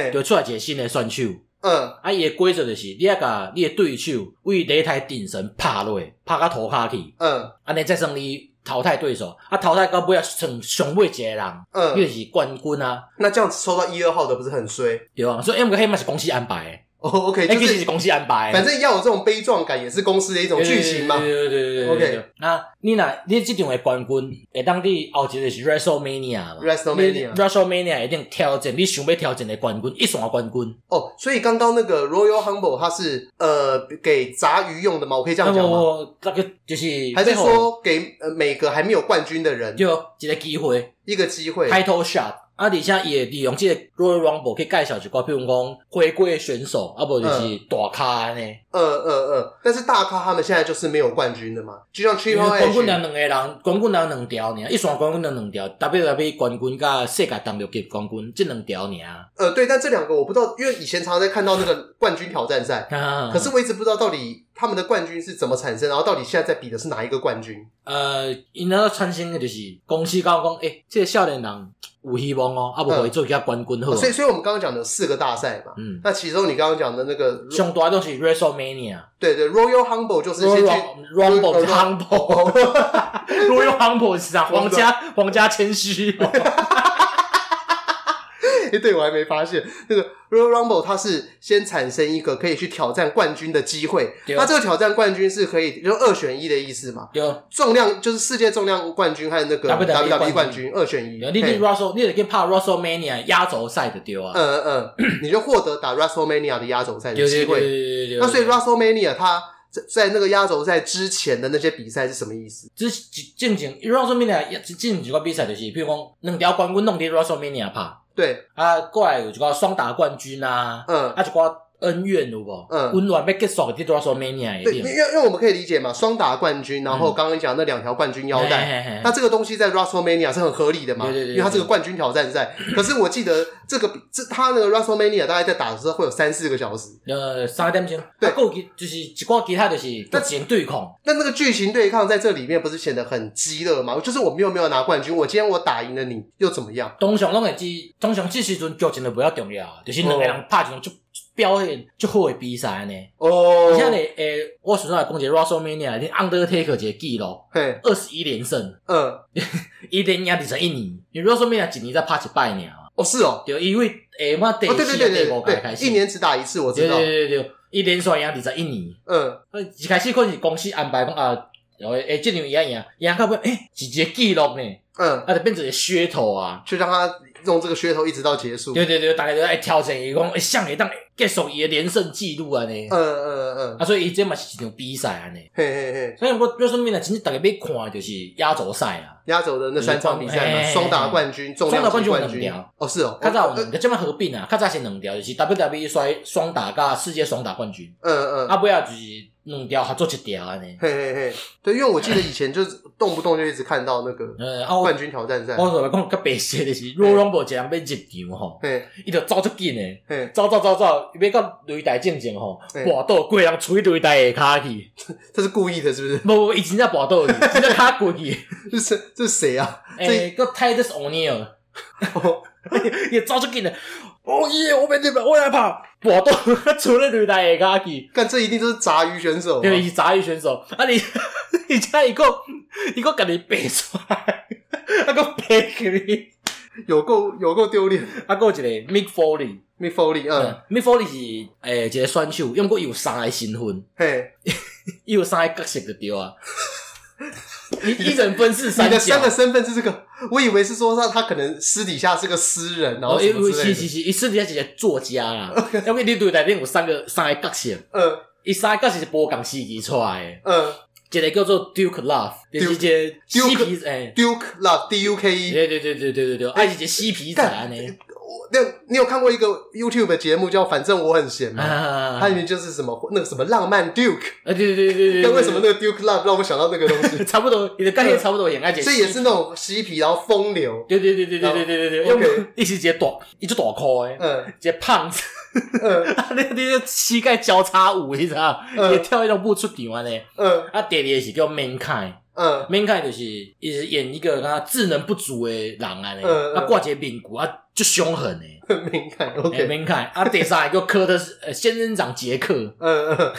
Speaker 1: 嘿，
Speaker 2: 就出来一个新的选手。
Speaker 1: 嗯
Speaker 2: 啊，伊的规则就是，你要甲你的对手为擂台顶神拍落，拍到涂骹去，
Speaker 1: 嗯
Speaker 2: 安尼再算你淘汰对手。啊，淘汰到尾啊，剩上尾一个人，伊、
Speaker 1: 嗯，
Speaker 2: 就是冠军啊，
Speaker 1: 那这样子抽到一二号的不是很衰？
Speaker 2: 哎对啊，所以 M 个黑嘛是公司安排的。
Speaker 1: 哦，OK，
Speaker 2: 哎，
Speaker 1: 就
Speaker 2: 其实是
Speaker 1: 是
Speaker 2: 公司安排的。
Speaker 1: 反正要有这种悲壮感，也是公司的一种剧情嘛。
Speaker 2: 对对对对对对。OK，那你若你即场的冠军，会当你后一个是 WrestleMania 嘛
Speaker 1: WrestleMania
Speaker 2: 你 WrestleMania 一定挑战你想要挑战的冠军，一线冠军。
Speaker 1: 哦，所以刚刚那个 Royal Humble 它是呃给杂鱼用的吗？我可以这样讲吗？
Speaker 2: 我那个就是
Speaker 1: 还是
Speaker 2: 最后
Speaker 1: 说给呃每个还没有冠军的人
Speaker 2: 就一个机会
Speaker 1: 一个机会？
Speaker 2: ，title shot。啊，而且伊会利用即个 Royal Rumble 去介绍一寡，比如讲回归的选手，啊无
Speaker 1: 嗯
Speaker 2: 就是大咖呢。
Speaker 1: 呃呃呃，但是大咖他们现在就是没有冠军的嘛，就像 t r i
Speaker 2: 因
Speaker 1: p l
Speaker 2: 为冠军
Speaker 1: H
Speaker 2: 人两个人，冠军人两条尔，一线冠军人两条，WWE 冠军甲世界单六级冠军即两条尔。
Speaker 1: 呃对，但这两个我不知道，因为以前常常在看到那个冠军挑战赛，
Speaker 2: 啊
Speaker 1: 可是我一直不知道到底他们的冠军是怎么产生，然后到底现在在比的是哪一个冠军？
Speaker 2: 呃，因那个产生的就是公司甲我讲，诶、即、个少年人有希望哦，啊无互伊做一下冠军好
Speaker 1: 哦
Speaker 2: 啊。
Speaker 1: 所以所以我们刚刚讲的四个大赛嘛，
Speaker 2: 嗯，
Speaker 1: 那其中你刚刚讲的那个，
Speaker 2: 上大都是 WrestleMania、
Speaker 1: 对对，Royal Humble 就是先去
Speaker 2: Rumble、Humble、Royal Humble 是啥？皇家皇家谦虚哦，
Speaker 1: 诶 对我还没发现，那个 Royal Rumble 它是先产生一个可以去挑战冠军的机会，
Speaker 2: 对
Speaker 1: 那这个挑战冠军是可以就二选一的意思嘛？
Speaker 2: 对。
Speaker 1: 重量就是世界重量冠军和那个
Speaker 2: WWE
Speaker 1: WWE 冠
Speaker 2: 冠呃
Speaker 1: 军二选一，
Speaker 2: 你你
Speaker 1: 嘿
Speaker 2: Russell，你就去拍 WrestleMania 压轴赛就对啊。
Speaker 1: 嗯嗯，嗯你就获得打 WrestleMania 的压轴赛的
Speaker 2: 对对
Speaker 1: 机
Speaker 2: 对对
Speaker 1: 会。
Speaker 2: 对对。
Speaker 1: 那所以
Speaker 2: 对
Speaker 1: WrestleMania 它在在那个压轴赛之前的那些比赛是什么意思？
Speaker 2: 只是进前 WrestleMania 进前一个比赛就是，比如讲两条冠军弄伫 WrestleMania 拍，
Speaker 1: 对，
Speaker 2: 啊，过来有一个双打冠军啊，
Speaker 1: 嗯，
Speaker 2: 啊，一寡恩怨有无？
Speaker 1: 嗯
Speaker 2: 温暖要结束的 WrestleMania
Speaker 1: 对，
Speaker 2: 一
Speaker 1: 因为
Speaker 2: 定。
Speaker 1: 因为我们可以理解嘛，双打冠军，然
Speaker 2: 嗯
Speaker 1: 后刚刚讲那两条冠军腰带，
Speaker 2: 带
Speaker 1: 那这个东西在 WrestleMania 是很合理的嘛，
Speaker 2: 哎对对对
Speaker 1: 因
Speaker 2: 对
Speaker 1: 为它这个冠军挑战赛。可是我记得这个这它那个 WrestleMania 大概在打的时候会有三四个小时，
Speaker 2: 呃三点钟，
Speaker 1: 对
Speaker 2: 啊，还有其就是一寡其他就是剧情对抗，
Speaker 1: 但那个剧情对抗在这里面不是显得很激烈嘛？就是我们又没有拿冠军，我今天我打赢了你又怎么样？
Speaker 2: 通常拢会只通常这时阵剧情就不要重要啊，就是两个人拍一种足表现足好的比赛呢。
Speaker 1: 哦
Speaker 2: 而且呢，诶，我顺便来讲一个 WrestleMania，你 Undertaker 一个记录，
Speaker 1: 嘿，
Speaker 2: 二十一连胜，
Speaker 1: 嗯，
Speaker 2: 一连赢二十一年。你 WrestleMania 啊一年才拍一摆尔嘛，
Speaker 1: 哦是哦，
Speaker 2: 对，因为诶嘛第
Speaker 1: 哦对
Speaker 2: 四、
Speaker 1: 对对
Speaker 2: 第
Speaker 1: 对
Speaker 2: 五届开
Speaker 1: 对，
Speaker 2: 始，
Speaker 1: 一年只打一次，我
Speaker 2: 对
Speaker 1: 知道
Speaker 2: 对，对对，对伊连续赢二十一年。
Speaker 1: 嗯，
Speaker 2: 呃一开始可能是公司安排讲啊，然后诶，即场赢赢赢啊到尾，诶，是一个记录呢，
Speaker 1: 嗯，
Speaker 2: 啊，就变成一个噱头啊。
Speaker 1: 就让他用这个噱头一直到结束，嗯
Speaker 2: 对对对，大家就爱挑战伊讲，诶，谁会当结束伊的连胜纪录啊呢？
Speaker 1: 嗯嗯嗯，
Speaker 2: 啊，所以伊这嘛是一场比赛安尼。
Speaker 1: 嘿嘿嘿，
Speaker 2: 所以我 WrestleMania 真正大家要看的就是压轴赛啊，
Speaker 1: 压轴的那三场比赛嘛，
Speaker 2: 嗯
Speaker 1: 双打冠军、重量级
Speaker 2: 双打
Speaker 1: 冠
Speaker 2: 冠军有
Speaker 1: 军
Speaker 2: 两条，
Speaker 1: 哦是哦，
Speaker 2: 较早有
Speaker 1: 嗯
Speaker 2: 两个，即摆合并啊，较早是两条，就是 WWE 双双打甲世界双打冠军，
Speaker 1: 嗯嗯，
Speaker 2: 啊，尾啊就是两条合作一条安尼。
Speaker 1: 嘿嘿嘿，对，因为我记得以前就是动不动就一直看到那个
Speaker 2: 呃，啊，我
Speaker 1: 冠军挑战赛，
Speaker 2: 我所来讲较白色就是 Royal Rumble 一人要入场吼，
Speaker 1: 嘿
Speaker 2: 伊就走足紧诶。
Speaker 1: 嘿，
Speaker 2: 走走走走，要到擂台进前吼，
Speaker 1: 嘿
Speaker 2: 跋倒过人捶擂台下骹去，
Speaker 1: 这是故意的，是不是？
Speaker 2: 无无伊真正跋倒去，真正骹过去，
Speaker 1: 这是这是谁啊？
Speaker 2: 诶，个 Titus O'Neil
Speaker 1: 哦
Speaker 2: 也走出紧来，哦耶，我被你们我来拍，跋倒捶咧擂台下骹去，
Speaker 1: 干这一定就是杂鱼选手啊，
Speaker 2: 因为伊杂鱼选手，啊你 你才伊个伊个甲你爬出来， 啊个爬起
Speaker 1: 有够有够丢脸。
Speaker 2: 去，啊个有一个 Mick Foley。
Speaker 1: Mick Foley，嗯，
Speaker 2: 嗯，Mick Foley 是诶、一个选手，因为过伊有三个身份，
Speaker 1: 嘿，
Speaker 2: 伊有三个角色就对 啊。伊伊人分饰
Speaker 1: 你
Speaker 2: 三
Speaker 1: 的
Speaker 2: 角，
Speaker 1: 三个身份是这个，我以为是说他他可能私底下是个诗人，然后
Speaker 2: 哦，
Speaker 1: 什
Speaker 2: 因
Speaker 1: 么
Speaker 2: 为
Speaker 1: 之类
Speaker 2: 是是
Speaker 1: 的，
Speaker 2: 是，伊私底下是一个作家啦，因为你对内面有三个三个角色，
Speaker 1: 嗯
Speaker 2: 伊三个角色是无共时期出来
Speaker 1: 嗯
Speaker 2: 的，一个叫做 Duke Love，就是一个嬉皮诶，
Speaker 1: ，Duke Love D U K E，
Speaker 2: 对对对对对对
Speaker 1: 哎
Speaker 2: 对，啊，是一个嬉皮仔安尼，
Speaker 1: 我那你有看过一个 YouTube 的节目叫《反正我很闲》吗？
Speaker 2: 啊，
Speaker 1: 它里
Speaker 2: 啊
Speaker 1: 面就是什么那个什么浪漫 Duke，
Speaker 2: 对对对对
Speaker 1: 但
Speaker 2: 对，
Speaker 1: 为什么那个 Duke Love 让我想到那个东 西？
Speaker 2: 差不多，伊的概念差不多，应该
Speaker 1: 所以也是那种嬉皮，然后风流，
Speaker 2: 对对对对对对对对对，因为伊是一个大，伊就大箍诶，
Speaker 1: 嗯
Speaker 2: 一个胖子。
Speaker 1: 嗯
Speaker 2: 啊，你你这膝盖交叉舞，你知道？
Speaker 1: 嗯
Speaker 2: 也跳一种步出场安尼。
Speaker 1: 嗯
Speaker 2: 啊，第二个是叫 Mankind，
Speaker 1: 嗯，
Speaker 2: main guy 就是伊是演一个他智能不足的人安尼，
Speaker 1: 嗯嗯
Speaker 2: 啊挂一个面具啊，就凶狠诶。
Speaker 1: 很敏感
Speaker 2: 诶
Speaker 1: ，OK，
Speaker 2: main guy 啊，第三个科的是呃仙人掌杰克，
Speaker 1: 嗯嗯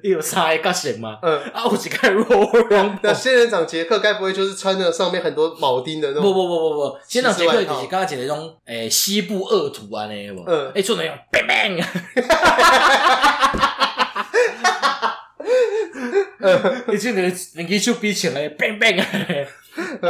Speaker 2: 伊有三个角色嘛。
Speaker 1: 嗯。
Speaker 2: 啊，有一个 Royal
Speaker 1: 那
Speaker 2: Rumble。
Speaker 1: 仙人掌杰克该不会就是穿着上面很多铆钉的那
Speaker 2: 不
Speaker 1: 种？
Speaker 2: 不不不不，仙人掌杰克
Speaker 1: 骑士外套
Speaker 2: 就是刚刚一个种诶西部恶徒安尼无？
Speaker 1: 嗯
Speaker 2: 诶，做那 种 bang bang，
Speaker 1: 嗯
Speaker 2: 伊呃就两两只手比起来 bang bang 安
Speaker 1: 嗯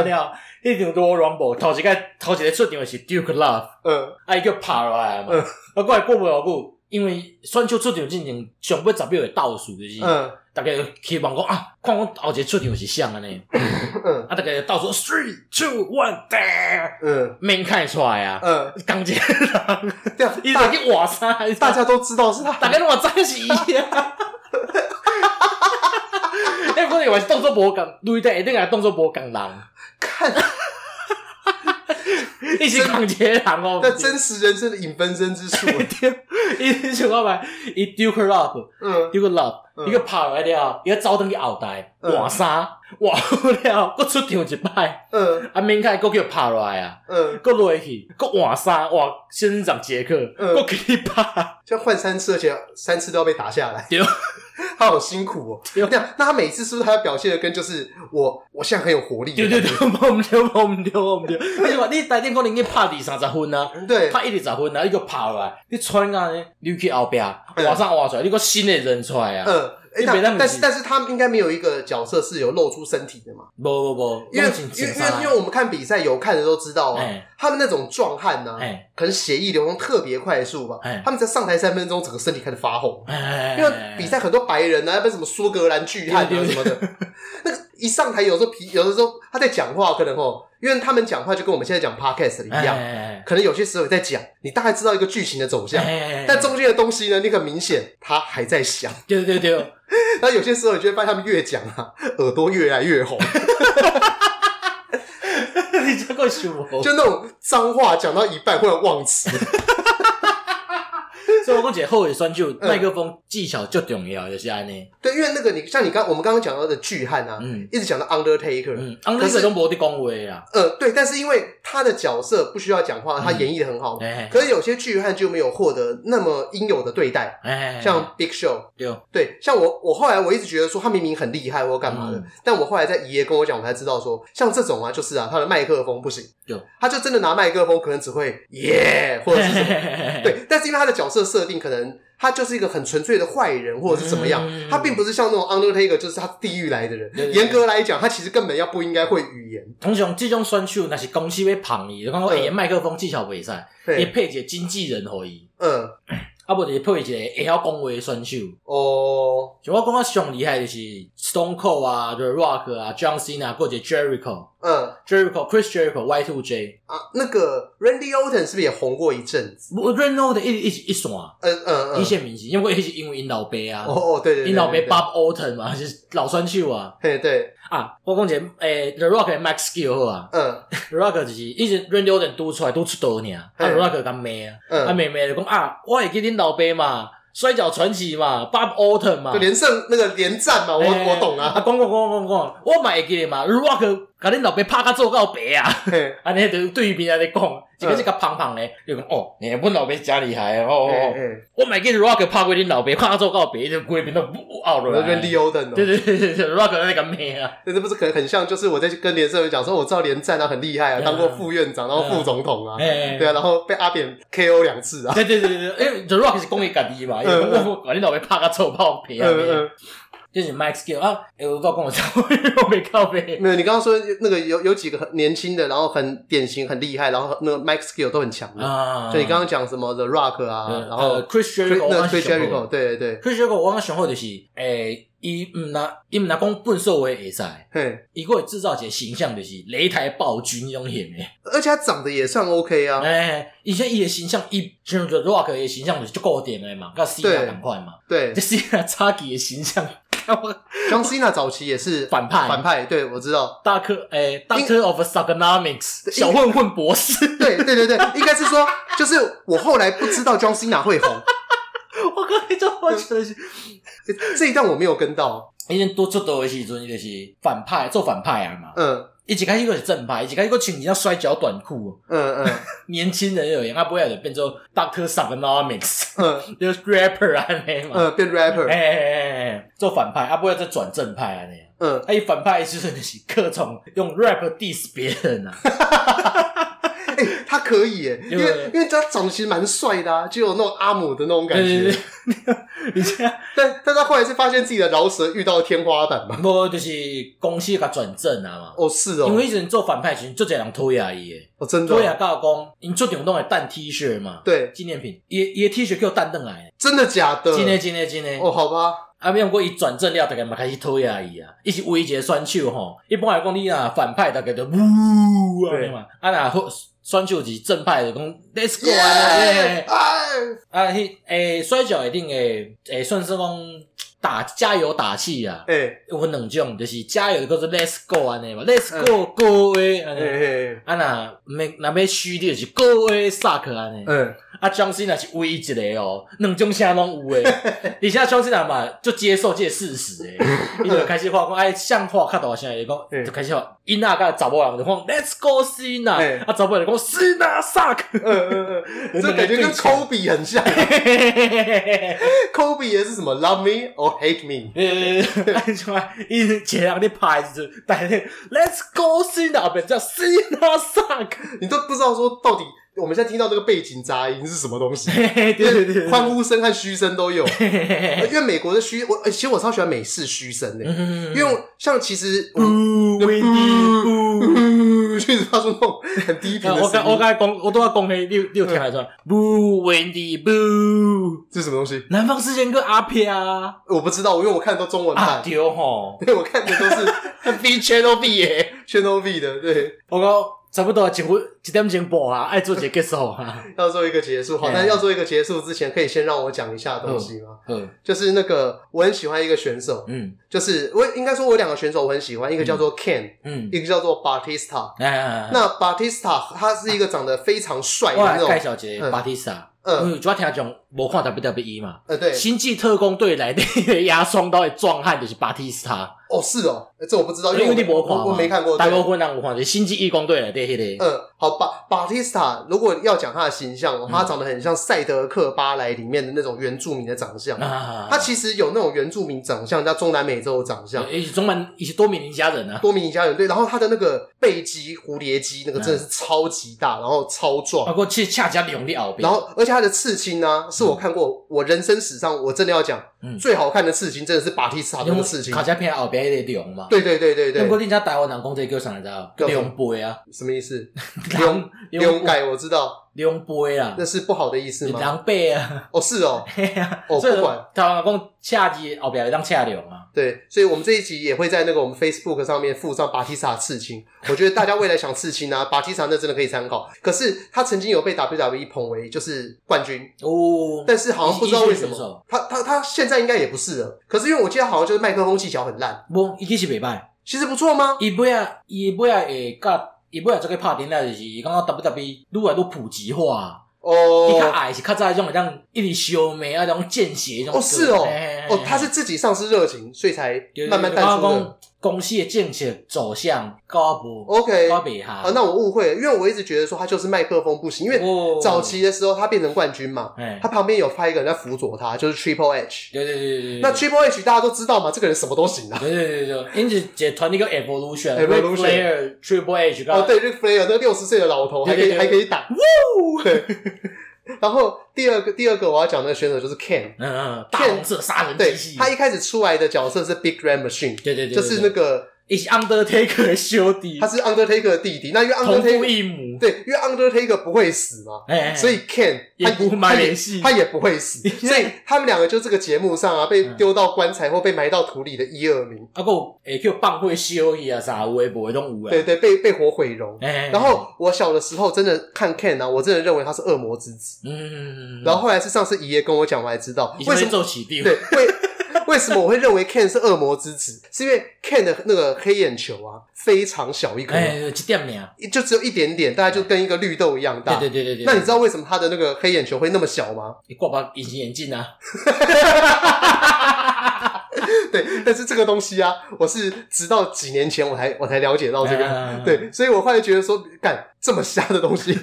Speaker 2: 尼。啊了，迄场 Royal Rumble 头一个头一个出场的是 Duke Love。
Speaker 1: 嗯
Speaker 2: 啊，伊叫拍落来嘛
Speaker 1: 嗯。
Speaker 2: 啊，过来过袂偌久，因为选手出场进行上尾十秒的倒数，就是
Speaker 1: 嗯
Speaker 2: 大家希望讲啊，看我后一个出场是谁安尼。
Speaker 1: 嗯
Speaker 2: 啊，大家倒数 three two one，there，
Speaker 1: 嗯
Speaker 2: 免看出来啊，
Speaker 1: 嗯，
Speaker 2: 讲一个人，
Speaker 1: 对 啊，
Speaker 2: 伊就
Speaker 1: 大
Speaker 2: 去换衫，
Speaker 1: 大家都知道是他。
Speaker 2: 大家拢话真是伊啊。 哎，我以为是动作无共，对的，一定系动作无共人，
Speaker 1: 看，
Speaker 2: 伊是 讲一个人哦。
Speaker 1: 那真实人生的影分身之啊 术。
Speaker 2: 伊是想看卖，伊 Duke Love。
Speaker 1: 嗯
Speaker 2: 一个 love，
Speaker 1: 嗯
Speaker 2: 一个拍落来了，伊个走登去后台
Speaker 1: 嗯
Speaker 2: 换衫，换好了， 搁出场一摆，
Speaker 1: 嗯
Speaker 2: 啊免看搁叫拍落来啊，
Speaker 1: 嗯，
Speaker 2: 搁落去，搁换衫，换仙人掌杰克，
Speaker 1: 嗯
Speaker 2: 搁给你拍，
Speaker 1: 就换三次，而且三次都要被打下来。
Speaker 2: 对，
Speaker 1: 他好辛苦哦。
Speaker 2: 对
Speaker 1: 那那他每次是不是他要表现的跟就是我我现在很有活力？
Speaker 2: 对对对，无毋对，无毋对，无毋对，你是话你台顶可能已经拍二三十分啊。
Speaker 1: 对，
Speaker 2: 拍一二十分啊，你搁拍落来，你穿啊，你去后壁换衫换出来，你个新的人出来啊！
Speaker 1: 嗯，诶
Speaker 2: 你别
Speaker 1: 但
Speaker 2: 让你
Speaker 1: 但是但是他们应该没有一个角色是有露出身体的嘛？
Speaker 2: 无无无，
Speaker 1: 因为
Speaker 2: 拢穿
Speaker 1: 因为因
Speaker 2: 穿
Speaker 1: 为
Speaker 2: 衫啊
Speaker 1: 因为我们看比赛有看的都知道啊
Speaker 2: 哎，
Speaker 1: 他们那种壮汉啊呢，
Speaker 2: 哎
Speaker 1: 可能血液流动特别快速吧
Speaker 2: 哎，
Speaker 1: 他们在上台三分钟，整个身体开始发红。
Speaker 2: 哎哎，哎
Speaker 1: 因为比赛很多白人啊，要不然什么苏格兰巨汉啊
Speaker 2: 对对
Speaker 1: 什么的， 那个一上台有时候皮，有的时候他在讲话，可能哦，因为他们讲话就跟我们现在讲 podcast 的一样，
Speaker 2: 哎
Speaker 1: 可能有些时候也在讲，你大概知道一个剧情的走
Speaker 2: 哎
Speaker 1: 向，
Speaker 2: 哎，
Speaker 1: 但中间的东西呢，你很明显他还在想。
Speaker 2: 对对对。
Speaker 1: 然后有些时候你就会发现他们越讲啊，耳朵越来越 红，
Speaker 2: 你这个想无？
Speaker 1: 就那种脏话讲到一半忽然忘词。
Speaker 2: 所以我讲一个好的选手，麦克风技巧最重要，就是安尼。
Speaker 1: 对，因为那个你像你刚我们刚刚讲到的巨汉啊，
Speaker 2: 嗯
Speaker 1: 一直讲到 Undertaker，、
Speaker 2: 嗯，安尼是拢无伫讲话啦。
Speaker 1: 呃，对，但是因为他的角色不需要讲话，他演绎的很好，
Speaker 2: 哎
Speaker 1: 可是有些巨汉就没有获得那么应有的对待，
Speaker 2: 哎，
Speaker 1: 像 Big Show，
Speaker 2: 对，
Speaker 1: 对，像我我后来我一直觉得说他明明很厉害或干嘛的，
Speaker 2: 嗯
Speaker 1: 但我后来在爷爷跟我讲，我才知道说像这种啊，就是啊，他的麦克风不行
Speaker 2: 有，
Speaker 1: 他就真的拿麦克风可能只会耶或者是什 么，
Speaker 2: 对，
Speaker 1: 对，但是因为他的角色设定可能。他就是一个很纯粹的坏人，或者是怎么样，
Speaker 2: 嗯
Speaker 1: 他并不是像那种 Undertaker，就是他地狱来的人。
Speaker 2: 对对对
Speaker 1: 严格来讲，他其实根本要不应该会语言。
Speaker 2: 通常这种选手，若是公司要捧伊，就讲哎，麦克风技巧袂使，会
Speaker 1: 对，
Speaker 2: 配一个经纪人互伊，
Speaker 1: 嗯，
Speaker 2: 啊，无就是配一个会晓讲话的选手。
Speaker 1: 哦，
Speaker 2: 像我讲我上厉害就是 Stone Cold 啊，就是 Rock 啊，John Cena，或者 Jericho。
Speaker 1: 嗯
Speaker 2: Jericho、Chris Jericho、Y Two J，
Speaker 1: 啊，那个 Randy Orton 是不是也红过一阵子？
Speaker 2: 我 r e n o 的一一一线，啊
Speaker 1: 嗯嗯嗯
Speaker 2: 一，线明星，因为迄是因为因老爸啊，
Speaker 1: 哦哦，对对对，
Speaker 2: 因老爸
Speaker 1: 对对
Speaker 2: Bob Orton 嘛，是老选手啊。
Speaker 1: 嘿对，
Speaker 2: 啊，我讲一个，诶、t h e Rock 的 Max Gill 好啊
Speaker 1: 嗯
Speaker 2: ，The Rock 就是以前 Randy Orton 拄出来拄出道尔，啊
Speaker 1: 嘿
Speaker 2: ，The Rock 甲骂啊，啊
Speaker 1: 嗯，
Speaker 2: 骂骂就讲啊，我会记恁老爸嘛，摔跤传奇嘛，Bob Orton 嘛
Speaker 1: 就。连胜那个连战嘛，我
Speaker 2: 欸
Speaker 1: 我懂
Speaker 2: 啊，
Speaker 1: 啊，
Speaker 2: 讲讲讲讲讲，我嘛会记得嘛，The Rock 甲恁老爸拍甲做到白啊，
Speaker 1: 嘿
Speaker 2: 安尼就对面安尼讲，一个是甲胖胖咧，就讲哦，诶、阮老爸真厉害哦哦，
Speaker 1: 嘿
Speaker 2: 哦
Speaker 1: 嘿
Speaker 2: 我嘛会记得 The Rock 拍过恁老爸，拍甲做到白，就规面都凹落
Speaker 1: 我的
Speaker 2: 来。
Speaker 1: Randy Orton
Speaker 2: 对
Speaker 1: 哦，
Speaker 2: 对对对对，Rock 在那个咩啊？
Speaker 1: 那这不是可能很像，就是我在跟连胜文讲说，我知道连战啊很厉害啊，
Speaker 2: 嗯
Speaker 1: 当过副院长，然后副总统啊，
Speaker 2: 哎，
Speaker 1: 对啊，然后被阿扁 KO 两次啊，
Speaker 2: 对对对对，哎因为 The Rock 是讲伊家己嘛，因为我我你老爸拍个臭泡皮啊，
Speaker 1: 嗯
Speaker 2: 就是 Max Gill 啊，哎，我都讲我臭，我没靠
Speaker 1: 嗯，
Speaker 2: 背。
Speaker 1: 没有，你刚刚说那个有有几个很年轻的，然后很典型、很厉害，然后那个 Max Skill 都很强的，
Speaker 2: 啊，呃
Speaker 1: 就你刚刚讲什么 The Rock 啊，
Speaker 2: 嗯
Speaker 1: 然后
Speaker 2: Chris
Speaker 1: Chris-
Speaker 2: Jericho，
Speaker 1: 那 Chris Jericho，对对对，
Speaker 2: Chris Jericho 我刚想好就是，诶，伊毋那伊毋那讲笨手话会使，
Speaker 1: 嘿，
Speaker 2: 伊个会制造一个形象就是擂台暴君迄种型诶。
Speaker 1: 而且他长得也算 OK 啊，
Speaker 2: 诶，以前伊诶形象，伊像 The Rock 诶形象就是足够点诶嘛，甲 C
Speaker 1: 对
Speaker 2: 啊同款嘛，
Speaker 1: 对
Speaker 2: 这 C 啊差几诶形 象，
Speaker 1: ，John Cena 早期也是
Speaker 2: 反派
Speaker 1: 反派，对我知道，
Speaker 2: 大科诶、d o c t o r of Sugonomics，
Speaker 1: 对
Speaker 2: 小混混博士。
Speaker 1: 对对对对，应该是说，就是我后来不知道 John Cena 会红，
Speaker 2: 我刚才就我觉得是，
Speaker 1: 这一段我没有跟到，
Speaker 2: 以前拄出道的时阵，伊就是反派做反派啊嘛。
Speaker 1: 嗯
Speaker 2: 伊一开始就是正派，伊一开始个穿一条摔跤短裤，
Speaker 1: 嗯嗯
Speaker 2: 年轻人有样，啊，不要就变做 Doctor Sabonomics，
Speaker 1: 嗯
Speaker 2: 就是 rapper 安尼嘛。
Speaker 1: 嗯，变
Speaker 2: 哎
Speaker 1: rapper，
Speaker 2: 哎哎哎哎，做反派，啊，不要再转正派安尼。
Speaker 1: 嗯，
Speaker 2: 啊，伊反派就是就是各种用 rap diss 别人啊，
Speaker 1: 哎、他可以耶，因
Speaker 2: 有有
Speaker 1: 为因为他长得其实蛮帅的啊，就有那种阿姆的那 种感
Speaker 2: 对对
Speaker 1: 觉
Speaker 2: 对。，而且
Speaker 1: 但但他后来是发现自己的饶舌遇到天花板嘛。
Speaker 2: 无就是公司甲转正啊嘛。
Speaker 1: 哦，是哦，
Speaker 2: 因为以啊前做反派的时阵，做侪人讨厌伊诶，
Speaker 1: 哦真的
Speaker 2: 讨
Speaker 1: 哦、
Speaker 2: 厌到讲，因做场拢会蛋 T 恤嘛，
Speaker 1: 对，
Speaker 2: 纪念品，伊伊的 T 恤叫蛋转来的，
Speaker 1: 真的假的？
Speaker 2: 真诶真诶真诶。
Speaker 1: 哦，好吧，
Speaker 2: 啊，毋过伊转正了，逐个嘛开始讨厌伊啊。伊是唯一一个选手吼，一般来讲你若反派，逐个就呜安尼嘛。啊，若好选手是正派，就讲 Let's go 安尼
Speaker 1: 耶
Speaker 2: 耶。
Speaker 1: 哎，
Speaker 2: 啊，迄诶摔跤一定会诶算是讲打加油打气啊。
Speaker 1: 哎
Speaker 2: 有分两种，就是加油，叫做 Let's go 安尼嘛，Let's go go away 安
Speaker 1: 哎
Speaker 2: 尼。
Speaker 1: 哎，
Speaker 2: 啊若没若要虚你就是 go away suck 安尼。
Speaker 1: 嗯，
Speaker 2: 啊，张信若是唯一一个哦，两种声拢有诶。而且张信若嘛，就接受这个事实诶，伊就开始话讲，哎，像话较大声诶，讲
Speaker 1: 嗯
Speaker 2: 就开始话，因仔甲查某人就讲 Let's go 信呐
Speaker 1: 嗯，
Speaker 2: 啊查某人就讲信呐 suck，
Speaker 1: 嗯嗯嗯，这感觉跟 科比很像。 科比也是什么 love me or hate me，
Speaker 2: 呃，安怎伊前人咧拍的时阵，但是 Let's go 啊信呐，后边叫信呐 suck，
Speaker 1: 你都不知道说到底我们现在听到这个背景杂音是什么东西。
Speaker 2: 嘿嘿 对对对对，
Speaker 1: 欢呼声和嘘声都有，
Speaker 2: 嘿嘿嘿
Speaker 1: 呃
Speaker 2: 嘿
Speaker 1: 因为美国的嘘，我呃其实我超喜欢美式嘘声的，
Speaker 2: 嗯
Speaker 1: 因为像其实我
Speaker 2: 呜威迪呜。
Speaker 1: 嗯， 就是发出那种很低频
Speaker 2: 啊
Speaker 1: 的
Speaker 2: 我
Speaker 1: 声
Speaker 2: 刚我
Speaker 1: 音，
Speaker 2: 刚才讲，我都要讲黑，你有你有听来出来？不，Wendy 不，
Speaker 1: 这是什么东西？
Speaker 2: 南方四贤哥阿飘啊，
Speaker 1: 我不知道，因为我看的都中文
Speaker 2: 啊
Speaker 1: 版，
Speaker 2: 对 吼，
Speaker 1: 对，我看的都是 V Channel V 耶，Channel V 的，对，
Speaker 2: 我讲差不多一分一点钟播啊，爱做一个结束啊。
Speaker 1: 要做一个结束，好，
Speaker 2: 嗯
Speaker 1: 但要做一个结束之前，可以先让我讲一下东西吗？
Speaker 2: 嗯
Speaker 1: 就是那个我很喜欢一个选手，
Speaker 2: 嗯
Speaker 1: 就是我应该说我有两个选手我很喜欢，一个叫做 Ken，
Speaker 2: 嗯，
Speaker 1: 一个叫做 Batista。
Speaker 2: 哎，
Speaker 1: 那 Batista 他是一个长得非常帅的
Speaker 2: 我
Speaker 1: 那
Speaker 2: 来介
Speaker 1: 种，
Speaker 2: 绍一个
Speaker 1: 嗯
Speaker 2: 巴蒂萨，因
Speaker 1: 嗯
Speaker 2: 为主要听讲无看 WWE 嘛，
Speaker 1: 呃，对，
Speaker 2: 《星际特工队》来的压双刀的壮汉就是巴蒂斯塔，
Speaker 1: 哦是哦，呃这我不知道，因
Speaker 2: 因为你
Speaker 1: 为
Speaker 2: 无
Speaker 1: 我
Speaker 2: 看嘛
Speaker 1: 我我没看过，
Speaker 2: 啊大
Speaker 1: 对
Speaker 2: 部分人有看就是《星际义工队》来的迄个，
Speaker 1: 嗯，好，巴巴蒂斯塔，如果要讲他的形象
Speaker 2: 嗯
Speaker 1: 哦，他长得很像《赛德克巴莱》里面的那种原住民的长相。
Speaker 2: 啊，
Speaker 1: 他其实有那种原住民长相，叫中南美洲的长相，
Speaker 2: 伊是中满伊是多米尼加人啊，
Speaker 1: 多米尼加人对。然后他的那个背肌、蝴蝶肌，那个真的
Speaker 2: 嗯
Speaker 1: 是超级大，然后超
Speaker 2: 包
Speaker 1: 壮，
Speaker 2: 括哦去恰恰龙的后边，
Speaker 1: 然后而且他的刺青呢、是我看过我人生史上我真的要讲
Speaker 2: 嗯
Speaker 1: 最好看的刺青，真的是巴蒂斯塔那个刺青
Speaker 2: 卡。加片后边迄个龙嘛。
Speaker 1: 对对对对
Speaker 2: 不
Speaker 1: 对
Speaker 2: 过，你知道台湾人讲这个叫啥来着？
Speaker 1: 叫什么
Speaker 2: 龙杯啊，
Speaker 1: 什么意思？
Speaker 2: 龙
Speaker 1: 龙流改我知道，
Speaker 2: 龙杯啊
Speaker 1: 那，是不好的意思吗？
Speaker 2: 龙杯啊，
Speaker 1: 哦，是哦，
Speaker 2: 嘿啊，
Speaker 1: 哦
Speaker 2: 所以
Speaker 1: 不管
Speaker 2: 台湾人讲恰字后边会当恰龙啊，
Speaker 1: 对，所以我们这一集也会在那个我们 Facebook 上面附上巴蒂萨刺青。我觉得大家未来想刺青啊，巴蒂萨那真的可以参考。可是他曾经有被 WWE 捧为就是冠军，
Speaker 2: 哦，
Speaker 1: 但是好像不知道为什
Speaker 2: 一级选
Speaker 1: 么
Speaker 2: 手，
Speaker 1: 他他他现在应该也不是了。可是因为我记得好像就是麦克风技巧很烂，
Speaker 2: 无伊其实袂歹。
Speaker 1: 其实不错吗？
Speaker 2: 伊尾啊，伊尾啊会甲伊尾啊做去拍电影，就是感觉 WWE 愈来愈普及化。伊较
Speaker 1: 哦
Speaker 2: 爱是较早迄种像一直烧眉啊，那种见血迄种歌。
Speaker 1: 哦是哦
Speaker 2: 嘿
Speaker 1: 哦，他是自己丧失热情，所以才慢慢淡出的。
Speaker 2: 讲公司的政策走向高不
Speaker 1: OK，
Speaker 2: 高袂下。
Speaker 1: 啊，那我误会了，因为我一直觉得说他就是麦克风不行，因为
Speaker 2: 为
Speaker 1: 早期的时候他变成冠军嘛，
Speaker 2: 哦哎
Speaker 1: 他，旁边有派一个人在辅佐他，就是 Triple H。
Speaker 2: 对对对对对，
Speaker 1: 那 Triple H 大家都知道嘛，这个人什么都行啊。
Speaker 2: 对对对对，因是一个团体叫 Evolution，
Speaker 1: Evolution
Speaker 2: Flair Triple H
Speaker 1: 哦，
Speaker 2: 跟
Speaker 1: 对，Ric Flair 那个六十岁的老头还可
Speaker 2: 对
Speaker 1: 以
Speaker 2: 对对
Speaker 1: 还可以打，对。 然后第二个第二个我要讲的选手就是 Ken，
Speaker 2: 嗯嗯大红色杀人
Speaker 1: 对
Speaker 2: 机器，
Speaker 1: 他一开始出来的角色是 Big Red Machine，
Speaker 2: 对对对，
Speaker 1: 就是那个
Speaker 2: 伊是 Undertaker 的小弟
Speaker 1: 他，是 Undertaker 的弟弟。那因为
Speaker 2: 同父
Speaker 1: Undertaker
Speaker 2: 异母，
Speaker 1: 对，因为 Undertaker 不会死嘛，
Speaker 2: 哎，
Speaker 1: 所以 Ken
Speaker 2: 也
Speaker 1: 他
Speaker 2: 不
Speaker 1: 他
Speaker 2: 买
Speaker 1: 也
Speaker 2: 联系，
Speaker 1: 他也不会 死，所以他们两个就这个节目上啊，被
Speaker 2: 嗯
Speaker 1: 丢到棺材或被埋到土里的一二名，
Speaker 2: 啊，还有会叫放火烧伊啊，啥有诶无诶拢有
Speaker 1: 对
Speaker 2: 诶。
Speaker 1: 对，被被火毁容。
Speaker 2: 哎，
Speaker 1: 然后我小的时候真的看 Ken 啊，我真的认为他是恶魔之子。
Speaker 2: 嗯，
Speaker 1: 然后后来是上次姨爷跟我讲，我才知道
Speaker 2: 以前
Speaker 1: 为什
Speaker 2: 会
Speaker 1: 么
Speaker 2: 做起定，
Speaker 1: 对 为为什么我会认为 Ken 是恶魔之子，是因为 Ken 的那个黑眼球啊非常小一颗，
Speaker 2: 哎，一点尔，
Speaker 1: 就只有一点点，大概就跟一个绿豆一样大。
Speaker 2: 对对对对对。
Speaker 1: 那你知道为什么他的那个黑眼球会那么小吗？
Speaker 2: 你挂把隐形眼镜啊？
Speaker 1: 对，但是这个东西啊，我是直到几年前我才我才了解到这
Speaker 2: 嗯嗯
Speaker 1: 个
Speaker 2: 嗯，
Speaker 1: 对，所以我后来觉得说，干这么瞎的东西，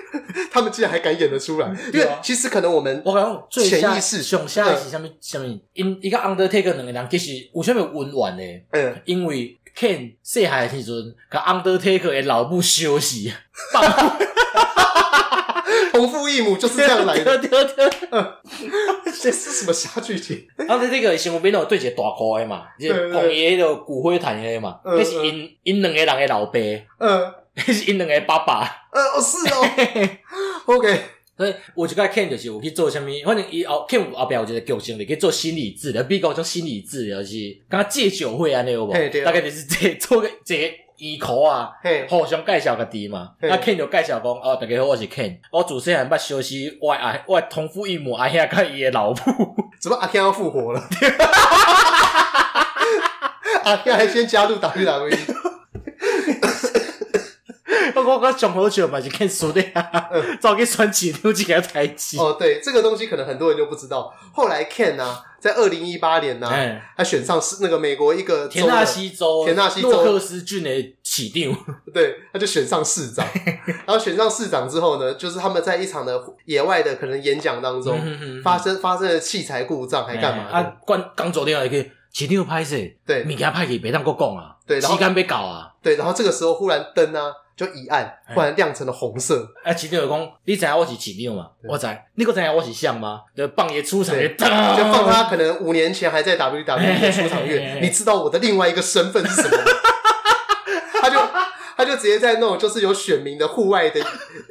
Speaker 1: 他们竟然还敢演得出来，因
Speaker 2: 对
Speaker 1: 为
Speaker 2: 啊
Speaker 1: 其实可能我们
Speaker 2: 我讲最
Speaker 1: 潜
Speaker 2: 下
Speaker 1: 意识
Speaker 2: 上下的是啥物啥物？因伊甲 Undertaker 两个人其实有啥物温婉诶，
Speaker 1: 嗯，
Speaker 2: 因为 Ken 细汉诶时阵，甲 Undertaker 诶老母烧死，放
Speaker 1: 同父异母就是这样来的，
Speaker 2: 对对对。
Speaker 1: 这是什么瞎剧情？
Speaker 2: Undertaker 的身躯边有对一个大箍诶嘛，就
Speaker 1: 对对
Speaker 2: 捧伊迄个骨灰坛迄个嘛，
Speaker 1: 嗯
Speaker 2: 迄是因因两个人诶老爸，
Speaker 1: 嗯
Speaker 2: 迄是因两个爸爸。
Speaker 1: 呃，哦是哦 ，OK，
Speaker 2: 所以有一个 Ken 就是有去做啥物，反正伊后 Ken 有后壁有一个剧情就去做心理治疗，比如讲种心理治疗是，敢若戒酒会安尼有无
Speaker 1: 嘿对？啊
Speaker 2: 大概就是这做个一个医科啊。
Speaker 1: 嘿，
Speaker 2: 互相介绍家己嘛，
Speaker 1: 嘿
Speaker 2: 啊 Ken 就介绍讲，哦，大家好，我是 Ken，我自细汉捌相识我的阿我的同父异母阿兄甲伊诶老母，
Speaker 1: 怎么阿 Ken 要复活了？ 阿 Ken 还先加入 E WWE，
Speaker 2: 我我我上好笑嘛是 Ken 输的啊， 走去选市场一个代志，
Speaker 1: 哦，对，这个东西可能很多人就不知道。后来 Ken 呢、啊，在二零一八年呢、啊，
Speaker 2: 哎，
Speaker 1: 他选上是那个美国一个州
Speaker 2: 田
Speaker 1: 的
Speaker 2: 纳，西州
Speaker 1: 田纳西州
Speaker 2: 洛克斯郡的市长，
Speaker 1: 对，他就选上市长。然后选上市长之后呢，就是他们在一场的野外的可能演讲当
Speaker 2: 嗯
Speaker 1: 中、发生发生了器材故障，还干嘛的？
Speaker 2: 哎啊，关刚昨天还去市场歹势，
Speaker 1: 对
Speaker 2: 物件歹去袂当国讲啊，
Speaker 1: 对然后
Speaker 2: 时间要到啊，
Speaker 1: 对，然后这个时候忽然灯啊就一暗，
Speaker 2: 哎
Speaker 1: 忽然亮成了红色。
Speaker 2: 啊，市长就讲，你知影我是市长嘛？
Speaker 1: 对
Speaker 2: 我知，你个知影我是谁吗？就放爷出场，
Speaker 1: 对
Speaker 2: 就
Speaker 1: 就放
Speaker 2: 放
Speaker 1: 他可能五年前还在 WWE 的出场
Speaker 2: 哎
Speaker 1: 乐，你知道我的另外一个身份是什么吗？ 他就他就直接在那种就是有选民的户外的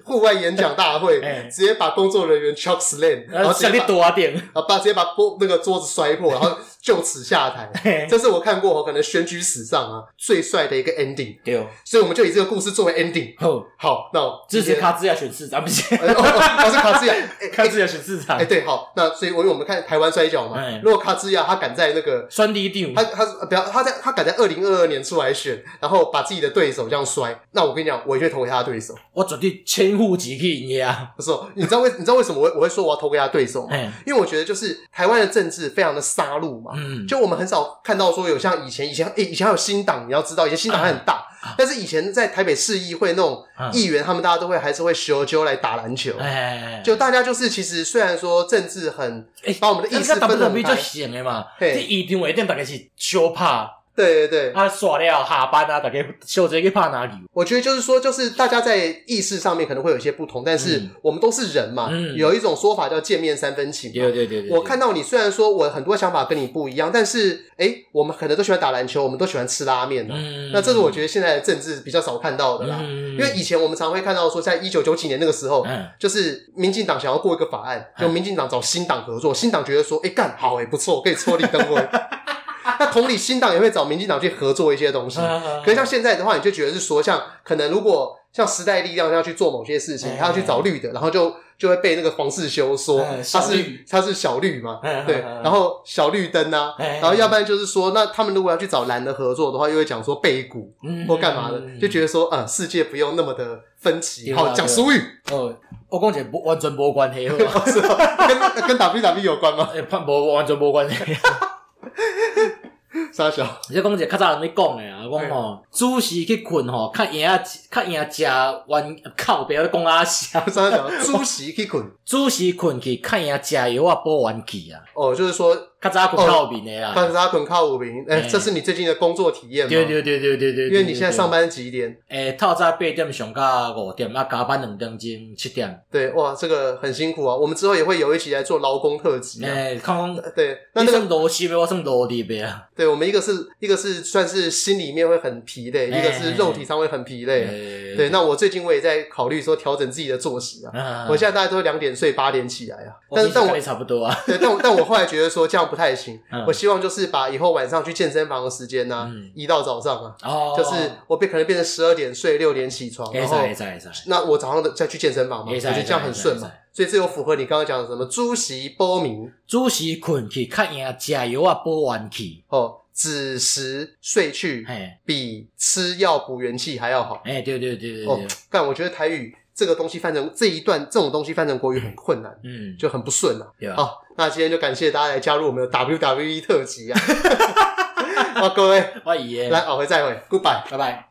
Speaker 1: 户外演讲大会
Speaker 2: 哎，
Speaker 1: 直接把工作人员 chop slam，然后
Speaker 2: 啊，
Speaker 1: 直
Speaker 2: 上
Speaker 1: 接
Speaker 2: 你
Speaker 1: 把
Speaker 2: 多啊点，
Speaker 1: 啊，把直接把桌那个桌子摔破，然后就此下台。这是我看过哦，可能选举史上啊最帅的一个 ending，
Speaker 2: 对，
Speaker 1: 所以我们就以这个故事作为 ending。
Speaker 2: 好，
Speaker 1: 好，那我
Speaker 2: 支持
Speaker 1: 卡，
Speaker 2: 卡兹亚选市长，不是
Speaker 1: 呃哦哦哦是卡兹亚，
Speaker 2: 卡兹亚选市长
Speaker 1: 哎，对，好，那所以我因为我们看台湾摔跤嘛
Speaker 2: 哎，嗯
Speaker 1: 如果卡兹亚他敢在那个
Speaker 2: 选里长
Speaker 1: 他。他呃不要他在他敢在二零二二年出来选，然后把自己的对手这样摔，那我跟你讲，我一定会投给他的对手。
Speaker 2: 我绝对千户级去赢啊！
Speaker 1: 不是哦，你知道为你知道为什么我会我会说我要投给他的对手吗？
Speaker 2: 哎，
Speaker 1: 因为我觉得就是台湾的政治非常的杀戮嘛，
Speaker 2: 嗯，
Speaker 1: 就我们很少看到说有像以前，以前诶、以前还有新党，你要知道，以前新党还很大，
Speaker 2: 嗯
Speaker 1: 但是以前在台北市议会那种
Speaker 2: 啊
Speaker 1: 议员，他们大家都会还是会修修来打篮球。
Speaker 2: 哎，
Speaker 1: 就大家就是其实虽然说政治很
Speaker 2: 哎
Speaker 1: 把我们的意识分得很
Speaker 2: WWE
Speaker 1: 开
Speaker 2: 就，E 行的嘛，
Speaker 1: 嘿
Speaker 2: 这一定一定大概是小拍啊，
Speaker 1: 对对对，
Speaker 2: 耍了下班啊，大家小这去拍篮球，
Speaker 1: 我觉得就是说，就是大家在意识上面可能会有一些不同，但是
Speaker 2: 嗯
Speaker 1: 我们都是人嘛，
Speaker 2: 嗯
Speaker 1: 有一种说法叫见面三分情嘛。
Speaker 2: 对对
Speaker 1: 我看到你，虽然说我很多想法跟你不一样，但是诶，我们可能都喜欢打篮球，我们都喜欢吃拉面呢、
Speaker 2: 嗯
Speaker 1: 那这是我觉得现在的政治比较少看到的啦。
Speaker 2: 嗯
Speaker 1: 因为以前我们常会看到说，在一九九几年那个时候，
Speaker 2: 嗯
Speaker 1: 就是民进党想要过一个法案，
Speaker 2: 嗯
Speaker 1: 就民进党找新党合作，新党觉得说，哎、干好哎、不错，可以戳李登 辉。那同理，新党也会找民进党去合作一些东西。
Speaker 2: 啊
Speaker 1: 可是像现在的话，你就觉得是说，像可能如果像时代力量要去做某些事情，
Speaker 2: 嗯
Speaker 1: 他要去找绿的，然后就就会被那个黄世修说
Speaker 2: 嗯
Speaker 1: 他
Speaker 2: 小
Speaker 1: 是
Speaker 2: 绿
Speaker 1: 他是小绿 嘛，
Speaker 2: 嗯
Speaker 1: 对，
Speaker 2: 嗯嗯
Speaker 1: 然后小绿灯啊，
Speaker 2: 嗯嗯
Speaker 1: 然后要不然就是说，那他们如果要去找蓝的合作的话，又会讲说背骨
Speaker 2: 嗯
Speaker 1: 或干嘛的，就觉得说，呃，世界不用那么的分歧，
Speaker 2: 对啊
Speaker 1: 好讲俗语，
Speaker 2: 哦，我讲一个无完全无关系好吧，
Speaker 1: 哦是哦跟跟 W W 有关吗？
Speaker 2: 诶，拍无完全 无关系。
Speaker 1: 傻小，
Speaker 2: 你讲一个较早人咧讲诶啊，讲吼，主食去困吼，较赢较赢食完靠别咧讲啊啥，
Speaker 1: 傻小， 猪席 k i k
Speaker 2: 主食困去较赢食药啊补元气啊，
Speaker 1: 哦，就是说，
Speaker 2: 较早困
Speaker 1: 哦
Speaker 2: 靠面诶啦。
Speaker 1: 但是他滚靠五名，哎，
Speaker 2: 嗯
Speaker 1: 这是你最近的工作体验吗？
Speaker 2: 对对对对对对，
Speaker 1: 因为你现在上
Speaker 2: 班，
Speaker 1: 班几点？
Speaker 2: 诶，透早八点上到五点，啊，加班两点钟七点，
Speaker 1: 对，哇，这个很辛苦啊。我们之后也会有一集来做劳工特辑啊。
Speaker 2: 诶，看讲
Speaker 1: 对，那
Speaker 2: 你
Speaker 1: 那
Speaker 2: 算
Speaker 1: 个，
Speaker 2: 劳西的，我算劳力的啊，
Speaker 1: 对我们一个是一个是算是心里面会很疲累，
Speaker 2: 哎
Speaker 1: 一个是肉体上会很疲累。啊
Speaker 2: 诶
Speaker 1: 对，，那我最近我也在考虑说调整自己的作息啊。
Speaker 2: 啊
Speaker 1: 我现在大概都两点睡，八点起来啊。
Speaker 2: 我
Speaker 1: 但是
Speaker 2: 其实
Speaker 1: 但
Speaker 2: 跟
Speaker 1: 我
Speaker 2: 你差不多啊，
Speaker 1: 对，但我但我后来觉得说这样不太行
Speaker 2: 嗯。
Speaker 1: 我希望就是把以后晚上去健身房的时间呢
Speaker 2: 嗯
Speaker 1: 移到早上啊，
Speaker 2: 哦， 哎
Speaker 1: 就
Speaker 2: 啊
Speaker 1: 是我变可能变成十二点睡，六点起床，
Speaker 2: 会
Speaker 1: 然
Speaker 2: 使
Speaker 1: 后
Speaker 2: 会使会使，
Speaker 1: 那我早上的再去健身房嘛，我
Speaker 2: 可以
Speaker 1: 觉得这样很顺嘛
Speaker 2: 可以可以可，
Speaker 1: 所以这有符合你刚刚讲的什么猪席波明
Speaker 2: 主食困去较赢食药啊补元气，
Speaker 1: 哦，子时睡去
Speaker 2: 嘿，
Speaker 1: 比吃药补元气还要好
Speaker 2: 诶，对对对对
Speaker 1: 哦
Speaker 2: 对。。
Speaker 1: 但我觉得台语这个东西翻成这一段这种东西翻成国语很困难，
Speaker 2: 嗯，
Speaker 1: 就很不顺啊。
Speaker 2: 对啊，
Speaker 1: 好，那今天就感谢大家来加入我们的 WWE 特辑啊！好，各位，
Speaker 2: 我爷，
Speaker 1: 哦来，好，回再会，Goodbye。
Speaker 2: 拜拜。